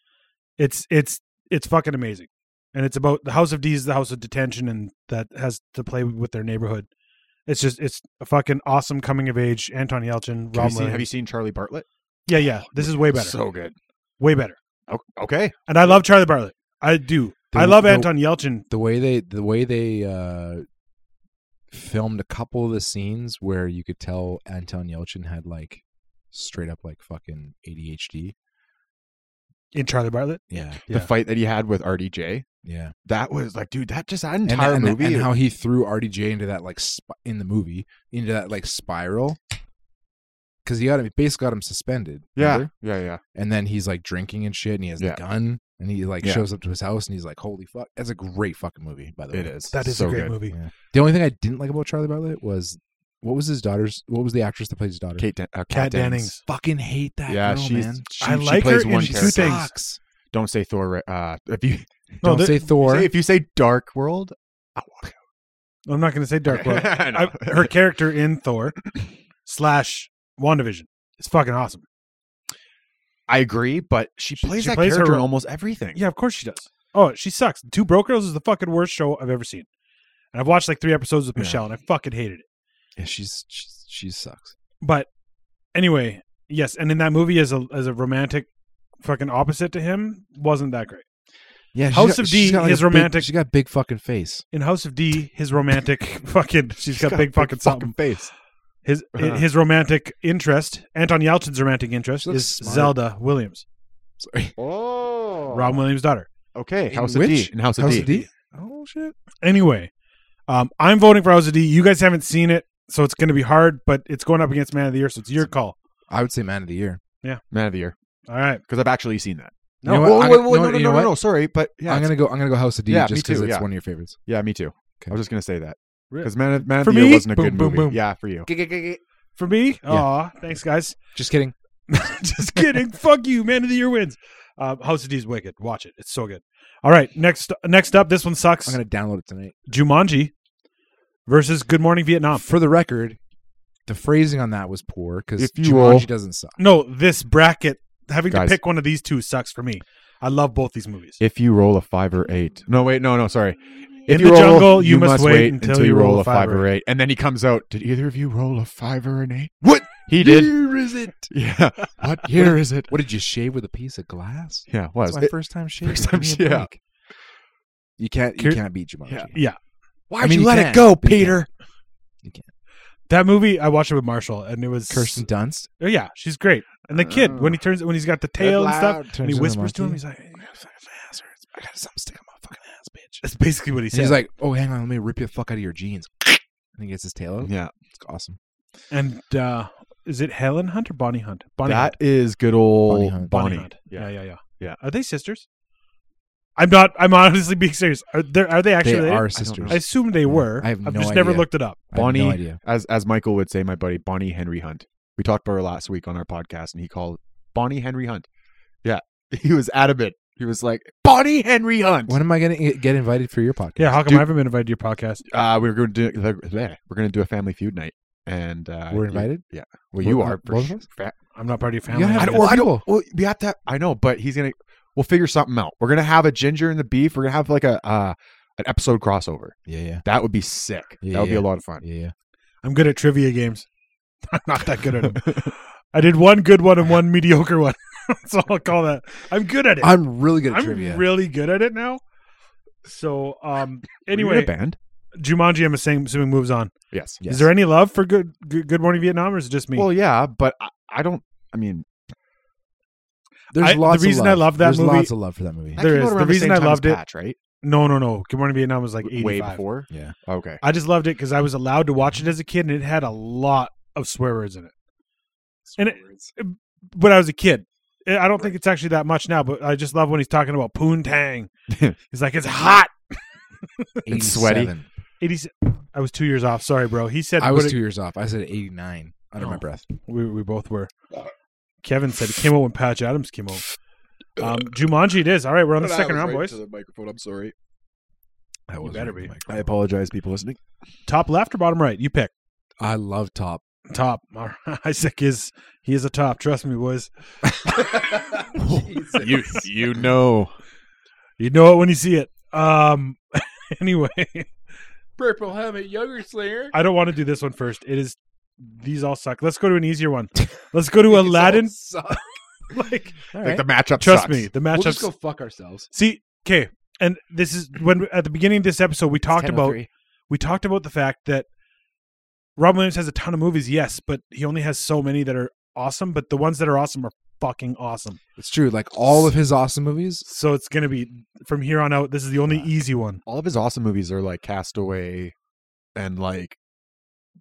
[SPEAKER 3] It's it's it's fucking amazing, and it's about the House of D is the House of Detention, and that has to play with their neighborhood. It's just it's a fucking awesome coming of age. Anton Yelchin,
[SPEAKER 4] Have
[SPEAKER 3] Rob
[SPEAKER 4] you, seen, have you seen Charlie Bartlett?
[SPEAKER 3] Yeah, yeah. This is way better.
[SPEAKER 4] So good.
[SPEAKER 3] way better.
[SPEAKER 4] O- Okay.
[SPEAKER 3] And I love Charlie Bartlett. I do.
[SPEAKER 5] The-
[SPEAKER 3] I love
[SPEAKER 5] the-
[SPEAKER 3] Anton Yelchin.
[SPEAKER 5] The way they the way they uh filmed a couple of the scenes where you could tell Anton Yelchin had like straight up like fucking ADHD.
[SPEAKER 3] in Charlie Bartlett.
[SPEAKER 5] Yeah.
[SPEAKER 3] Yeah.
[SPEAKER 4] The fight that he had with RDJ.
[SPEAKER 5] Yeah.
[SPEAKER 4] That was like, dude, that just that
[SPEAKER 5] And,
[SPEAKER 4] entire
[SPEAKER 5] and-
[SPEAKER 4] movie.
[SPEAKER 5] and how he threw RDJ into that like sp- in the movie into that like spiral because he got him basically got him suspended.
[SPEAKER 4] yeah,
[SPEAKER 5] remember?
[SPEAKER 4] yeah, yeah.
[SPEAKER 5] and then he's like drinking and shit, and he has
[SPEAKER 4] Yeah.
[SPEAKER 5] the gun, and he like
[SPEAKER 4] Yeah.
[SPEAKER 5] shows up to his house, and he's like, "Holy fuck!" That's a great fucking movie, by the way.
[SPEAKER 4] It is.
[SPEAKER 3] That is
[SPEAKER 4] so
[SPEAKER 3] a great
[SPEAKER 4] good.
[SPEAKER 3] movie.
[SPEAKER 5] Yeah. The only thing I didn't like about Charlie Bartlett was what was his daughter's? What was the actress that played his daughter?
[SPEAKER 4] Kate, Dan- uh,
[SPEAKER 3] Kat
[SPEAKER 4] Kat Dennings.
[SPEAKER 3] Dennings.
[SPEAKER 5] Fucking hate that
[SPEAKER 4] Yeah,
[SPEAKER 5] girl,
[SPEAKER 4] she's.
[SPEAKER 5] man.
[SPEAKER 4] She,
[SPEAKER 3] I
[SPEAKER 4] she
[SPEAKER 3] like
[SPEAKER 4] plays
[SPEAKER 3] her
[SPEAKER 4] one
[SPEAKER 3] in two
[SPEAKER 4] character.
[SPEAKER 3] things.
[SPEAKER 5] Sucks.
[SPEAKER 4] Don't say Thor. Uh, if you
[SPEAKER 3] No,
[SPEAKER 5] Don't
[SPEAKER 3] there-
[SPEAKER 5] say Thor.
[SPEAKER 4] say, if you say Dark World,
[SPEAKER 3] I'm not going to say Dark World.
[SPEAKER 4] I know.
[SPEAKER 3] I, her character in Thor slash WandaVision is fucking awesome.
[SPEAKER 4] I agree, but she
[SPEAKER 3] She-
[SPEAKER 4] plays
[SPEAKER 3] she
[SPEAKER 4] that
[SPEAKER 3] plays her
[SPEAKER 4] character in
[SPEAKER 3] role.
[SPEAKER 4] almost everything.
[SPEAKER 3] Yeah, of course she does. Oh, she sucks. Two Broke Girls is the fucking worst show I've ever seen. And I've watched like three episodes with
[SPEAKER 5] Yeah.
[SPEAKER 3] Michelle and I fucking hated it.
[SPEAKER 5] yeah, she's, she's she sucks.
[SPEAKER 3] But anyway, yes, and in that movie as a as a romantic fucking opposite to him, wasn't that great.
[SPEAKER 5] Yeah,
[SPEAKER 3] House of D, his
[SPEAKER 5] is
[SPEAKER 3] romantic-
[SPEAKER 5] she got a big fucking face.
[SPEAKER 3] In House of D, his romantic fucking she's got, big, fucking something.
[SPEAKER 4] face.
[SPEAKER 3] His
[SPEAKER 4] Uh-huh.
[SPEAKER 3] his romantic interest, Anton Yelchin's romantic interest
[SPEAKER 5] She looks
[SPEAKER 3] is
[SPEAKER 5] smart.
[SPEAKER 3] Zelda Williams,
[SPEAKER 5] Sorry.
[SPEAKER 4] Oh,
[SPEAKER 3] Rob Williams' daughter.
[SPEAKER 4] Okay,
[SPEAKER 5] In
[SPEAKER 4] House of
[SPEAKER 5] which?
[SPEAKER 4] D. In House of
[SPEAKER 5] House
[SPEAKER 4] D.
[SPEAKER 5] of D. Oh shit.
[SPEAKER 3] anyway, um, I'm voting for House of D. You guys haven't seen it, so it's going to be hard, but it's going up against Man of the Year, so it's your call.
[SPEAKER 5] I would say man of the year.
[SPEAKER 4] Man of the Year,
[SPEAKER 3] All right.
[SPEAKER 4] because I've actually seen that.
[SPEAKER 5] You know what?
[SPEAKER 4] Whoa,
[SPEAKER 5] I'm
[SPEAKER 4] whoa,
[SPEAKER 5] gonna-
[SPEAKER 4] whoa,
[SPEAKER 5] you know
[SPEAKER 4] no,
[SPEAKER 5] what-
[SPEAKER 4] no,
[SPEAKER 5] you
[SPEAKER 4] no,
[SPEAKER 5] know
[SPEAKER 4] no,
[SPEAKER 5] what?
[SPEAKER 4] no, Sorry, but yeah,
[SPEAKER 5] I'm
[SPEAKER 4] it's-
[SPEAKER 5] gonna go. I'm gonna go House of D
[SPEAKER 4] Yeah, me
[SPEAKER 5] just because
[SPEAKER 4] too,
[SPEAKER 5] it's
[SPEAKER 4] yeah.
[SPEAKER 5] one of your favorites.
[SPEAKER 4] yeah, me too. I
[SPEAKER 5] Okay.
[SPEAKER 4] was just gonna say that
[SPEAKER 3] Really?
[SPEAKER 4] because Man of, Man of
[SPEAKER 3] For
[SPEAKER 4] the Year
[SPEAKER 3] me?
[SPEAKER 4] wasn't a
[SPEAKER 3] Boom,
[SPEAKER 4] good
[SPEAKER 3] boom,
[SPEAKER 4] movie.
[SPEAKER 3] boom.
[SPEAKER 4] Yeah, for you.
[SPEAKER 3] For me, aw, thanks, guys.
[SPEAKER 5] Just kidding.
[SPEAKER 3] Just kidding. Fuck you. Man of the Year wins. Uh, House of D is wicked. Watch it. It's so good. All right. Next next up, this one sucks.
[SPEAKER 5] I'm gonna download it tonight.
[SPEAKER 3] Jumanji versus Good Morning Vietnam.
[SPEAKER 5] For the record, the phrasing on that was poor because
[SPEAKER 4] If you will-
[SPEAKER 5] Jumanji doesn't suck.
[SPEAKER 3] No, this bracket, having
[SPEAKER 4] Guys.
[SPEAKER 3] to pick one of these two sucks for me. I love both these movies.
[SPEAKER 4] If you roll a five or eight, no, wait, no, no, sorry. If
[SPEAKER 3] In
[SPEAKER 4] you
[SPEAKER 3] the
[SPEAKER 4] roll,
[SPEAKER 3] jungle,
[SPEAKER 4] you, must wait, until, you roll, a five or eight, and then he comes out. Did either of you roll a five or an eight? What he did?
[SPEAKER 5] Here is it.
[SPEAKER 4] yeah. What year is it?
[SPEAKER 5] What did you shave with a piece of glass?
[SPEAKER 4] Yeah, it
[SPEAKER 5] That's
[SPEAKER 4] was.
[SPEAKER 5] my
[SPEAKER 4] It-
[SPEAKER 5] first time shaving.
[SPEAKER 4] First time
[SPEAKER 5] Give me a
[SPEAKER 4] shave.
[SPEAKER 5] break. You can't. You
[SPEAKER 3] Cur-
[SPEAKER 5] can't beat Jumanji.
[SPEAKER 4] Yeah.
[SPEAKER 3] Yeah.
[SPEAKER 4] Why'd
[SPEAKER 5] I mean,
[SPEAKER 4] you
[SPEAKER 5] you
[SPEAKER 4] let
[SPEAKER 5] can,
[SPEAKER 4] it go,
[SPEAKER 5] but you
[SPEAKER 4] Peter?
[SPEAKER 3] That movie, I watched it with Marshall, and it was
[SPEAKER 5] Kirsten Dunst.
[SPEAKER 3] Oh yeah, she's great. And the kid when he turns when he's got the tail and stuff,
[SPEAKER 5] Turns
[SPEAKER 3] and he
[SPEAKER 5] into a
[SPEAKER 3] whispers to him,
[SPEAKER 5] monkey.
[SPEAKER 3] he's like,
[SPEAKER 5] I got something sticking my fucking ass, bitch.
[SPEAKER 3] "That's basically what he
[SPEAKER 5] And
[SPEAKER 3] says."
[SPEAKER 5] he's like, "Oh, hang on, let me rip your fuck out of your jeans." And he gets his tail out.
[SPEAKER 4] Yeah,
[SPEAKER 5] It's awesome.
[SPEAKER 3] and uh, is it Helen Hunt or Bonnie Hunt? Bonnie Hunt.
[SPEAKER 4] that is good old
[SPEAKER 5] Bonnie
[SPEAKER 4] Bonnie.
[SPEAKER 5] Hunt.
[SPEAKER 3] Hunt. Yeah.
[SPEAKER 4] Yeah.
[SPEAKER 3] yeah, yeah,
[SPEAKER 4] Yeah.
[SPEAKER 3] Are they sisters? I'm not. I'm honestly being serious. Are they? Are they actually?
[SPEAKER 5] They are
[SPEAKER 3] related?
[SPEAKER 5] sisters.
[SPEAKER 3] I assume they were.
[SPEAKER 5] I have
[SPEAKER 3] have
[SPEAKER 5] no
[SPEAKER 3] just never
[SPEAKER 5] idea.
[SPEAKER 3] looked it up.
[SPEAKER 5] I have no
[SPEAKER 4] Bonnie-
[SPEAKER 5] idea.
[SPEAKER 4] as as Michael would say, my buddy Bonnie Henry Hunt. We talked about her last week on our podcast, and he called Bonnie Henry Hunt. Yeah, he was adamant. He was like Bonnie Henry Hunt.
[SPEAKER 5] When am I gonna get invited for your podcast?
[SPEAKER 3] Yeah, how come
[SPEAKER 4] Dude.
[SPEAKER 3] I haven't been invited to your podcast?
[SPEAKER 4] Uh, we were going to do bleh, we're going to do a family feud night, and uh,
[SPEAKER 5] We're
[SPEAKER 4] you-
[SPEAKER 5] invited?
[SPEAKER 4] yeah, well, you
[SPEAKER 5] Both-
[SPEAKER 4] are. for
[SPEAKER 5] both of
[SPEAKER 4] sure.
[SPEAKER 5] us?
[SPEAKER 4] Fa-
[SPEAKER 3] I'm not part of your
[SPEAKER 5] You
[SPEAKER 3] family.
[SPEAKER 5] gotta
[SPEAKER 4] I
[SPEAKER 5] have
[SPEAKER 4] don't.
[SPEAKER 5] more
[SPEAKER 4] Well, I
[SPEAKER 5] people.
[SPEAKER 4] don't. Well, we have to. I know, but he's gonna. We'll figure something out. We're gonna have a ginger and the beef. We're gonna have like a uh, an episode crossover.
[SPEAKER 5] Yeah, yeah.
[SPEAKER 4] That would be sick.
[SPEAKER 5] Yeah,
[SPEAKER 4] that would be
[SPEAKER 5] yeah.
[SPEAKER 4] a lot of fun.
[SPEAKER 5] Yeah, yeah.
[SPEAKER 3] I'm good at trivia games. I'm not that good at them. I did one good one and one mediocre one. That's all I'll call that. I'm good at it.
[SPEAKER 5] I'm really good at
[SPEAKER 3] I'm
[SPEAKER 5] trivia.
[SPEAKER 3] really good at it now. So, um,
[SPEAKER 4] Were you in
[SPEAKER 3] anyway,
[SPEAKER 4] a band.
[SPEAKER 3] Jumanji, I'm assuming, assuming moves on.
[SPEAKER 4] Yes.
[SPEAKER 5] Yes.
[SPEAKER 3] Is there any love for good, good Good Morning Vietnam, or is it just me?
[SPEAKER 4] Well, yeah, but I, I don't. I mean,
[SPEAKER 5] There's
[SPEAKER 3] I- the
[SPEAKER 5] lots of
[SPEAKER 3] reason I love that
[SPEAKER 5] There's
[SPEAKER 3] movie-
[SPEAKER 5] lots of love for that movie.
[SPEAKER 4] that
[SPEAKER 3] There
[SPEAKER 4] came out
[SPEAKER 3] is. The
[SPEAKER 4] around
[SPEAKER 3] reason
[SPEAKER 4] same
[SPEAKER 3] I
[SPEAKER 4] time as
[SPEAKER 3] loved it-
[SPEAKER 4] Patch, right?
[SPEAKER 3] no, no, no. Good Morning Vietnam was like
[SPEAKER 4] W-
[SPEAKER 3] 85.
[SPEAKER 4] way before.
[SPEAKER 5] Yeah.
[SPEAKER 4] Okay.
[SPEAKER 3] I just loved it because I was allowed to watch it as a kid, and it had a lot of swear words in it. And it, but I was a kid. Eh, I I don't think it's actually that much now, but I just love when he's talking about poontang. he's like, "It's hot."
[SPEAKER 4] It's sweaty.
[SPEAKER 5] 87.
[SPEAKER 3] Eighty. I was two years off. Sorry, bro. He said
[SPEAKER 5] I was
[SPEAKER 3] what it-
[SPEAKER 5] two years off. I said 89 under my
[SPEAKER 3] Oh.
[SPEAKER 5] breath.
[SPEAKER 3] we, we both were. Kevin said it came out when Patch Adams came out. Um, Jumanji, it is. All right, we're on the second round, boys.
[SPEAKER 4] microphone. I'm sorry.
[SPEAKER 5] I was
[SPEAKER 3] better
[SPEAKER 5] right in
[SPEAKER 3] be.
[SPEAKER 5] my
[SPEAKER 4] I
[SPEAKER 5] car.
[SPEAKER 4] apologize, people listening.
[SPEAKER 3] Top left or bottom right? You pick.
[SPEAKER 5] I love top.
[SPEAKER 3] Top. All right. Isaac is he is a top. Trust me, boys.
[SPEAKER 4] you you know
[SPEAKER 3] You know it when you see it. Um. Anyway,
[SPEAKER 5] Purple Helmet Younger Slayer.
[SPEAKER 3] I don't want to do this one first. It is. These all suck. Let's go to an easier one. Let's go to Aladdin. Like,
[SPEAKER 4] like the matchup.
[SPEAKER 3] trust
[SPEAKER 4] sucks.
[SPEAKER 3] me, the
[SPEAKER 5] We'll
[SPEAKER 3] matchups.
[SPEAKER 5] just go fuck ourselves.
[SPEAKER 3] See, okay, and this is when at the beginning of this episode
[SPEAKER 5] oh
[SPEAKER 3] we talked about
[SPEAKER 4] 10:03.
[SPEAKER 3] we talked about the fact that Rob Williams has a ton of movies, yes, but he only has so many that are awesome. But the ones that are awesome are fucking awesome.
[SPEAKER 5] It's true. Like all of his awesome movies.
[SPEAKER 3] So it's gonna be from here on out. This is the only
[SPEAKER 4] Yeah.
[SPEAKER 3] easy one.
[SPEAKER 4] All of his awesome movies are like Castaway and like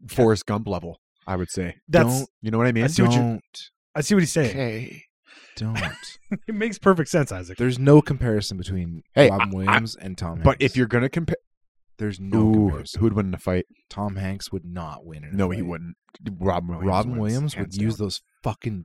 [SPEAKER 4] Forrest Gump level. I would say.
[SPEAKER 3] That's
[SPEAKER 5] Don't-
[SPEAKER 4] You know what I mean?
[SPEAKER 3] I see what you-
[SPEAKER 5] don't.
[SPEAKER 3] I see what he's saying.
[SPEAKER 4] okay.
[SPEAKER 5] Don't.
[SPEAKER 3] It makes perfect sense, Isaac.
[SPEAKER 5] There's no comparison between
[SPEAKER 4] Hey,
[SPEAKER 5] Robin
[SPEAKER 4] I- I-
[SPEAKER 5] Williams and Tom Hanks.
[SPEAKER 4] But if you're gonna compare,
[SPEAKER 5] there's no comparison.
[SPEAKER 4] who'd win in a fight?
[SPEAKER 5] Tom Hanks would not win. in a
[SPEAKER 4] No, he
[SPEAKER 5] fight.
[SPEAKER 4] wouldn't. Robin Williams.
[SPEAKER 5] Robin
[SPEAKER 4] wins,
[SPEAKER 5] Williams would
[SPEAKER 4] hands
[SPEAKER 5] use
[SPEAKER 4] down.
[SPEAKER 5] those fucking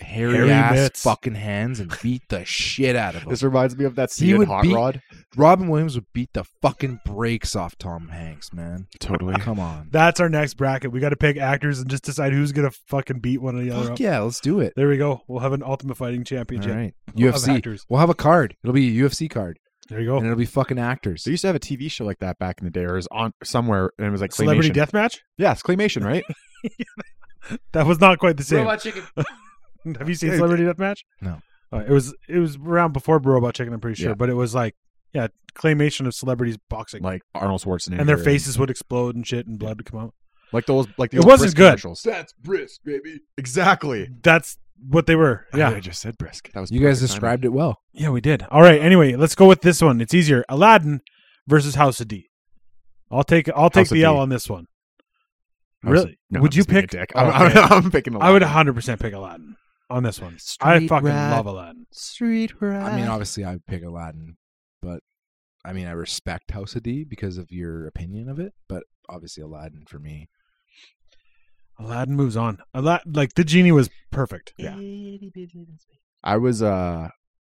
[SPEAKER 5] hairy,
[SPEAKER 3] Hairy
[SPEAKER 5] ass
[SPEAKER 3] mitts.
[SPEAKER 5] fucking hands and beat the shit out of him.
[SPEAKER 4] This reminds me of that
[SPEAKER 5] He
[SPEAKER 4] scene in
[SPEAKER 5] would
[SPEAKER 4] Hot
[SPEAKER 5] beat-
[SPEAKER 4] Rod.
[SPEAKER 5] Robin Williams would beat the fucking brakes off Tom Hanks, man.
[SPEAKER 4] Totally.
[SPEAKER 5] Come on.
[SPEAKER 3] That's our next bracket. We got to pick actors and just decide who's gonna fucking beat one or the other.
[SPEAKER 5] Fuck
[SPEAKER 3] up.
[SPEAKER 5] yeah, let's do it.
[SPEAKER 3] There we go. We'll have an Ultimate Fighting
[SPEAKER 5] All
[SPEAKER 3] Championship.
[SPEAKER 5] right.
[SPEAKER 3] We'll have
[SPEAKER 5] UFC.
[SPEAKER 3] actors.
[SPEAKER 5] we'll have a card. It'll be a UFC card.
[SPEAKER 3] There you go.
[SPEAKER 5] And it'll be fucking actors.
[SPEAKER 4] They used to have a TV show like that back in the day, or it was on somewhere, and it was like
[SPEAKER 3] Celebrity
[SPEAKER 4] claymation.
[SPEAKER 3] Deathmatch?
[SPEAKER 4] Yeah, it's claymation, right?
[SPEAKER 3] That was not quite the same.
[SPEAKER 10] Robot chicken.
[SPEAKER 3] Have you seen
[SPEAKER 4] Yeah.
[SPEAKER 3] Celebrity Deathmatch?
[SPEAKER 5] No.
[SPEAKER 3] Uh, it was it was around before Robot Chicken, I'm pretty sure,
[SPEAKER 4] Yeah.
[SPEAKER 3] but it was like yeah, claymation of celebrities boxing,
[SPEAKER 4] like Arnold Schwarzenegger,
[SPEAKER 3] and their faces would explode and shit, and blood would come out.
[SPEAKER 4] like those, like the
[SPEAKER 3] It
[SPEAKER 4] old
[SPEAKER 3] wasn't
[SPEAKER 4] brisk
[SPEAKER 3] good.
[SPEAKER 4] commercials. That's brisk, baby. Exactly.
[SPEAKER 3] That's what they were.
[SPEAKER 4] Yeah,
[SPEAKER 3] Yeah,
[SPEAKER 4] I just said brisk. That was
[SPEAKER 5] You guys
[SPEAKER 4] perfect timing.
[SPEAKER 5] described it well.
[SPEAKER 3] yeah, we did. All right. Anyway, let's go with this one. It's easier. Aladdin versus House of D. I'll take I'll take
[SPEAKER 4] House of
[SPEAKER 3] the L
[SPEAKER 4] D.
[SPEAKER 3] on this one.
[SPEAKER 4] I was-
[SPEAKER 3] really?
[SPEAKER 4] no, I'm
[SPEAKER 3] would you
[SPEAKER 4] just being a
[SPEAKER 3] pick?
[SPEAKER 4] Dick.
[SPEAKER 3] Oh,
[SPEAKER 4] I'm,
[SPEAKER 3] okay.
[SPEAKER 4] I'm, I'm picking.
[SPEAKER 3] I would
[SPEAKER 4] Aladdin.
[SPEAKER 3] 100 percent pick Aladdin on this one. I
[SPEAKER 4] Street
[SPEAKER 3] fucking
[SPEAKER 4] rat.
[SPEAKER 3] love Aladdin.
[SPEAKER 4] Street rat.
[SPEAKER 5] I mean, obviously, I would pick Aladdin, but I mean, I respect House of D because of your opinion of it. But obviously, Aladdin for me.
[SPEAKER 3] Aladdin moves on. Alad like the genie was perfect.
[SPEAKER 4] Yeah. I was uh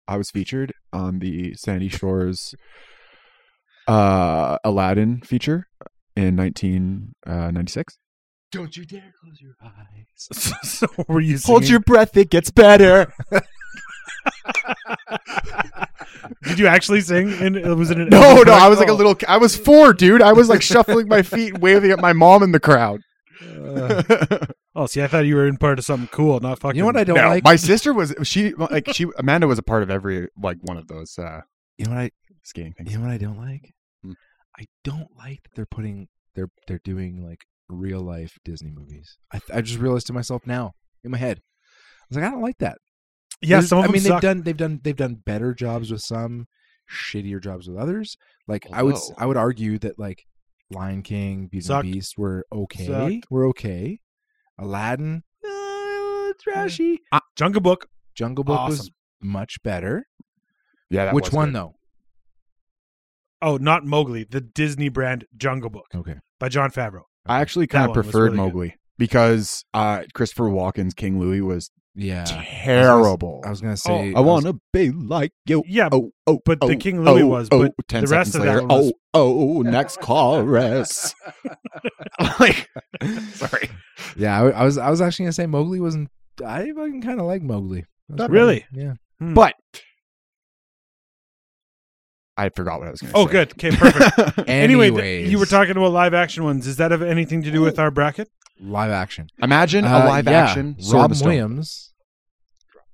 [SPEAKER 4] I was featured on the Sandy Shores uh Aladdin feature in uh, 1996.
[SPEAKER 10] Don't you dare close your eyes.
[SPEAKER 3] so were you
[SPEAKER 4] Hold
[SPEAKER 3] singing-
[SPEAKER 4] your breath, it gets better.
[SPEAKER 3] Did you actually sing? And was it an
[SPEAKER 4] No,
[SPEAKER 3] Elvis
[SPEAKER 4] no, I
[SPEAKER 3] track?
[SPEAKER 4] was like a
[SPEAKER 3] Oh.
[SPEAKER 4] little I was 4, dude. I was like shuffling my feet waving at my mom in the crowd. Uh,
[SPEAKER 3] Oh, see, I thought you were in part of something cool, not fucking.
[SPEAKER 5] You know what I don't
[SPEAKER 4] no,
[SPEAKER 5] like?
[SPEAKER 4] my sister was she like she Amanda was a part of every like one of those uh
[SPEAKER 5] you know what I?
[SPEAKER 4] skating things.
[SPEAKER 5] You know what I don't like?
[SPEAKER 3] Mm.
[SPEAKER 4] Hmm.
[SPEAKER 5] I don't like that they're putting they're they're doing like real life Disney movies. I th- I just realized to myself now in my head. I was like, I don't like that.
[SPEAKER 3] Yeah,
[SPEAKER 5] There's-
[SPEAKER 3] some of
[SPEAKER 5] I
[SPEAKER 3] them
[SPEAKER 5] mean,
[SPEAKER 3] suck.
[SPEAKER 5] they've done they've done they've done better jobs with some, shittier jobs with others. Like I would s-
[SPEAKER 4] Although-
[SPEAKER 5] I would argue that like Lion King, Beauty
[SPEAKER 3] Sucked.
[SPEAKER 5] and the Beast were okay.
[SPEAKER 3] Sucked.
[SPEAKER 5] Were okay. Aladdin, eh, uh, trashy.
[SPEAKER 3] Jungle Book.
[SPEAKER 5] Jungle Book was
[SPEAKER 3] Awesome.
[SPEAKER 5] much better.
[SPEAKER 4] Yeah, that
[SPEAKER 5] Which
[SPEAKER 4] was
[SPEAKER 5] one
[SPEAKER 4] good.
[SPEAKER 5] though?
[SPEAKER 3] Oh, not Mowgli. The Disney brand Jungle Book
[SPEAKER 5] Okay.
[SPEAKER 3] by John Favreau.
[SPEAKER 4] I actually
[SPEAKER 3] That
[SPEAKER 4] kind of
[SPEAKER 3] one was
[SPEAKER 4] preferred
[SPEAKER 3] really good.
[SPEAKER 4] Mowgli because uh Christopher Walken's King Louie was
[SPEAKER 5] Yeah.
[SPEAKER 4] terrible.
[SPEAKER 5] I was
[SPEAKER 3] Oh,
[SPEAKER 5] gonna say.
[SPEAKER 4] I want to be like you.
[SPEAKER 3] Yeah,
[SPEAKER 4] Oh, oh,
[SPEAKER 3] but
[SPEAKER 4] oh,
[SPEAKER 3] the King Louis
[SPEAKER 4] oh,
[SPEAKER 3] was,
[SPEAKER 4] Oh,
[SPEAKER 3] but
[SPEAKER 4] 10
[SPEAKER 3] the rest
[SPEAKER 4] seconds
[SPEAKER 3] of that
[SPEAKER 4] later,
[SPEAKER 3] one was-
[SPEAKER 4] Oh, oh, next chorus. like, sorry.
[SPEAKER 5] to. Yeah, I, w- I was. I was actually gonna say Mowgli wasn't. I fucking kind of like Mowgli. That was
[SPEAKER 3] Really?
[SPEAKER 5] pretty- Yeah.
[SPEAKER 4] But I forgot what I was going to
[SPEAKER 3] Oh,
[SPEAKER 4] say.
[SPEAKER 3] good. Okay, perfect. anyway, th-
[SPEAKER 5] Anyways,
[SPEAKER 3] you were talking about live action ones. Does that have anything to do with our bracket?
[SPEAKER 5] live action.
[SPEAKER 4] Imagine
[SPEAKER 5] Uh,
[SPEAKER 4] a live
[SPEAKER 5] yeah,
[SPEAKER 4] action Sword of
[SPEAKER 5] Robin
[SPEAKER 4] the Stone.
[SPEAKER 5] Williams.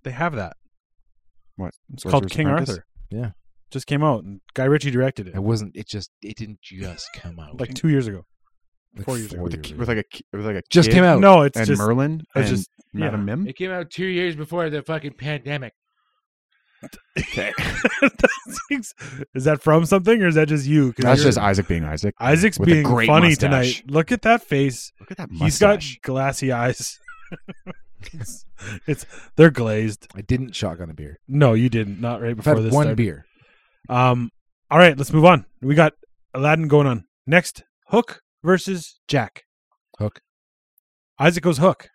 [SPEAKER 3] They have that.
[SPEAKER 4] What?
[SPEAKER 3] It's called
[SPEAKER 4] Sorcerer's
[SPEAKER 3] King
[SPEAKER 4] Apprentice?
[SPEAKER 3] Arthur.
[SPEAKER 5] Yeah.
[SPEAKER 3] Just came out and Guy Ritchie directed
[SPEAKER 5] It
[SPEAKER 3] it
[SPEAKER 5] wasn't. It just. It didn't just come out.
[SPEAKER 3] like 2 years ago.
[SPEAKER 5] Like
[SPEAKER 3] four years ago.
[SPEAKER 4] with, a, ki-
[SPEAKER 5] years
[SPEAKER 4] with like a ki- with like a
[SPEAKER 5] Just
[SPEAKER 4] kid
[SPEAKER 5] came out.
[SPEAKER 3] No, it's
[SPEAKER 4] and
[SPEAKER 3] just
[SPEAKER 4] Merlin
[SPEAKER 3] I
[SPEAKER 4] and
[SPEAKER 3] just-
[SPEAKER 4] Madam
[SPEAKER 3] yeah.
[SPEAKER 4] Mim.
[SPEAKER 12] It came out two years before the fucking pandemic.
[SPEAKER 3] Is that from something or is that just you? 'Cause
[SPEAKER 4] That's
[SPEAKER 3] you're-
[SPEAKER 4] just Isaac being Isaac.
[SPEAKER 3] Isaac's
[SPEAKER 4] with a
[SPEAKER 3] being
[SPEAKER 4] great
[SPEAKER 3] funny
[SPEAKER 4] mustache.
[SPEAKER 3] tonight. Look at that face.
[SPEAKER 4] Look at that
[SPEAKER 3] He's got
[SPEAKER 4] mustache.
[SPEAKER 3] glassy eyes. it's, it's- they're glazed.
[SPEAKER 5] I didn't shotgun a beer.
[SPEAKER 3] No, you didn't. Not right
[SPEAKER 5] I've
[SPEAKER 3] before
[SPEAKER 5] had one
[SPEAKER 3] this. started.
[SPEAKER 5] beer.
[SPEAKER 3] Um. All right, let's move on. We got Aladdin going on next. Hook versus Jack.
[SPEAKER 5] Hook.
[SPEAKER 3] Isaac goes Hook.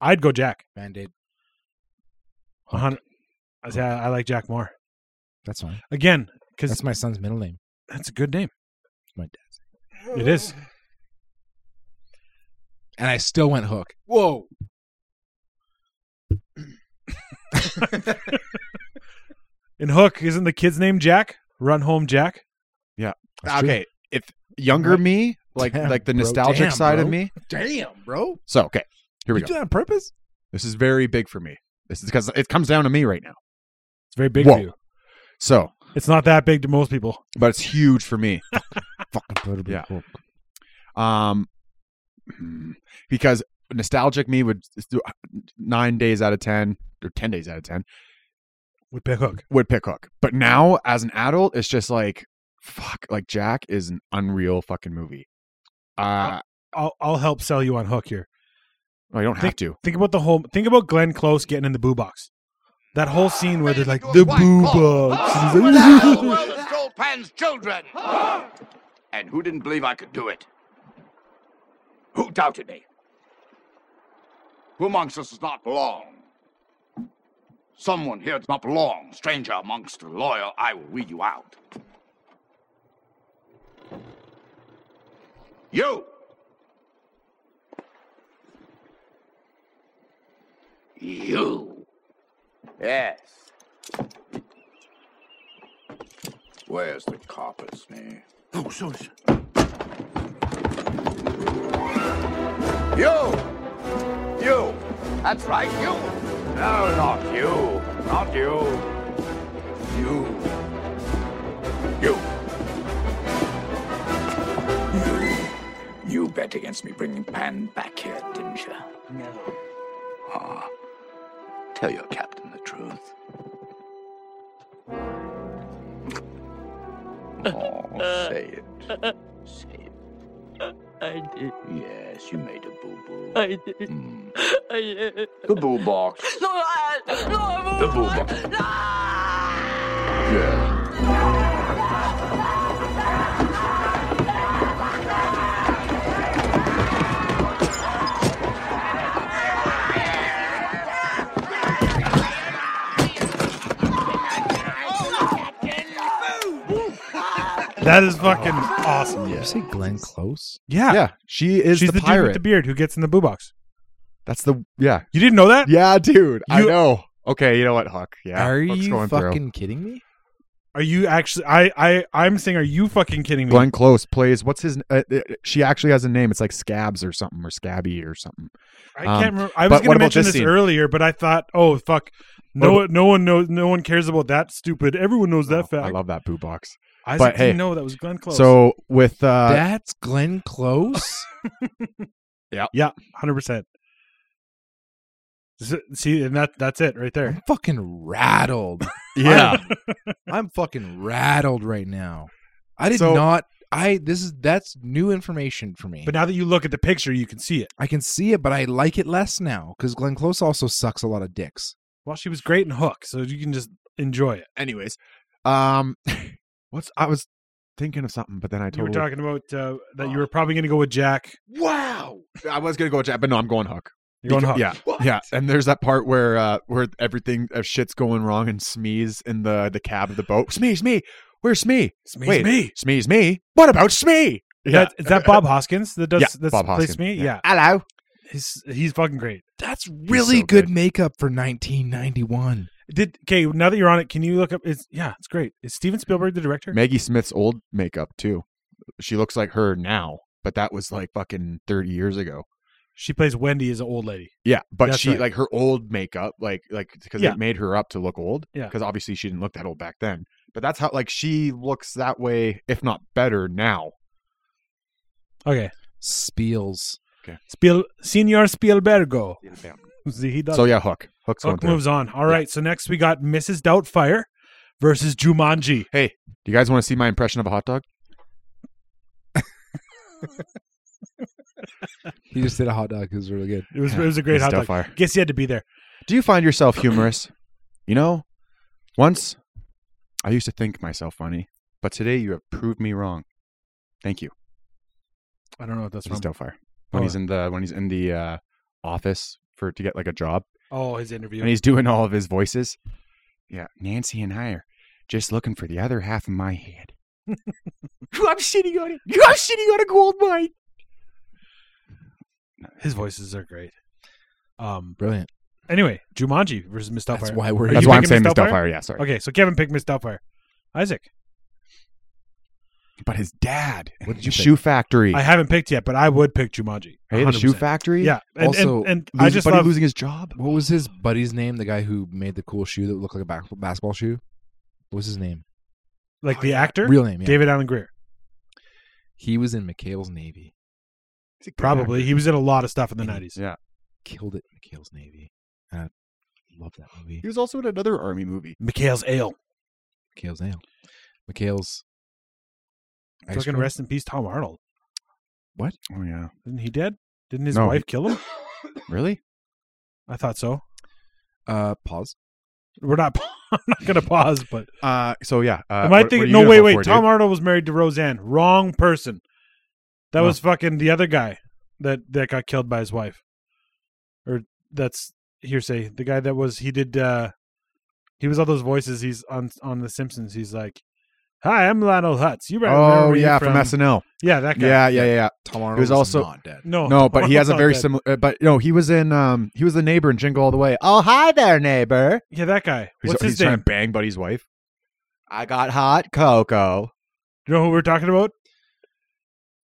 [SPEAKER 3] I'd go Jack.
[SPEAKER 5] Band aid.
[SPEAKER 3] A hundred- I say I I like Jack more
[SPEAKER 5] That's fine.
[SPEAKER 3] again because
[SPEAKER 5] That's
[SPEAKER 3] that's,
[SPEAKER 5] my son's middle name.
[SPEAKER 3] a good name.
[SPEAKER 5] My dad's.
[SPEAKER 3] It is.
[SPEAKER 5] And I still went hook. Whoa.
[SPEAKER 3] And Hook isn't the kid's name Jack? Run home Jack.
[SPEAKER 5] That's true.
[SPEAKER 4] okay, if younger me, like
[SPEAKER 5] Damn,
[SPEAKER 4] like the
[SPEAKER 5] bro.
[SPEAKER 4] nostalgic
[SPEAKER 5] Damn,
[SPEAKER 4] side of
[SPEAKER 5] bro.
[SPEAKER 4] me.
[SPEAKER 5] Damn, bro.
[SPEAKER 4] So okay, here we
[SPEAKER 5] you
[SPEAKER 4] go.
[SPEAKER 5] do that on purpose?
[SPEAKER 4] This is very big for me. This is because it comes down to me right now.
[SPEAKER 3] It's very big
[SPEAKER 4] Whoa.
[SPEAKER 3] to you.
[SPEAKER 4] So,
[SPEAKER 3] It's not that big to most people.
[SPEAKER 4] but it's huge for me.
[SPEAKER 5] Yeah.
[SPEAKER 4] Yeah. Um, hmm. because nostalgic me would uh, nine days out of ten or ten days out of ten
[SPEAKER 3] Would pick Hook.
[SPEAKER 4] would pick Hook. But now, as an adult, it's just like, fuck, like Jack is an unreal fucking movie. Uh,
[SPEAKER 3] I'll I'll help sell you on Hook here. Oh.
[SPEAKER 4] well, you don't have to.
[SPEAKER 3] Think about the whole. Think about Glenn Close getting in the boo box. That whole scene where they're like the boo box. And he's like,
[SPEAKER 7] The world has told Pan's children. And who didn't believe I could do it? Who doubted me? Who amongst us does not belong? Someone here does not belong. Stranger amongst the loyal, I will weed you out. You! You! Yes. Where's the copper snake? Oh, so You! You! That's right, you! No, not you. Not you. You. You. You. You bet against me bringing Pan back here, didn't you? No. Ah. Tell your captain the truth. Oh, say it. Say it.
[SPEAKER 12] I did.
[SPEAKER 7] Yes, you made a boo boo.
[SPEAKER 12] I did.
[SPEAKER 7] Mm.
[SPEAKER 12] I did.
[SPEAKER 7] The boo box.
[SPEAKER 12] No, I, no, I'm
[SPEAKER 7] The boo box. Yeah.
[SPEAKER 3] that is fucking awesome.
[SPEAKER 5] Did you say Glenn Close?
[SPEAKER 3] Yeah.
[SPEAKER 4] Yeah, she is
[SPEAKER 3] She's
[SPEAKER 4] the,
[SPEAKER 3] the, dude
[SPEAKER 4] pirate.
[SPEAKER 3] with the beard who gets in the boo box.
[SPEAKER 4] That's the yeah,
[SPEAKER 3] You didn't know that?
[SPEAKER 4] yeah, dude. I
[SPEAKER 3] You-
[SPEAKER 4] know. Okay, you know what, Hook? Yeah,
[SPEAKER 5] Are
[SPEAKER 4] Hook's
[SPEAKER 5] you
[SPEAKER 4] going
[SPEAKER 5] fucking kidding me?
[SPEAKER 3] Are you actually? I I I'm saying, are you fucking kidding
[SPEAKER 4] through.
[SPEAKER 3] me?
[SPEAKER 4] Glenn Close plays. What's his? Uh, uh, she actually has a name. It's like Scabs or something, or Scabby or something.
[SPEAKER 3] I
[SPEAKER 4] Um,
[SPEAKER 3] can't remember. I
[SPEAKER 4] but what
[SPEAKER 3] was going to
[SPEAKER 4] about
[SPEAKER 3] mention
[SPEAKER 4] this
[SPEAKER 3] this,
[SPEAKER 4] scene?
[SPEAKER 3] earlier, but I thought, oh fuck, no no one knows, no one cares about that stupid. Everyone knows that
[SPEAKER 4] Oh,
[SPEAKER 3] fact.
[SPEAKER 4] I love that boo box.
[SPEAKER 3] Isaac
[SPEAKER 4] but hey,
[SPEAKER 3] didn't know that was Glenn Close.
[SPEAKER 4] So with uh,
[SPEAKER 5] That's Glenn Close?
[SPEAKER 3] yeah, hundred percent. See, and that that's it right there.
[SPEAKER 5] I'm fucking rattled.
[SPEAKER 4] yeah,
[SPEAKER 5] I'm fucking rattled right now. I did
[SPEAKER 4] So-
[SPEAKER 5] not. I this is that's new information for me.
[SPEAKER 3] But now that you look at the picture, you can see it.
[SPEAKER 5] I can see it, but I like it less now because Glenn Close also sucks a lot of dicks.
[SPEAKER 3] Well, she was great in Hook, so you can just enjoy it.
[SPEAKER 4] anyways, um, what's I was thinking of something, but then I
[SPEAKER 3] You were
[SPEAKER 4] totally Oh.
[SPEAKER 3] talking about uh, that you were probably going to go with Jack.
[SPEAKER 4] wow. I was gonna go with Jack, but no, I'm going Hook.
[SPEAKER 3] You're going
[SPEAKER 4] Beca-
[SPEAKER 3] Hook.
[SPEAKER 4] Yeah, yeah. And there's that part where uh where everything uh, shit's going wrong and Smee's in the the cab of the boat. Smee's me. Where's Smee?
[SPEAKER 3] Smee's
[SPEAKER 4] Wait,
[SPEAKER 3] me.
[SPEAKER 4] Smee's me. What about Smee?
[SPEAKER 3] That, is that Bob Hoskins that does
[SPEAKER 4] Yeah,
[SPEAKER 3] that's
[SPEAKER 4] Bob
[SPEAKER 3] plays
[SPEAKER 4] Hoskins.
[SPEAKER 3] me? Yeah.
[SPEAKER 4] Hello.
[SPEAKER 3] he's he's fucking great.
[SPEAKER 5] That's really
[SPEAKER 4] so
[SPEAKER 5] good,
[SPEAKER 4] good.
[SPEAKER 5] makeup for 1991.
[SPEAKER 3] Did okay? Now that you're on it, can you look up? It's yeah, it's great. Is Steven Spielberg the director?
[SPEAKER 4] Maggie Smith's old makeup too. She looks like her now, but that was like fucking 30 years ago.
[SPEAKER 3] She plays Wendy as an old lady.
[SPEAKER 4] Yeah, but
[SPEAKER 3] That's
[SPEAKER 4] she
[SPEAKER 3] right.
[SPEAKER 4] like her old makeup, like like because
[SPEAKER 3] Yeah.
[SPEAKER 4] it made her up to look old.
[SPEAKER 3] Yeah.
[SPEAKER 4] because obviously she didn't look that old back then. But that's how like she looks that way, if not better now.
[SPEAKER 3] Okay,
[SPEAKER 5] Spiels.
[SPEAKER 3] Spiel Senor Spielbergo. See, he does.
[SPEAKER 4] So yeah, Hook. Hook's
[SPEAKER 3] Hook
[SPEAKER 4] going
[SPEAKER 3] moves
[SPEAKER 4] through.
[SPEAKER 3] on. All right, so next we got Mrs. Doubtfire versus Jumanji.
[SPEAKER 4] Hey, do you guys want to see my impression of a hot dog?
[SPEAKER 5] He just did a hot dog. It was really good.
[SPEAKER 3] It was
[SPEAKER 4] Yeah,
[SPEAKER 3] it was a great
[SPEAKER 4] Mrs.
[SPEAKER 3] hot dog.
[SPEAKER 4] Doubtfire.
[SPEAKER 3] Guess you had to be there.
[SPEAKER 4] Do you find yourself humorous? You know, once I used to think myself funny, but today you have proved me wrong. Thank you.
[SPEAKER 3] I don't know what that's
[SPEAKER 4] Mrs.
[SPEAKER 3] from.
[SPEAKER 4] Doubtfire. When
[SPEAKER 3] Oh.
[SPEAKER 4] he's in the when he's in the uh, office for to get like a job,
[SPEAKER 3] Oh, his interview.
[SPEAKER 4] and he's doing all of his voices. Yeah, Nancy and I are just looking for the other half of my head. I'm shitting on it. I'm shitting on a gold mine.
[SPEAKER 3] His voices are great. Um.
[SPEAKER 5] Brilliant.
[SPEAKER 3] Anyway, Jumanji versus Miss Doubtfire.
[SPEAKER 5] That's why we're
[SPEAKER 3] Are
[SPEAKER 5] here.
[SPEAKER 4] That's
[SPEAKER 3] you
[SPEAKER 4] why I'm
[SPEAKER 3] picking
[SPEAKER 4] saying
[SPEAKER 3] Miss
[SPEAKER 4] Miss
[SPEAKER 3] Doubtfire?
[SPEAKER 4] Doubtfire. Yeah, sorry.
[SPEAKER 3] Okay, so Kevin picked Miss Doubtfire. Isaac,
[SPEAKER 4] But his dad. What
[SPEAKER 5] did you pick?
[SPEAKER 4] Shoe factory.
[SPEAKER 3] I haven't picked yet, but I would pick Jumanji.
[SPEAKER 4] hey, the shoe
[SPEAKER 3] 100%.
[SPEAKER 4] factory.
[SPEAKER 3] Yeah, and,
[SPEAKER 5] Also,
[SPEAKER 3] and, and I
[SPEAKER 4] Losing-
[SPEAKER 3] just
[SPEAKER 4] buddy
[SPEAKER 3] love
[SPEAKER 4] losing his job.
[SPEAKER 5] What was his buddy's name? The guy who made the cool shoe that looked like a back- basketball shoe. What was his name?
[SPEAKER 3] like the actor
[SPEAKER 5] Real name. Yeah.
[SPEAKER 3] David Allen Greer.
[SPEAKER 5] He was in McHale's Navy.
[SPEAKER 3] Probably he was in a lot of stuff in the
[SPEAKER 5] Yeah.
[SPEAKER 3] nineties.
[SPEAKER 4] Yeah.
[SPEAKER 5] Killed it. in McHale's Navy. I love that movie.
[SPEAKER 4] He was also in another army movie.
[SPEAKER 3] Mikhail's Ale.
[SPEAKER 5] McHale's Ale. McHale's. ice
[SPEAKER 3] Fucking
[SPEAKER 5] cream?
[SPEAKER 3] rest in peace, Tom Arnold.
[SPEAKER 4] Oh yeah.
[SPEAKER 3] Isn't he dead? Didn't his
[SPEAKER 4] No.
[SPEAKER 3] wife kill him?
[SPEAKER 4] Really?
[SPEAKER 3] I thought so.
[SPEAKER 5] Uh, pause.
[SPEAKER 3] We're not. I'm not gonna pause, but
[SPEAKER 4] Uh, so yeah. Uh,
[SPEAKER 3] am
[SPEAKER 4] what-
[SPEAKER 3] I
[SPEAKER 4] what are
[SPEAKER 3] thinking?
[SPEAKER 4] you
[SPEAKER 3] No,
[SPEAKER 4] gonna
[SPEAKER 3] wait,
[SPEAKER 4] vote
[SPEAKER 3] wait.
[SPEAKER 4] for,
[SPEAKER 3] Tom
[SPEAKER 4] dude?
[SPEAKER 3] Arnold was married to Roseanne. Wrong person. That
[SPEAKER 4] No.
[SPEAKER 3] was fucking the other guy that that got killed by his wife. Or that's hearsay. The guy that was he did. uh He was all those voices. He's on on The Simpsons. He's like, "Hi, I'm Lionel Hutz. You remember
[SPEAKER 4] Oh
[SPEAKER 3] me
[SPEAKER 4] yeah,
[SPEAKER 3] from,
[SPEAKER 4] from, SNL.
[SPEAKER 3] yeah that guy.
[SPEAKER 4] Yeah, yeah, yeah, yeah.
[SPEAKER 5] Tom Arnold
[SPEAKER 4] He was also-
[SPEAKER 5] not dead.
[SPEAKER 3] No,
[SPEAKER 4] No, but he has a
[SPEAKER 3] Arnold's
[SPEAKER 4] very
[SPEAKER 3] not dead.
[SPEAKER 4] similar. uh, But no, he was in. Um, he was the neighbor in Jingle All the Way. Oh hi there, neighbor.
[SPEAKER 3] Yeah, that guy.
[SPEAKER 4] He's-
[SPEAKER 3] What's
[SPEAKER 4] he's
[SPEAKER 3] his
[SPEAKER 4] trying
[SPEAKER 3] name?
[SPEAKER 4] to bang Buddy's wife. I got hot cocoa.
[SPEAKER 3] You know who we're talking about?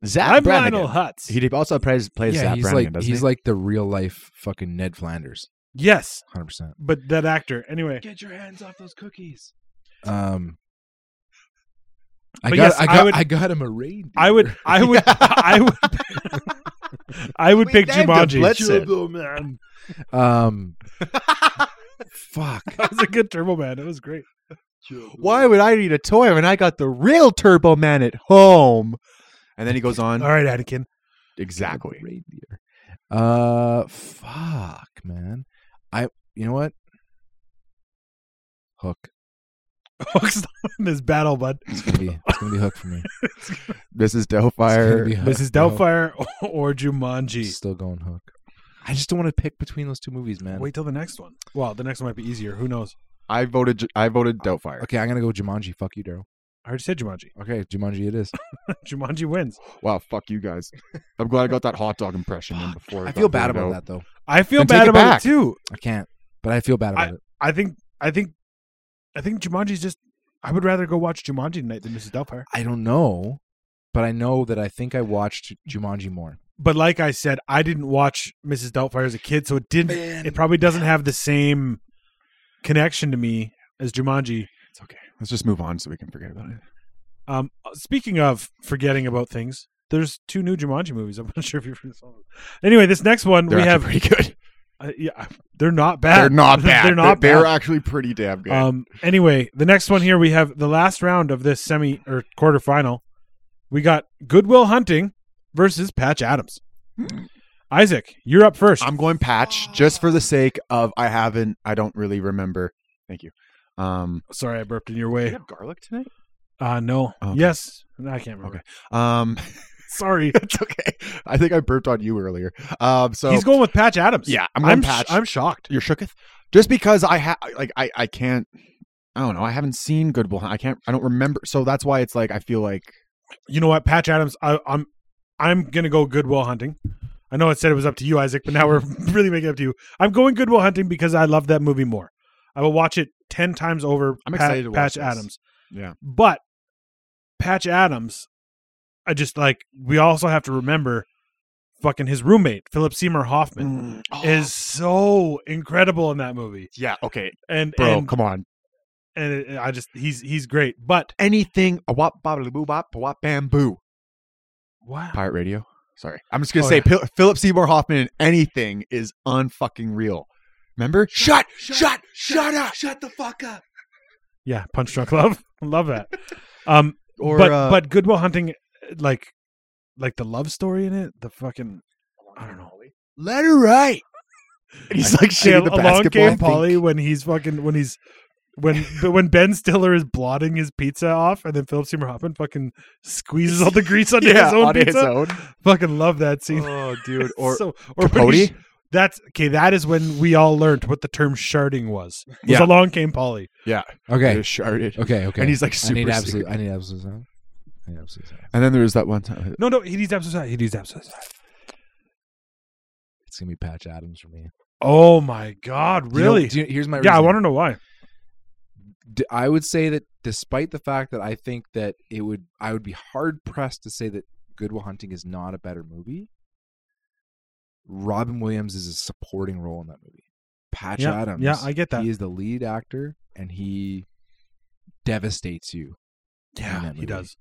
[SPEAKER 4] Zach
[SPEAKER 3] I'm
[SPEAKER 4] Brannigan.
[SPEAKER 3] Lionel Hutz.
[SPEAKER 4] He also plays plays
[SPEAKER 5] yeah,
[SPEAKER 4] Zach
[SPEAKER 5] he's
[SPEAKER 4] Brannigan,
[SPEAKER 5] like
[SPEAKER 4] doesn't
[SPEAKER 5] he's
[SPEAKER 4] he?
[SPEAKER 5] like the real life fucking Ned Flanders.
[SPEAKER 3] yes,
[SPEAKER 5] Hundred percent.
[SPEAKER 3] but that actor. Anyway,
[SPEAKER 5] Get your hands off those cookies. Um. I
[SPEAKER 3] But
[SPEAKER 5] got,
[SPEAKER 3] yes,
[SPEAKER 5] I
[SPEAKER 3] I
[SPEAKER 5] got, I,
[SPEAKER 3] would-
[SPEAKER 5] got him a reindeer.
[SPEAKER 3] I would, I would, I would, I would
[SPEAKER 4] We
[SPEAKER 3] pick
[SPEAKER 4] named him
[SPEAKER 3] Jumanji.
[SPEAKER 4] Blitzen.
[SPEAKER 3] Man.
[SPEAKER 5] Um, fuck.
[SPEAKER 3] That was a good Turbo Man. That was great.
[SPEAKER 4] Why would I need a toy when I got the real Turbo Man at home? And then he goes on.
[SPEAKER 3] All right, Anakin.
[SPEAKER 4] Exactly.
[SPEAKER 5] Reindeer. Uh, fuck, man. I. You know what? Hook.
[SPEAKER 3] Hook's not in this battle, bud.
[SPEAKER 5] It's gonna be. It's gonna be hook for me. It's
[SPEAKER 4] This is
[SPEAKER 5] gonna
[SPEAKER 4] Delphire.
[SPEAKER 5] be Hook,
[SPEAKER 3] Mrs.
[SPEAKER 5] bro.
[SPEAKER 3] Doubtfire or Jumanji.
[SPEAKER 5] Still going hook. I just don't want to pick between those two movies, man.
[SPEAKER 3] Wait till the next one. Well, the next one might be easier. Who knows?
[SPEAKER 4] I voted. J- I voted Delphire.
[SPEAKER 5] Okay, I'm gonna go Jumanji. Fuck you, Daryl.
[SPEAKER 3] I already said Jumanji.
[SPEAKER 5] Okay, Jumanji. It is.
[SPEAKER 3] Jumanji wins.
[SPEAKER 4] Wow, fuck you guys. I'm glad I got that hot dog impression in before.
[SPEAKER 5] I
[SPEAKER 4] it
[SPEAKER 5] feel
[SPEAKER 4] got
[SPEAKER 5] bad
[SPEAKER 4] voted
[SPEAKER 5] about that
[SPEAKER 4] out.
[SPEAKER 5] though.
[SPEAKER 3] I feel
[SPEAKER 4] Then take
[SPEAKER 3] bad
[SPEAKER 4] it
[SPEAKER 3] about
[SPEAKER 4] back.
[SPEAKER 3] it too.
[SPEAKER 5] I can't, but I feel bad about it.
[SPEAKER 3] I think, I think, I think Jumanji's just. I would rather go watch Jumanji tonight than Mrs. Doubtfire.
[SPEAKER 5] I don't know, but I know that I think I watched Jumanji more.
[SPEAKER 3] but like I said, I didn't watch Mrs. Doubtfire as a kid, so it didn't. It probably doesn't have the same connection to me as Jumanji.
[SPEAKER 4] It's okay. Let's just move on so we can forget about it.
[SPEAKER 3] Um, speaking of forgetting about things, there's two new Jumanji movies. I'm not sure if you have saw them. Anyway, this next one
[SPEAKER 4] They're
[SPEAKER 3] we
[SPEAKER 4] actually pretty
[SPEAKER 3] have.
[SPEAKER 4] good.
[SPEAKER 3] uh, yeah, they're not bad.
[SPEAKER 4] They're not bad.
[SPEAKER 3] they're not
[SPEAKER 4] They're,
[SPEAKER 3] bad.
[SPEAKER 4] actually pretty damn good.
[SPEAKER 3] Um. Anyway, the next one here we have the last round of this semi or quarterfinal. We got Goodwill Hunting versus Patch Adams. Isaac, you're up first.
[SPEAKER 4] I'm going patch just for the sake of I haven't. I don't really remember. Thank you. Um, eh.
[SPEAKER 3] Sorry, I burped in your way.
[SPEAKER 4] garlic tonight?
[SPEAKER 3] Uh no.
[SPEAKER 4] Oh, Okay.
[SPEAKER 3] Yes. No, I can't remember.
[SPEAKER 4] Okay. Um,
[SPEAKER 3] Sorry.
[SPEAKER 4] it's okay. I think I burped on you earlier. Um, so
[SPEAKER 3] He's going with Patch Adams.
[SPEAKER 4] yeah, I'm going
[SPEAKER 3] I'm, sh-
[SPEAKER 4] patch.
[SPEAKER 3] I'm shocked.
[SPEAKER 4] You're shooketh. Just because I ha like I I can't. I don't know. I haven't seen Good Will. Hunt- I can't. I don't remember. So that's why it's like I feel like
[SPEAKER 3] You know what, Patch Adams? I, I'm I'm gonna go Goodwill Hunting. I know it said it was up to you, Isaac, but now we're really making it up to you. I'm going Goodwill Hunting because I love that movie more. I will watch it ten times over.
[SPEAKER 4] I'm
[SPEAKER 3] Pat-
[SPEAKER 4] excited to watch
[SPEAKER 3] Patch
[SPEAKER 4] this.
[SPEAKER 3] Adams.
[SPEAKER 4] Yeah.
[SPEAKER 3] But Patch Adams, I just like we also have to remember fucking his roommate, Philip Seymour Hoffman,
[SPEAKER 4] Mm.
[SPEAKER 3] is so incredible in that movie.
[SPEAKER 4] Yeah, okay.
[SPEAKER 3] And
[SPEAKER 4] Bro,
[SPEAKER 3] and,
[SPEAKER 4] come on.
[SPEAKER 3] and it- I just he's he's great. But
[SPEAKER 4] Anything a wop bobbly boo bop wop bamboo.
[SPEAKER 3] Wow.
[SPEAKER 4] Pirate radio. Sorry. I'm just gonna
[SPEAKER 3] Oh,
[SPEAKER 4] say
[SPEAKER 3] yeah.
[SPEAKER 4] Pil- Philip Seymour Hoffman in anything is unfucking real. Remember? Shut shut shut, up. Shut the fuck up.
[SPEAKER 3] Yeah, Punch Drunk Love. Love that. Um
[SPEAKER 4] Or,
[SPEAKER 3] but
[SPEAKER 4] uh,
[SPEAKER 3] but Goodwill Hunting like like the love story in it, the fucking I don't know.
[SPEAKER 4] Let her right. And he's like shitting the
[SPEAKER 3] along
[SPEAKER 4] basketball.
[SPEAKER 3] came Polly when he's fucking when he's when but when Ben Stiller is blotting his pizza off and then Philip Seymour Hoffman fucking squeezes all the grease onto
[SPEAKER 4] Yeah,
[SPEAKER 3] his own
[SPEAKER 4] onto
[SPEAKER 3] pizza.
[SPEAKER 4] his own.
[SPEAKER 3] Fucking love that scene.
[SPEAKER 4] Oh, dude.
[SPEAKER 3] It's
[SPEAKER 4] Or
[SPEAKER 3] so- or when he sh-
[SPEAKER 4] Capote?
[SPEAKER 3] that's okay. That is when we all learned what the term sharding was. was
[SPEAKER 4] Yeah.
[SPEAKER 3] along came Polly.
[SPEAKER 4] Yeah.
[SPEAKER 5] Okay.
[SPEAKER 4] Just sharded.
[SPEAKER 5] Okay, okay.
[SPEAKER 4] And he's like
[SPEAKER 5] I need
[SPEAKER 4] super
[SPEAKER 5] absolute.
[SPEAKER 4] secret.
[SPEAKER 5] I need absolute sound. I need absolute sound.
[SPEAKER 4] And then there was that one time. uh,
[SPEAKER 3] No, no, he needs absolute. He needs absolute.
[SPEAKER 5] It's gonna be Patch Adams for me.
[SPEAKER 3] Oh my God!
[SPEAKER 5] Do you know-
[SPEAKER 3] Really?
[SPEAKER 5] do you- here's my.
[SPEAKER 3] yeah, I
[SPEAKER 5] reasoning.
[SPEAKER 3] want to know why.
[SPEAKER 5] d- I would say that despite the fact that I think that it would, I would be hard pressed to say that Goodwill Hunting is not a better movie. Robin Williams is a supporting role in that movie. Patch
[SPEAKER 3] Yeah,
[SPEAKER 5] Adams,
[SPEAKER 3] yeah, I get that.
[SPEAKER 5] He is the lead actor, and he devastates you. in that
[SPEAKER 3] Yeah, he
[SPEAKER 5] movie.
[SPEAKER 3] does.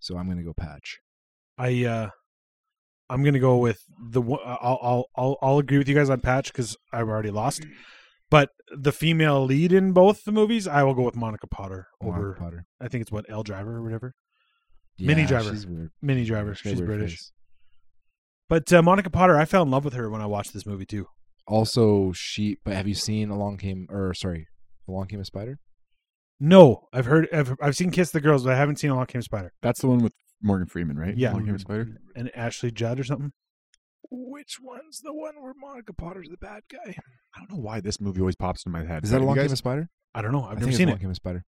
[SPEAKER 5] So I'm gonna go Patch.
[SPEAKER 3] I uh I'm gonna go with the one- I'll I'll I'll, I'll agree with you guys on Patch because I've already lost. But the female lead in both the movies, I will go with Monica Potter over.
[SPEAKER 5] Monica Potter.
[SPEAKER 3] I think it's what L Driver or whatever, Minnie
[SPEAKER 5] Yeah,
[SPEAKER 3] Driver.
[SPEAKER 5] She's weird.
[SPEAKER 3] Mini Driver. She's
[SPEAKER 5] weird
[SPEAKER 3] British.
[SPEAKER 5] face.
[SPEAKER 3] But uh, Monica Potter, I fell in love with her when I watched this movie too.
[SPEAKER 5] Also, she. But have you seen Along Came or sorry, Along Came a Spider?
[SPEAKER 3] No, I've heard I've I've seen Kiss the Girls, but I haven't seen Along Came a Spider
[SPEAKER 4] That's the one with Morgan Freeman, right?
[SPEAKER 3] Yeah.
[SPEAKER 4] Long Hair Spider.
[SPEAKER 3] and Ashley Judd or something.
[SPEAKER 4] Which one's the one where Monica Potter's the bad guy? I don't know why this movie always pops into my head.
[SPEAKER 5] Is that
[SPEAKER 4] You
[SPEAKER 5] Along
[SPEAKER 4] guys-
[SPEAKER 5] Came a Spider?
[SPEAKER 3] I don't know. I've
[SPEAKER 5] I
[SPEAKER 3] never
[SPEAKER 5] think it's
[SPEAKER 3] seen
[SPEAKER 5] Along
[SPEAKER 3] it.
[SPEAKER 5] Came a Spider.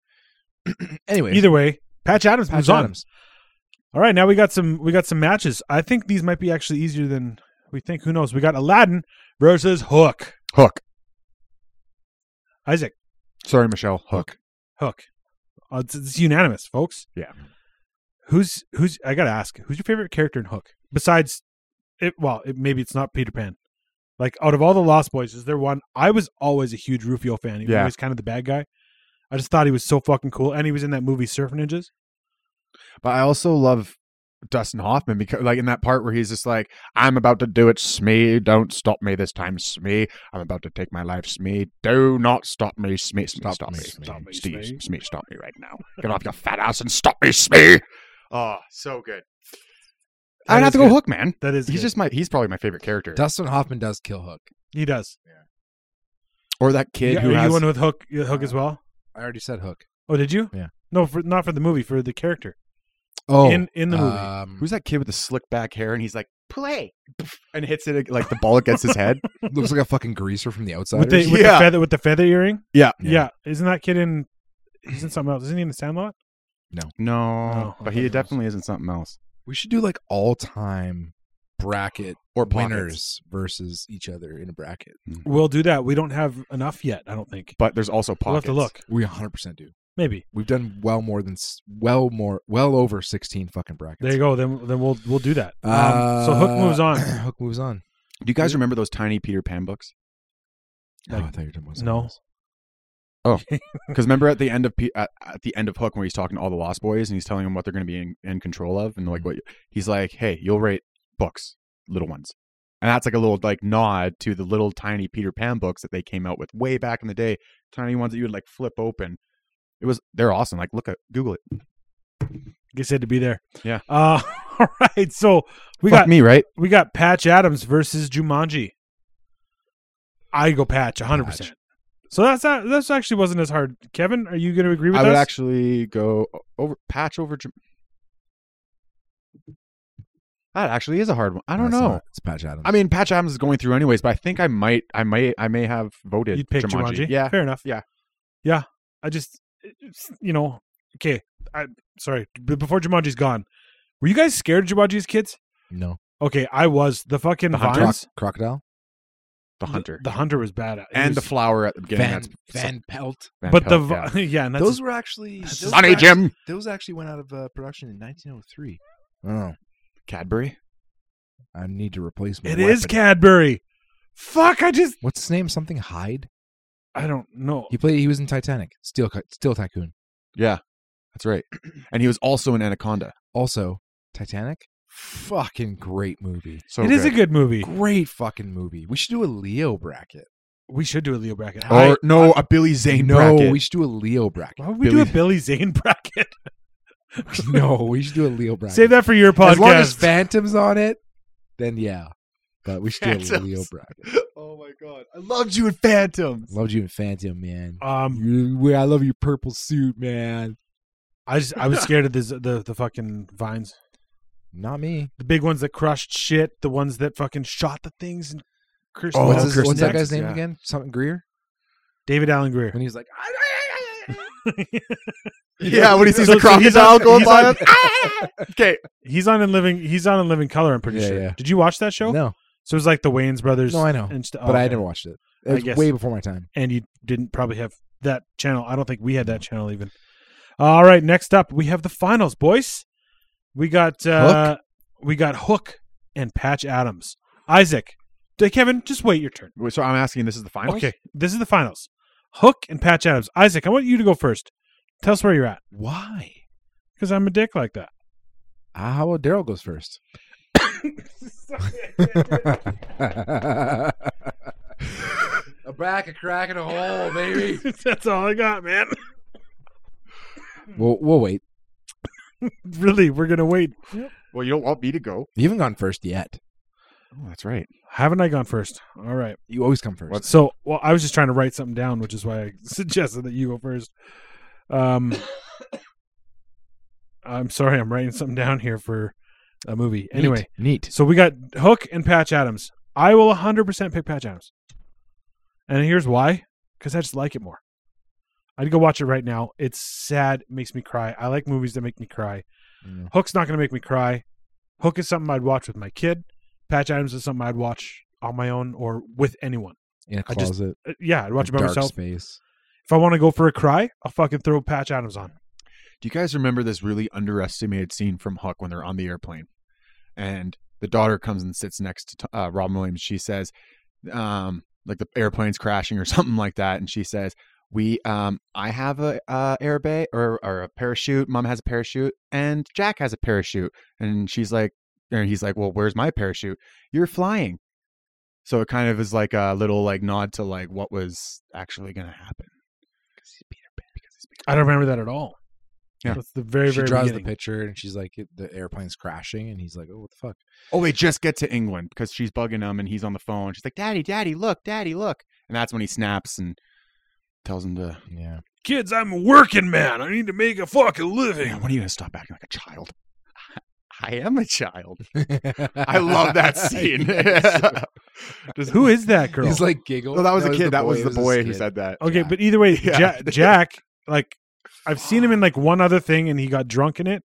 [SPEAKER 5] anyway,
[SPEAKER 3] Either way, Patch Adams
[SPEAKER 5] Patch
[SPEAKER 3] moves on.
[SPEAKER 5] Adams.
[SPEAKER 3] All right, now we got some we got some matches. I think these might be actually easier than we think. Who knows? We got Aladdin versus Hook.
[SPEAKER 4] Hook.
[SPEAKER 3] Isaac,
[SPEAKER 4] Sorry, Michelle. Hook.
[SPEAKER 3] Hook. Uh, it's, it's unanimous, folks.
[SPEAKER 4] Yeah.
[SPEAKER 3] Who's who's I gotta ask, who's your favorite character in Hook? Besides it well, it, maybe it's not Peter Pan. Like out of all the Lost Boys, is there one I was always a huge Rufio fan, even though
[SPEAKER 4] Yeah.
[SPEAKER 3] he's kind of the bad guy. I just thought he was so fucking cool. And he was in that movie Surf Ninjas.
[SPEAKER 4] But I also love Dustin Hoffman because, like, in that part where he's just like, "I'm about to do it, Smee. Don't stop me this time, Smee. I'm about to take my life, Smee. Do not stop me, Smee. Smee,
[SPEAKER 5] Stop
[SPEAKER 4] stop,
[SPEAKER 5] me,
[SPEAKER 4] me,
[SPEAKER 5] Smee.
[SPEAKER 4] Stop me,
[SPEAKER 3] Stop me,
[SPEAKER 4] Steve.
[SPEAKER 3] Smee.
[SPEAKER 4] Smee, stop me right now. Get off your fat ass and stop me, Smee. Oh, so good.
[SPEAKER 3] That
[SPEAKER 4] I'd have
[SPEAKER 3] is
[SPEAKER 4] to go
[SPEAKER 3] good.
[SPEAKER 4] Hook, man.
[SPEAKER 3] That is
[SPEAKER 4] He's
[SPEAKER 3] good.
[SPEAKER 4] just my. He's probably my favorite character.
[SPEAKER 5] Dustin Hoffman does kill Hook.
[SPEAKER 3] he does.
[SPEAKER 4] or that kid
[SPEAKER 3] Yeah,
[SPEAKER 4] who
[SPEAKER 3] are
[SPEAKER 4] has
[SPEAKER 3] you one with Hook uh, Hook as well?
[SPEAKER 5] I already said Hook.
[SPEAKER 3] Oh, did you?
[SPEAKER 5] Yeah.
[SPEAKER 3] No, for, not for the movie, for the character.
[SPEAKER 5] Oh,
[SPEAKER 3] In- in the
[SPEAKER 4] uh,
[SPEAKER 3] movie.
[SPEAKER 5] um,
[SPEAKER 4] Who's that kid with the slick back hair? And he's like, play, and hits it like the ball against his head.
[SPEAKER 5] looks like a fucking greaser from the outside.
[SPEAKER 3] With, the, with the
[SPEAKER 4] Yeah.
[SPEAKER 3] feather with the feather earring?
[SPEAKER 4] Yeah.
[SPEAKER 3] yeah. Isn't that kid in he's in something else. Isn't he in the sandlot?
[SPEAKER 4] No,
[SPEAKER 3] Oh, I
[SPEAKER 4] but
[SPEAKER 3] thought it
[SPEAKER 4] he
[SPEAKER 3] was.
[SPEAKER 4] definitely isn't something else.
[SPEAKER 5] we should do like all time bracket
[SPEAKER 4] Or pockets.
[SPEAKER 5] winners versus each other in a bracket.
[SPEAKER 3] We'll do that. We don't have enough yet, I don't think.
[SPEAKER 4] But there's also
[SPEAKER 3] We'll have
[SPEAKER 4] pockets.
[SPEAKER 3] to look.
[SPEAKER 5] We 100 percent do.
[SPEAKER 3] Maybe.
[SPEAKER 5] We've done well more than s- well more well over 16 fucking brackets. Uh,
[SPEAKER 3] There you go. Then then we'll we'll do that. Um, so
[SPEAKER 4] Uh,
[SPEAKER 3] Hook moves on.
[SPEAKER 5] Hook moves on.
[SPEAKER 4] Do you guys remember those tiny Peter Pan books?
[SPEAKER 3] Like-
[SPEAKER 5] oh, I thought you were talking about something
[SPEAKER 3] No.
[SPEAKER 5] else.
[SPEAKER 4] Because remember at the end of Pe- at, at the end of Hook, where he's talking to all the Lost Boys and he's telling them what they're going to be in, in control of, and like
[SPEAKER 3] Mm-hmm.
[SPEAKER 4] what he's like, hey, you'll rate books, little ones, and that's like a little like nod to the little tiny Peter Pan books that they came out with way back in the day, tiny ones that you would like flip open. It was they're awesome. Like look at Google it.
[SPEAKER 3] Like I said to be there.
[SPEAKER 4] Yeah.
[SPEAKER 3] Uh, all right. So we
[SPEAKER 4] Fuck
[SPEAKER 3] got
[SPEAKER 4] me right.
[SPEAKER 3] we got Patch Adams versus Jumanji. I go Patch 100%.
[SPEAKER 5] Patch.
[SPEAKER 3] So that's not, that's actually wasn't as hard. Kevin, are you going to agree with
[SPEAKER 4] I would
[SPEAKER 3] us?
[SPEAKER 4] actually go o- over patch over. Jam- That actually is a hard one. I
[SPEAKER 5] No,
[SPEAKER 4] don't
[SPEAKER 5] it's
[SPEAKER 4] know.
[SPEAKER 5] not. It's Patch Adams.
[SPEAKER 4] I mean, Patch Adams is going through anyways, but I think I might, I may, I may have voted
[SPEAKER 3] You'd pick Jumanji.
[SPEAKER 4] Yeah,
[SPEAKER 3] fair enough.
[SPEAKER 4] Yeah.
[SPEAKER 3] yeah. I just, it's- you know, okay. I sorry. b- Before Jumanji's gone, were you guys scared of Jumanji as kids?
[SPEAKER 5] no.
[SPEAKER 3] Okay, I was the fucking
[SPEAKER 4] The hunter.
[SPEAKER 5] Croc-
[SPEAKER 3] vines.
[SPEAKER 5] crocodile.
[SPEAKER 4] The hunter.
[SPEAKER 3] The hunter was bad. At,
[SPEAKER 4] and the flower at the beginning.
[SPEAKER 5] Van,
[SPEAKER 4] that's-
[SPEAKER 5] Van Pelt.
[SPEAKER 4] Van
[SPEAKER 3] but the
[SPEAKER 4] Pelt,
[SPEAKER 3] vi- yeah, and that's
[SPEAKER 5] Those were actually
[SPEAKER 3] that's
[SPEAKER 5] those
[SPEAKER 4] Sonny
[SPEAKER 5] were actually-
[SPEAKER 4] Jim.
[SPEAKER 5] Those actually went out of uh, production in 1903. Oh,
[SPEAKER 4] Cadbury.
[SPEAKER 5] I need to replace my.
[SPEAKER 3] it is
[SPEAKER 5] weapon.
[SPEAKER 3] Cadbury. Fuck! I just
[SPEAKER 5] What's his name? Something Hyde.
[SPEAKER 3] I don't know.
[SPEAKER 5] He played. He was in Titanic. Steel, Cut- Steel Tycoon.
[SPEAKER 4] Yeah, that's right. And he was also in Anaconda.
[SPEAKER 5] Also, Titanic. Fucking great movie.
[SPEAKER 4] So
[SPEAKER 3] it is a good movie.
[SPEAKER 5] Great fucking movie. We should do a Leo bracket.
[SPEAKER 3] We should do a Leo bracket.
[SPEAKER 4] Or
[SPEAKER 3] I-
[SPEAKER 4] no, a Billy Zane.
[SPEAKER 5] no,
[SPEAKER 4] bracket.
[SPEAKER 5] we should do a Leo bracket.
[SPEAKER 3] why would we do
[SPEAKER 4] Billy-
[SPEAKER 3] a Billy Zane bracket?
[SPEAKER 5] no, we should do a Leo bracket.
[SPEAKER 3] Save that for your podcast.
[SPEAKER 5] As long as Phantom's on it, then yeah. But we should do a
[SPEAKER 4] Phantoms.
[SPEAKER 5] Leo bracket.
[SPEAKER 4] oh my god, I loved you in Phantom.
[SPEAKER 5] Loved you in Phantom, man.
[SPEAKER 3] um,
[SPEAKER 5] You- we- I love your purple suit, man.
[SPEAKER 3] I just I was scared of this, the the fucking vines,
[SPEAKER 5] Not me.
[SPEAKER 3] the big ones that crushed shit, the ones that fucking shot the things and cursed.
[SPEAKER 4] Oh,
[SPEAKER 5] what's
[SPEAKER 4] Kirsten
[SPEAKER 5] his- what's that
[SPEAKER 4] Dunst,
[SPEAKER 5] guy's name
[SPEAKER 4] yeah.
[SPEAKER 5] again? Something Greer.
[SPEAKER 3] David Allen Greer.
[SPEAKER 5] When he was like,
[SPEAKER 4] Yeah, when he sees
[SPEAKER 3] So-
[SPEAKER 4] the
[SPEAKER 3] so he's
[SPEAKER 4] crocodile
[SPEAKER 3] on-
[SPEAKER 4] going
[SPEAKER 3] he's
[SPEAKER 4] by
[SPEAKER 3] on-
[SPEAKER 4] him. okay,
[SPEAKER 3] He's on in living. He's on in living color. I'm pretty
[SPEAKER 5] Yeah,
[SPEAKER 3] sure.
[SPEAKER 5] yeah.
[SPEAKER 3] Did you watch that show?
[SPEAKER 5] no,
[SPEAKER 3] So it was like the Wayans brothers.
[SPEAKER 5] No, I know.
[SPEAKER 3] and st- oh,
[SPEAKER 5] but I
[SPEAKER 3] okay.
[SPEAKER 5] never watched it.
[SPEAKER 3] I
[SPEAKER 5] It was
[SPEAKER 3] guess-
[SPEAKER 5] way before my time.
[SPEAKER 3] And you didn't probably have that channel. I don't think we had that channel even. All right. Next up, we have the finals, boys. We got uh we got Hook and Patch Adams. Isaac, Hey, Kevin, just wait your turn.
[SPEAKER 4] Wait, so I'm asking. This is the final.
[SPEAKER 3] Okay, this is the finals. Hook and Patch Adams. Isaac, I want you to go first. Tell us where you're at,
[SPEAKER 5] Why?
[SPEAKER 3] because I'm a dick like that.
[SPEAKER 5] Uh, how about Daryl goes first? a back, a crack, and a hole, baby.
[SPEAKER 3] That's all I got, man.
[SPEAKER 5] we'll, we'll wait.
[SPEAKER 3] really, we're gonna wait.
[SPEAKER 4] Well, you don't want me to go.
[SPEAKER 5] You haven't gone first yet.
[SPEAKER 4] Oh, that's right.
[SPEAKER 3] Haven't I gone first? All right.
[SPEAKER 5] You always come first.
[SPEAKER 4] What's-
[SPEAKER 3] So, well, I was just trying to write something down, which is why I suggested that you go first. Um, I'm sorry, I'm writing something down here for a movie.
[SPEAKER 5] Neat,
[SPEAKER 3] Anyway,
[SPEAKER 5] neat.
[SPEAKER 3] so we got Hook and Patch Adams. I will 100% pick Patch Adams, and here's why: because I just like it more. I'd go watch it right now. It's sad, it makes me cry. I like movies that make me cry.
[SPEAKER 5] Mm.
[SPEAKER 3] Hook's not going to make me cry. Hook is something I'd watch with my kid. Patch Adams is something I'd watch on my own or with anyone.
[SPEAKER 5] In a
[SPEAKER 3] I just-
[SPEAKER 5] closet,
[SPEAKER 3] Uh, yeah, I'd watch it by
[SPEAKER 5] dark
[SPEAKER 3] myself.
[SPEAKER 5] space.
[SPEAKER 3] If I want to go for a cry, I'll fucking throw Patch Adams on.
[SPEAKER 4] Do you guys remember this really underestimated scene from Hook when they're on the airplane, and the daughter comes and sits next to uh, Robin Williams? She says, um, like the airplane's crashing or something like that, and she says, "We, um, I have a uh, air bay or or a parachute. Mom has a parachute, and Jack has a parachute." And she's like, and he's like, "Well, where's my parachute? You're flying." So it kind of is like a little like nod to like what was actually going to happen. Because he's Peter Pan. Because he's Peter
[SPEAKER 3] I don't remember that at all.
[SPEAKER 4] Yeah.
[SPEAKER 3] That's the very,
[SPEAKER 5] she
[SPEAKER 3] very
[SPEAKER 5] draws
[SPEAKER 3] beginning.
[SPEAKER 5] the picture, and she's like, "It- "The airplane's crashing," and he's like, "Oh, what the fuck?"
[SPEAKER 4] Oh, they just get to England because she's bugging him and he's on the phone. She's like, Daddy, Daddy, look, Daddy, look. And that's when he snaps and tells him to,
[SPEAKER 5] Yeah.
[SPEAKER 1] Kids, I'm a working man. I need to make a fucking
[SPEAKER 4] Man,
[SPEAKER 1] living.
[SPEAKER 4] when are you going to stop acting like a child? I am a child. I love that scene. Just-
[SPEAKER 3] Who is that girl?
[SPEAKER 5] He's like giggle.
[SPEAKER 4] No, that was
[SPEAKER 5] No,
[SPEAKER 4] a
[SPEAKER 5] it
[SPEAKER 4] kid.
[SPEAKER 5] the
[SPEAKER 4] That was
[SPEAKER 5] It
[SPEAKER 4] the
[SPEAKER 5] a
[SPEAKER 4] boy who
[SPEAKER 5] kid.
[SPEAKER 4] said that.
[SPEAKER 3] okay,
[SPEAKER 5] Jack.
[SPEAKER 3] but either way,
[SPEAKER 4] Yeah.
[SPEAKER 3] Ja- Jack, like, I've seen him in like one other thing, and he got drunk in it.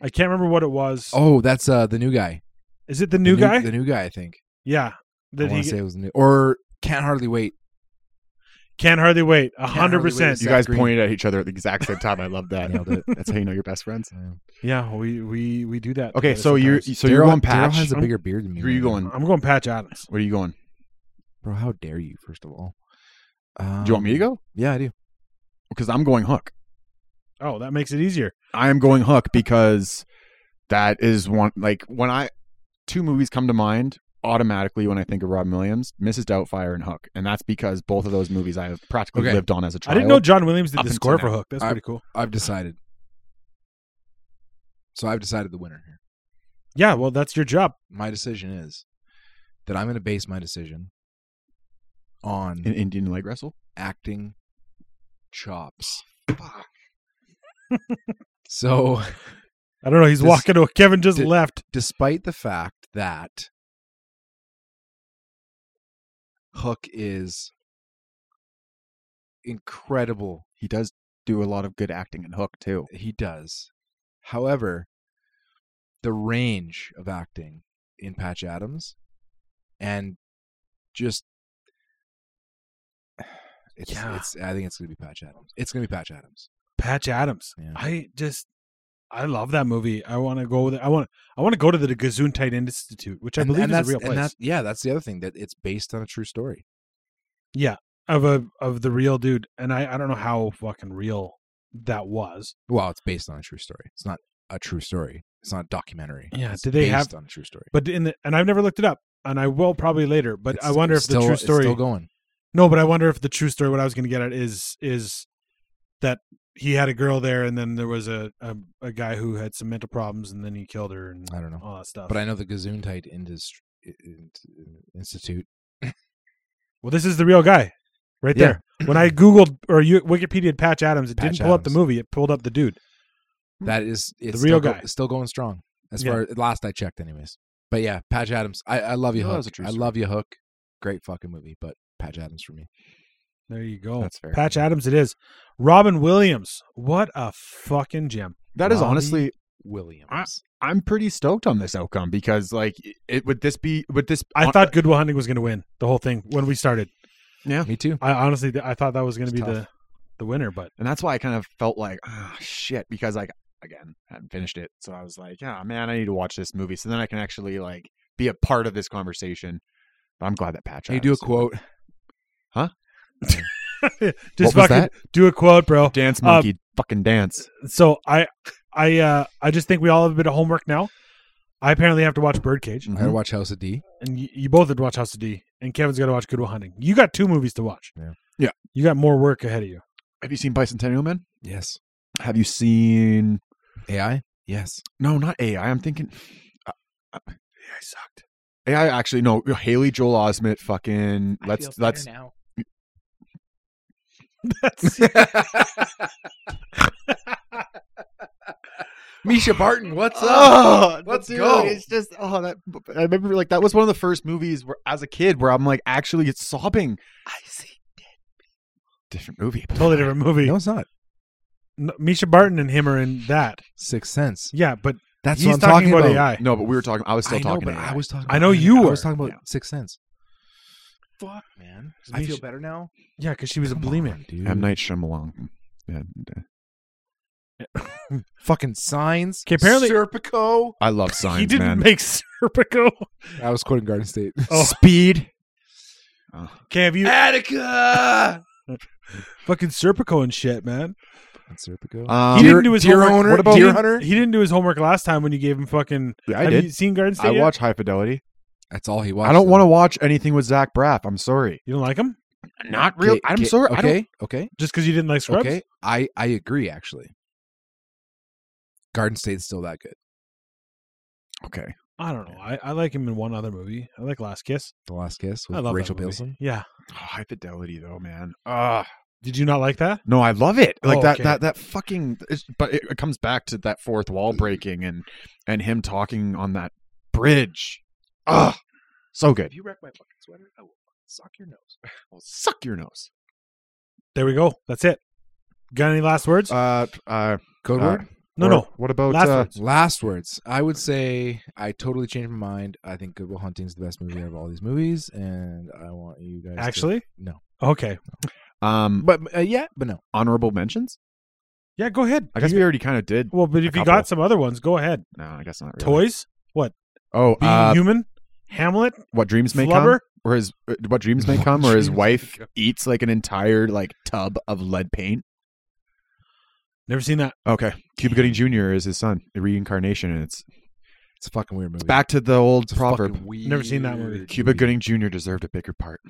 [SPEAKER 3] I can't remember what it was.
[SPEAKER 5] "Oh, that's uh the new guy,
[SPEAKER 3] is it the
[SPEAKER 5] The
[SPEAKER 3] new guy?
[SPEAKER 5] the new guy." I think.
[SPEAKER 3] yeah,
[SPEAKER 5] I
[SPEAKER 3] that
[SPEAKER 5] want
[SPEAKER 3] he
[SPEAKER 5] to say it was new, or can't hardly wait.
[SPEAKER 3] can't hardly wait. A
[SPEAKER 5] hardly
[SPEAKER 3] hundred
[SPEAKER 5] wait to
[SPEAKER 3] percent.
[SPEAKER 5] see-
[SPEAKER 4] You guys
[SPEAKER 5] Green.
[SPEAKER 4] pointed at each other at the exact same time. I love that.
[SPEAKER 5] Nailed it.
[SPEAKER 4] That's how you know you're best friends.
[SPEAKER 3] Yeah, we we we do that.
[SPEAKER 4] Okay,
[SPEAKER 3] together
[SPEAKER 4] so you're
[SPEAKER 3] sometimes.
[SPEAKER 4] so you're
[SPEAKER 5] Daryl-
[SPEAKER 4] going
[SPEAKER 5] Daryl
[SPEAKER 4] patch.
[SPEAKER 5] has a
[SPEAKER 3] I'm-
[SPEAKER 5] bigger beard than me.
[SPEAKER 4] Where are you
[SPEAKER 5] right now.
[SPEAKER 4] going?
[SPEAKER 3] I'm going Patch Adams.
[SPEAKER 4] Where are you going?
[SPEAKER 5] bro? How dare you? First of all, um,
[SPEAKER 4] Do you want me to go?
[SPEAKER 5] Yeah, I do.
[SPEAKER 4] Because I'm going hook.
[SPEAKER 3] Oh, that makes it easier.
[SPEAKER 4] I am going Hook because that is one like when I two movies come to mind automatically when I think of Robin Williams, Mrs. Doubtfire and Hook, and that's because both of those movies I have practically
[SPEAKER 5] Okay.
[SPEAKER 4] lived on as a
[SPEAKER 3] I
[SPEAKER 4] child.
[SPEAKER 3] didn't know John Williams did
[SPEAKER 4] Up
[SPEAKER 3] the
[SPEAKER 4] until
[SPEAKER 3] score for
[SPEAKER 4] now.
[SPEAKER 3] Hook. That's
[SPEAKER 5] I-
[SPEAKER 3] pretty cool.
[SPEAKER 5] I've decided. So I've decided the winner here.
[SPEAKER 3] Yeah, well, that's your job.
[SPEAKER 5] My decision is that I'm going to base my decision
[SPEAKER 4] in
[SPEAKER 5] on
[SPEAKER 4] Indian leg wrestle.
[SPEAKER 5] acting chops. so,
[SPEAKER 3] I don't know. He's
[SPEAKER 5] This-
[SPEAKER 3] walking. To, Kevin just
[SPEAKER 5] Did-
[SPEAKER 3] left.
[SPEAKER 5] despite the fact that Hook is incredible
[SPEAKER 4] He does do a lot of good acting in Hook too.
[SPEAKER 5] he does. However, the range of acting in Patch Adams and just it's,
[SPEAKER 3] Yeah.
[SPEAKER 5] it's I think it's gonna be Patch Adams. It's gonna be Patch Adams.
[SPEAKER 3] Patch Adams.
[SPEAKER 5] Yeah.
[SPEAKER 3] I just I love that movie. I want to go there. I want I want to go to the Gesundheit Institute, which I
[SPEAKER 5] and,
[SPEAKER 3] believe
[SPEAKER 5] and
[SPEAKER 3] is a
[SPEAKER 5] that's,
[SPEAKER 3] real place.
[SPEAKER 5] and that- yeah, that's the other thing that it's based on a true story.
[SPEAKER 3] yeah, of a of the real dude, and I I don't know how fucking real that was.
[SPEAKER 5] Well, it's based on a true story. It's not a true story. It's not a documentary.
[SPEAKER 3] Yeah,
[SPEAKER 5] It's
[SPEAKER 3] did they
[SPEAKER 5] based
[SPEAKER 3] have-
[SPEAKER 5] on a true story?
[SPEAKER 3] But in the and I've never looked it up, and I will probably later. But I
[SPEAKER 5] It's-
[SPEAKER 3] wonder if
[SPEAKER 5] it's still-
[SPEAKER 3] the true
[SPEAKER 5] it's
[SPEAKER 3] story
[SPEAKER 5] still going.
[SPEAKER 3] No, but I wonder if the true story. What I was going to get at is is that he had a girl there, and then there was a, a a guy who had some mental problems, and then he killed her, and
[SPEAKER 5] I don't know.
[SPEAKER 3] all that stuff.
[SPEAKER 5] But I know the Gesundheit Indus- in- Institute.
[SPEAKER 3] well, this is the real guy, right
[SPEAKER 5] Yeah.
[SPEAKER 3] there. When I googled or you, Wikipedia Patch Adams, it
[SPEAKER 5] Patch
[SPEAKER 3] didn't pull up the
[SPEAKER 5] Adams.
[SPEAKER 3] movie. It pulled up the dude.
[SPEAKER 5] That is it's
[SPEAKER 3] real
[SPEAKER 5] still go-
[SPEAKER 3] guy.
[SPEAKER 5] it's still going strong. As
[SPEAKER 3] Yeah.
[SPEAKER 5] far last I checked, anyways. But yeah, Patch Adams. I, I love you,
[SPEAKER 4] No, that was a
[SPEAKER 5] Hook.
[SPEAKER 4] true
[SPEAKER 5] I
[SPEAKER 4] story.
[SPEAKER 5] love you, Hook. Great fucking movie, but Patch Adams for me.
[SPEAKER 3] There you go.
[SPEAKER 4] That's fair.
[SPEAKER 3] Patch Adams. It is Robin Williams. What a fucking gem.
[SPEAKER 4] That is
[SPEAKER 3] Robbie-
[SPEAKER 4] honestly
[SPEAKER 5] Williams.
[SPEAKER 4] I'm pretty stoked on this outcome because like it would this be would this
[SPEAKER 3] I
[SPEAKER 4] on-
[SPEAKER 3] thought Goodwill Hunting was going to win the whole thing when we started.
[SPEAKER 5] Me too.
[SPEAKER 3] I honestly, I thought that was going to
[SPEAKER 4] It's
[SPEAKER 3] be
[SPEAKER 4] tough.
[SPEAKER 3] the the winner, but
[SPEAKER 4] and that's why I kind of felt like ah shit because like again I hadn't finished it so I was like yeah man I need to watch this movie so then I can actually like be a part of this conversation. But I'm glad that Patch.
[SPEAKER 5] Can you do a
[SPEAKER 4] Adams-
[SPEAKER 5] quote?
[SPEAKER 3] just
[SPEAKER 4] What was
[SPEAKER 3] fucking
[SPEAKER 4] that?
[SPEAKER 3] do a quote, bro.
[SPEAKER 4] Dance
[SPEAKER 3] Uh,
[SPEAKER 4] monkey, fucking dance.
[SPEAKER 3] so I, I, uh, I just think we all have a bit of homework now. I apparently have to watch Birdcage,
[SPEAKER 5] I gotta watch House of D.
[SPEAKER 3] and you, you both have to watch House of D, and Kevin's got to watch Goodwill Hunting. You got two movies to watch.
[SPEAKER 5] Yeah.
[SPEAKER 4] Yeah.
[SPEAKER 3] you got more work ahead of you.
[SPEAKER 4] Have you seen Bicentennial Man?
[SPEAKER 5] Yes.
[SPEAKER 4] Have you seen?
[SPEAKER 5] AI? Yes.
[SPEAKER 4] No, not AI. I'm thinking. Uh, uh, AI sucked. AI actually no. Haley Joel Osment. Fucking
[SPEAKER 12] I feel
[SPEAKER 4] let's
[SPEAKER 12] better
[SPEAKER 4] let's
[SPEAKER 12] now.
[SPEAKER 3] That's
[SPEAKER 5] Misha Barton, what's
[SPEAKER 4] Oh,
[SPEAKER 5] Let's
[SPEAKER 4] dude,
[SPEAKER 5] go.
[SPEAKER 4] It's just oh that I remember like that was one of the first movies where as a kid where I'm like actually it's sobbing. I see different movie.
[SPEAKER 3] totally different movie.
[SPEAKER 5] No, it's not.
[SPEAKER 3] N- Misha Barton and him are in that.
[SPEAKER 5] Sixth Sense.
[SPEAKER 3] Yeah, but
[SPEAKER 5] That's
[SPEAKER 3] he's
[SPEAKER 5] what I'm
[SPEAKER 3] talking,
[SPEAKER 5] talking,
[SPEAKER 3] about,
[SPEAKER 5] about.
[SPEAKER 3] AI.
[SPEAKER 4] No, but we were talking. I was still
[SPEAKER 5] I know,
[SPEAKER 4] talking.
[SPEAKER 5] but
[SPEAKER 4] to
[SPEAKER 5] I
[SPEAKER 4] AI.
[SPEAKER 5] was talking.
[SPEAKER 3] I know
[SPEAKER 5] about-
[SPEAKER 3] you
[SPEAKER 5] I
[SPEAKER 3] were.
[SPEAKER 5] was talking about Sixth Sense.
[SPEAKER 12] Fuck, man.
[SPEAKER 5] I feel
[SPEAKER 3] Misha-
[SPEAKER 5] better now.
[SPEAKER 3] Yeah, because she was a
[SPEAKER 5] Come
[SPEAKER 3] bulimic.
[SPEAKER 5] on, dude.
[SPEAKER 4] M Night Shyamalan. Yeah,
[SPEAKER 5] Fucking signs.
[SPEAKER 3] 'Kay, apparently-
[SPEAKER 5] Serpico.
[SPEAKER 4] I love signs.
[SPEAKER 3] he didn't
[SPEAKER 4] man.
[SPEAKER 3] make Serpico.
[SPEAKER 5] I was quoting Garden State.
[SPEAKER 3] Oh.
[SPEAKER 4] Speed. Oh,
[SPEAKER 3] Okay, have you
[SPEAKER 5] Attica.
[SPEAKER 3] fucking Serpico and shit, man?
[SPEAKER 5] Serpico.
[SPEAKER 4] um,
[SPEAKER 3] he
[SPEAKER 5] Deer-
[SPEAKER 3] didn't do his
[SPEAKER 5] Deer
[SPEAKER 3] homework.
[SPEAKER 5] Owner-
[SPEAKER 3] What about
[SPEAKER 5] Deer
[SPEAKER 3] he-
[SPEAKER 5] Hunter?
[SPEAKER 3] He didn't do his homework last time when you gave him fucking.
[SPEAKER 4] Yeah, I
[SPEAKER 3] have
[SPEAKER 4] did.
[SPEAKER 3] you seen Garden State?
[SPEAKER 4] I
[SPEAKER 3] yet?
[SPEAKER 4] watch High Fidelity.
[SPEAKER 5] That's all he watched.
[SPEAKER 4] I don't want to watch anything with Zach Braff. I'm sorry.
[SPEAKER 3] You don't like him
[SPEAKER 4] Not real. I'm sorry. I don't,
[SPEAKER 5] Okay. Okay.
[SPEAKER 3] just because you didn't like Scrubs?
[SPEAKER 5] Okay. I I agree. Actually, Garden State's still that good.
[SPEAKER 4] okay.
[SPEAKER 3] I don't know. I, I like him in one other movie. I like Last Kiss.
[SPEAKER 5] The Last Kiss
[SPEAKER 3] I
[SPEAKER 5] with
[SPEAKER 3] love that
[SPEAKER 5] Rachel
[SPEAKER 3] movie.
[SPEAKER 5] Bilson.
[SPEAKER 3] Yeah.
[SPEAKER 4] Oh, high Fidelity though, man. Ah.
[SPEAKER 3] Did you not like that?
[SPEAKER 4] No, I love it. Like
[SPEAKER 3] Oh,
[SPEAKER 4] that,
[SPEAKER 3] okay.
[SPEAKER 4] that, that fucking. It's, but it, it comes back to that fourth
[SPEAKER 5] Mm.
[SPEAKER 4] wall breaking and and him talking on that bridge. Ugh, so good.
[SPEAKER 5] you wreck my fucking sweater, I will suck your nose.
[SPEAKER 4] Well, suck your nose.
[SPEAKER 3] There we go. That's it. Got any last words?
[SPEAKER 4] Uh, uh,
[SPEAKER 5] Code
[SPEAKER 4] Uh,
[SPEAKER 5] word.
[SPEAKER 3] no,
[SPEAKER 4] or
[SPEAKER 3] no.
[SPEAKER 4] What about
[SPEAKER 3] Last
[SPEAKER 4] uh,
[SPEAKER 3] words.
[SPEAKER 5] Last words. I would say I totally changed my mind. I think Goodwill Hunting is the best movie out of all these movies, and I want you guys. to-
[SPEAKER 3] Actually,
[SPEAKER 5] no.
[SPEAKER 3] okay.
[SPEAKER 4] um
[SPEAKER 5] But uh, yeah, but no.
[SPEAKER 4] honorable mentions?
[SPEAKER 3] Yeah, go ahead.
[SPEAKER 4] I guess we already kind of did.
[SPEAKER 3] Well, but if you
[SPEAKER 4] couple.
[SPEAKER 3] got some other ones, go ahead.
[SPEAKER 4] No, I guess not. Really.
[SPEAKER 3] Toys,
[SPEAKER 4] Oh,
[SPEAKER 3] Being
[SPEAKER 4] uh,
[SPEAKER 3] Human, Hamlet,
[SPEAKER 4] what dreams may
[SPEAKER 3] Flubber.
[SPEAKER 4] come, or his uh, what dreams may
[SPEAKER 5] What
[SPEAKER 4] come, or his
[SPEAKER 5] dreams may
[SPEAKER 4] wife
[SPEAKER 5] come.
[SPEAKER 4] eats like an entire like tub of lead paint.
[SPEAKER 3] Never seen that.
[SPEAKER 4] Okay, Cuba Gooding Jr. is his son, the reincarnation, and it's
[SPEAKER 5] It's a fucking weird movie.
[SPEAKER 4] it's back to the old
[SPEAKER 5] It's a
[SPEAKER 4] proverb.
[SPEAKER 5] fucking weird
[SPEAKER 3] Never seen that movie.
[SPEAKER 4] Cuba Gooding Jr. deserved a bigger part.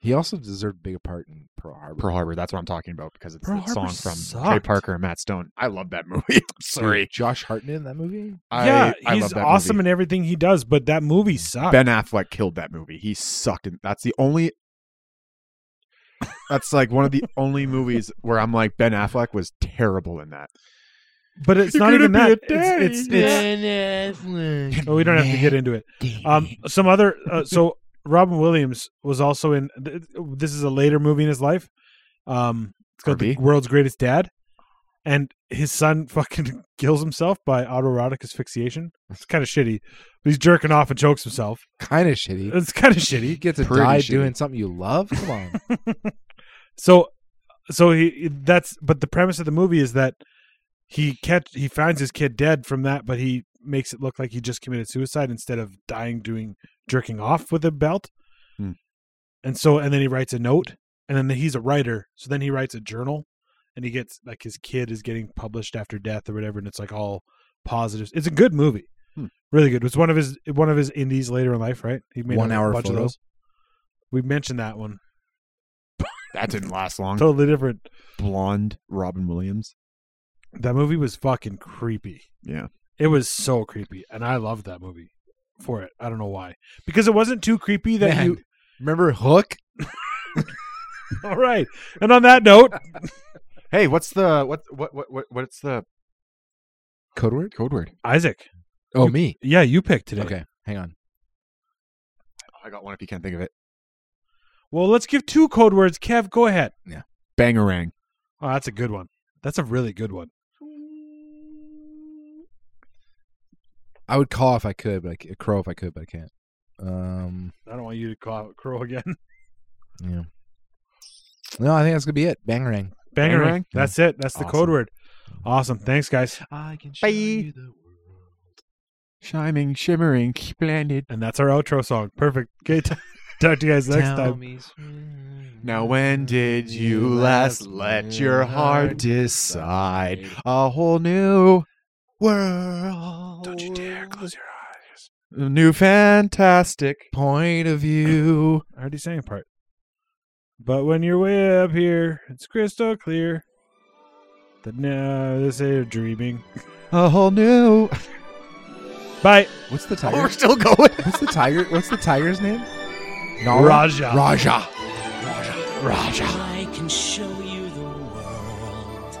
[SPEAKER 5] He also deserved a bigger part in Pearl Harbor.
[SPEAKER 4] Pearl Harbor, that's what I'm talking about because it's
[SPEAKER 3] Pearl
[SPEAKER 4] the
[SPEAKER 3] Harbor
[SPEAKER 4] song from Trey
[SPEAKER 3] sucked.
[SPEAKER 4] Parker and Matt Stone. I love that movie. I'm sorry.
[SPEAKER 5] Dude, Josh Hartnett in that movie.
[SPEAKER 4] I,
[SPEAKER 3] yeah,
[SPEAKER 4] I
[SPEAKER 3] he's
[SPEAKER 4] love that
[SPEAKER 3] awesome
[SPEAKER 4] movie. Mm.
[SPEAKER 3] in everything he does, but that movie sucks.
[SPEAKER 4] Ben Affleck killed that movie. He sucked. In, that's the only. That's like one of the only movies where I'm like Ben Affleck was terrible in that.
[SPEAKER 3] but it's
[SPEAKER 4] You're
[SPEAKER 3] not even
[SPEAKER 4] gonna
[SPEAKER 3] that.
[SPEAKER 4] be a
[SPEAKER 3] It's, it's,
[SPEAKER 4] daddy.
[SPEAKER 3] it's, Oh, we don't have to get into it. Um, some other. Uh, so Robin Williams was also in. th- This is a later movie in his life. Um, it's called The
[SPEAKER 4] RB?
[SPEAKER 3] World's Greatest Dad, and his son fucking kills himself by autoerotic asphyxiation. It's kind of shitty. But he's jerking off and chokes himself.
[SPEAKER 5] Kind of shitty.
[SPEAKER 3] It's kind of shitty.
[SPEAKER 5] You get to
[SPEAKER 4] Pretty
[SPEAKER 5] die
[SPEAKER 4] shitty.
[SPEAKER 5] doing something you love. Come on.
[SPEAKER 3] So, so he that's but the premise of the movie is that he catch he finds his kid dead from that, but he makes it look like he just committed suicide instead of dying doing jerking off with a belt.
[SPEAKER 4] Hmm.
[SPEAKER 3] And so, and then he writes a note, and then he's a writer. So then he writes a journal, and he gets like his kid is getting published after death or whatever, and it's like all positives. It's a good movie,
[SPEAKER 4] Hmm.
[SPEAKER 3] really good. It's one of his one of his indies later in life, right? He
[SPEAKER 5] One Hour Photo.
[SPEAKER 3] We mentioned that one.
[SPEAKER 4] That didn't last long.
[SPEAKER 3] Totally different.
[SPEAKER 4] Blonde Robin Williams.
[SPEAKER 3] That movie was fucking creepy.
[SPEAKER 4] Yeah.
[SPEAKER 3] It was so creepy, and I loved that movie for it. I don't know why, because it wasn't too creepy that
[SPEAKER 5] Man,
[SPEAKER 3] you.
[SPEAKER 5] remember Hook?
[SPEAKER 3] All right, and on that note,
[SPEAKER 4] Hey, what's the what what what what what's the
[SPEAKER 5] Code word?
[SPEAKER 4] code word?
[SPEAKER 3] Isaac,
[SPEAKER 5] Oh, me.
[SPEAKER 3] yeah, you picked today.
[SPEAKER 5] Okay, hang on.
[SPEAKER 4] Oh, I got one if you can't think of it.
[SPEAKER 3] Well, let's give two code words. Kev, go ahead.
[SPEAKER 4] Bangarang.
[SPEAKER 3] Oh, that's a good one. That's a really good one.
[SPEAKER 5] I would call if I could, but I c crow if I could, but I can't. Um,
[SPEAKER 3] I don't want you to call crow again.
[SPEAKER 5] yeah. No, I think that's gonna be it. Bangarang.
[SPEAKER 3] Bangarang.
[SPEAKER 4] Bangarang?
[SPEAKER 3] That's it. That's the code
[SPEAKER 5] Awesome.
[SPEAKER 3] word. Awesome. Thanks, guys.
[SPEAKER 12] I can show
[SPEAKER 4] Bye.
[SPEAKER 12] you the world.
[SPEAKER 4] Shimmering, shimmering, splendid.
[SPEAKER 3] And that's our outro song. Perfect. Okay. t- talk to you guys next
[SPEAKER 12] Tell
[SPEAKER 3] time.
[SPEAKER 12] me soon.
[SPEAKER 4] Now, when did you last let your heart decide a whole new world? Don't you dare close your eyes. A new fantastic point of view.
[SPEAKER 3] I already sang a part. But when you're way up here, it's crystal clear. That no, this is dreaming.
[SPEAKER 4] A whole new.
[SPEAKER 3] Bye.
[SPEAKER 5] What's the
[SPEAKER 4] Oh, we're
[SPEAKER 5] tiger?
[SPEAKER 4] still going.
[SPEAKER 5] What's the tiger? What's the tiger's name? Nala?
[SPEAKER 3] Raja.
[SPEAKER 5] Raja.
[SPEAKER 7] I can show you the world.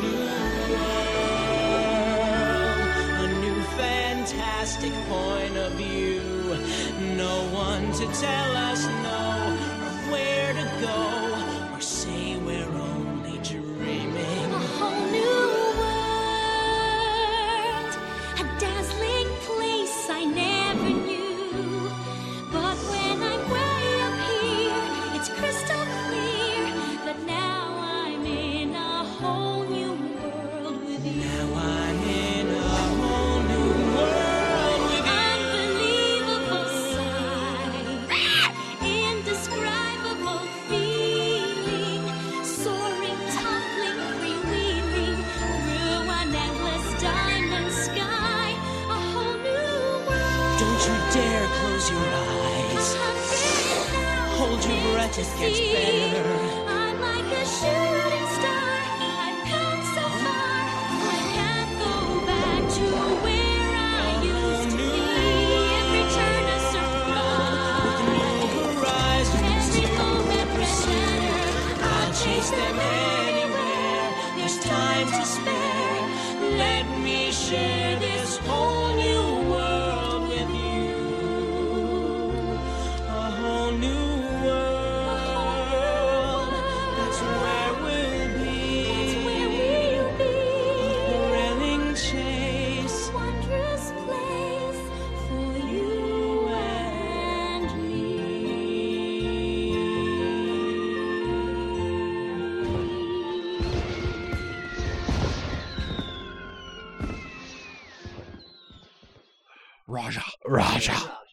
[SPEAKER 7] new world, a new fantastic point of view. No one to tell us no, or where to go, or say we're only dreaming.
[SPEAKER 8] A whole new world, a dazzling place I never knew. But when I'm way up here, it's crystal clear that now I'm in a whole new world with you.
[SPEAKER 7] Now I'm in a whole new world with you.
[SPEAKER 8] Unbelievable sight, indescribable feeling, soaring, tumbling, freewheeling through an endless diamond sky, a whole new world.
[SPEAKER 7] Don't you dare close your eyes. Hold your breath, it gets better.
[SPEAKER 8] I'm like a shooting star. I've come so far, I can't go back to where I used to be. Every turn a surprise.
[SPEAKER 7] Horizon,
[SPEAKER 8] Every moment better.
[SPEAKER 7] I'll chase them anywhere. There's time to spare. Let me share this whole new world with you. A whole new world. That's where we'll
[SPEAKER 8] That's where
[SPEAKER 7] be.
[SPEAKER 8] we'll be.
[SPEAKER 7] Thrilling chase.
[SPEAKER 8] Wondrous place for you and me.
[SPEAKER 4] Raja. Raja.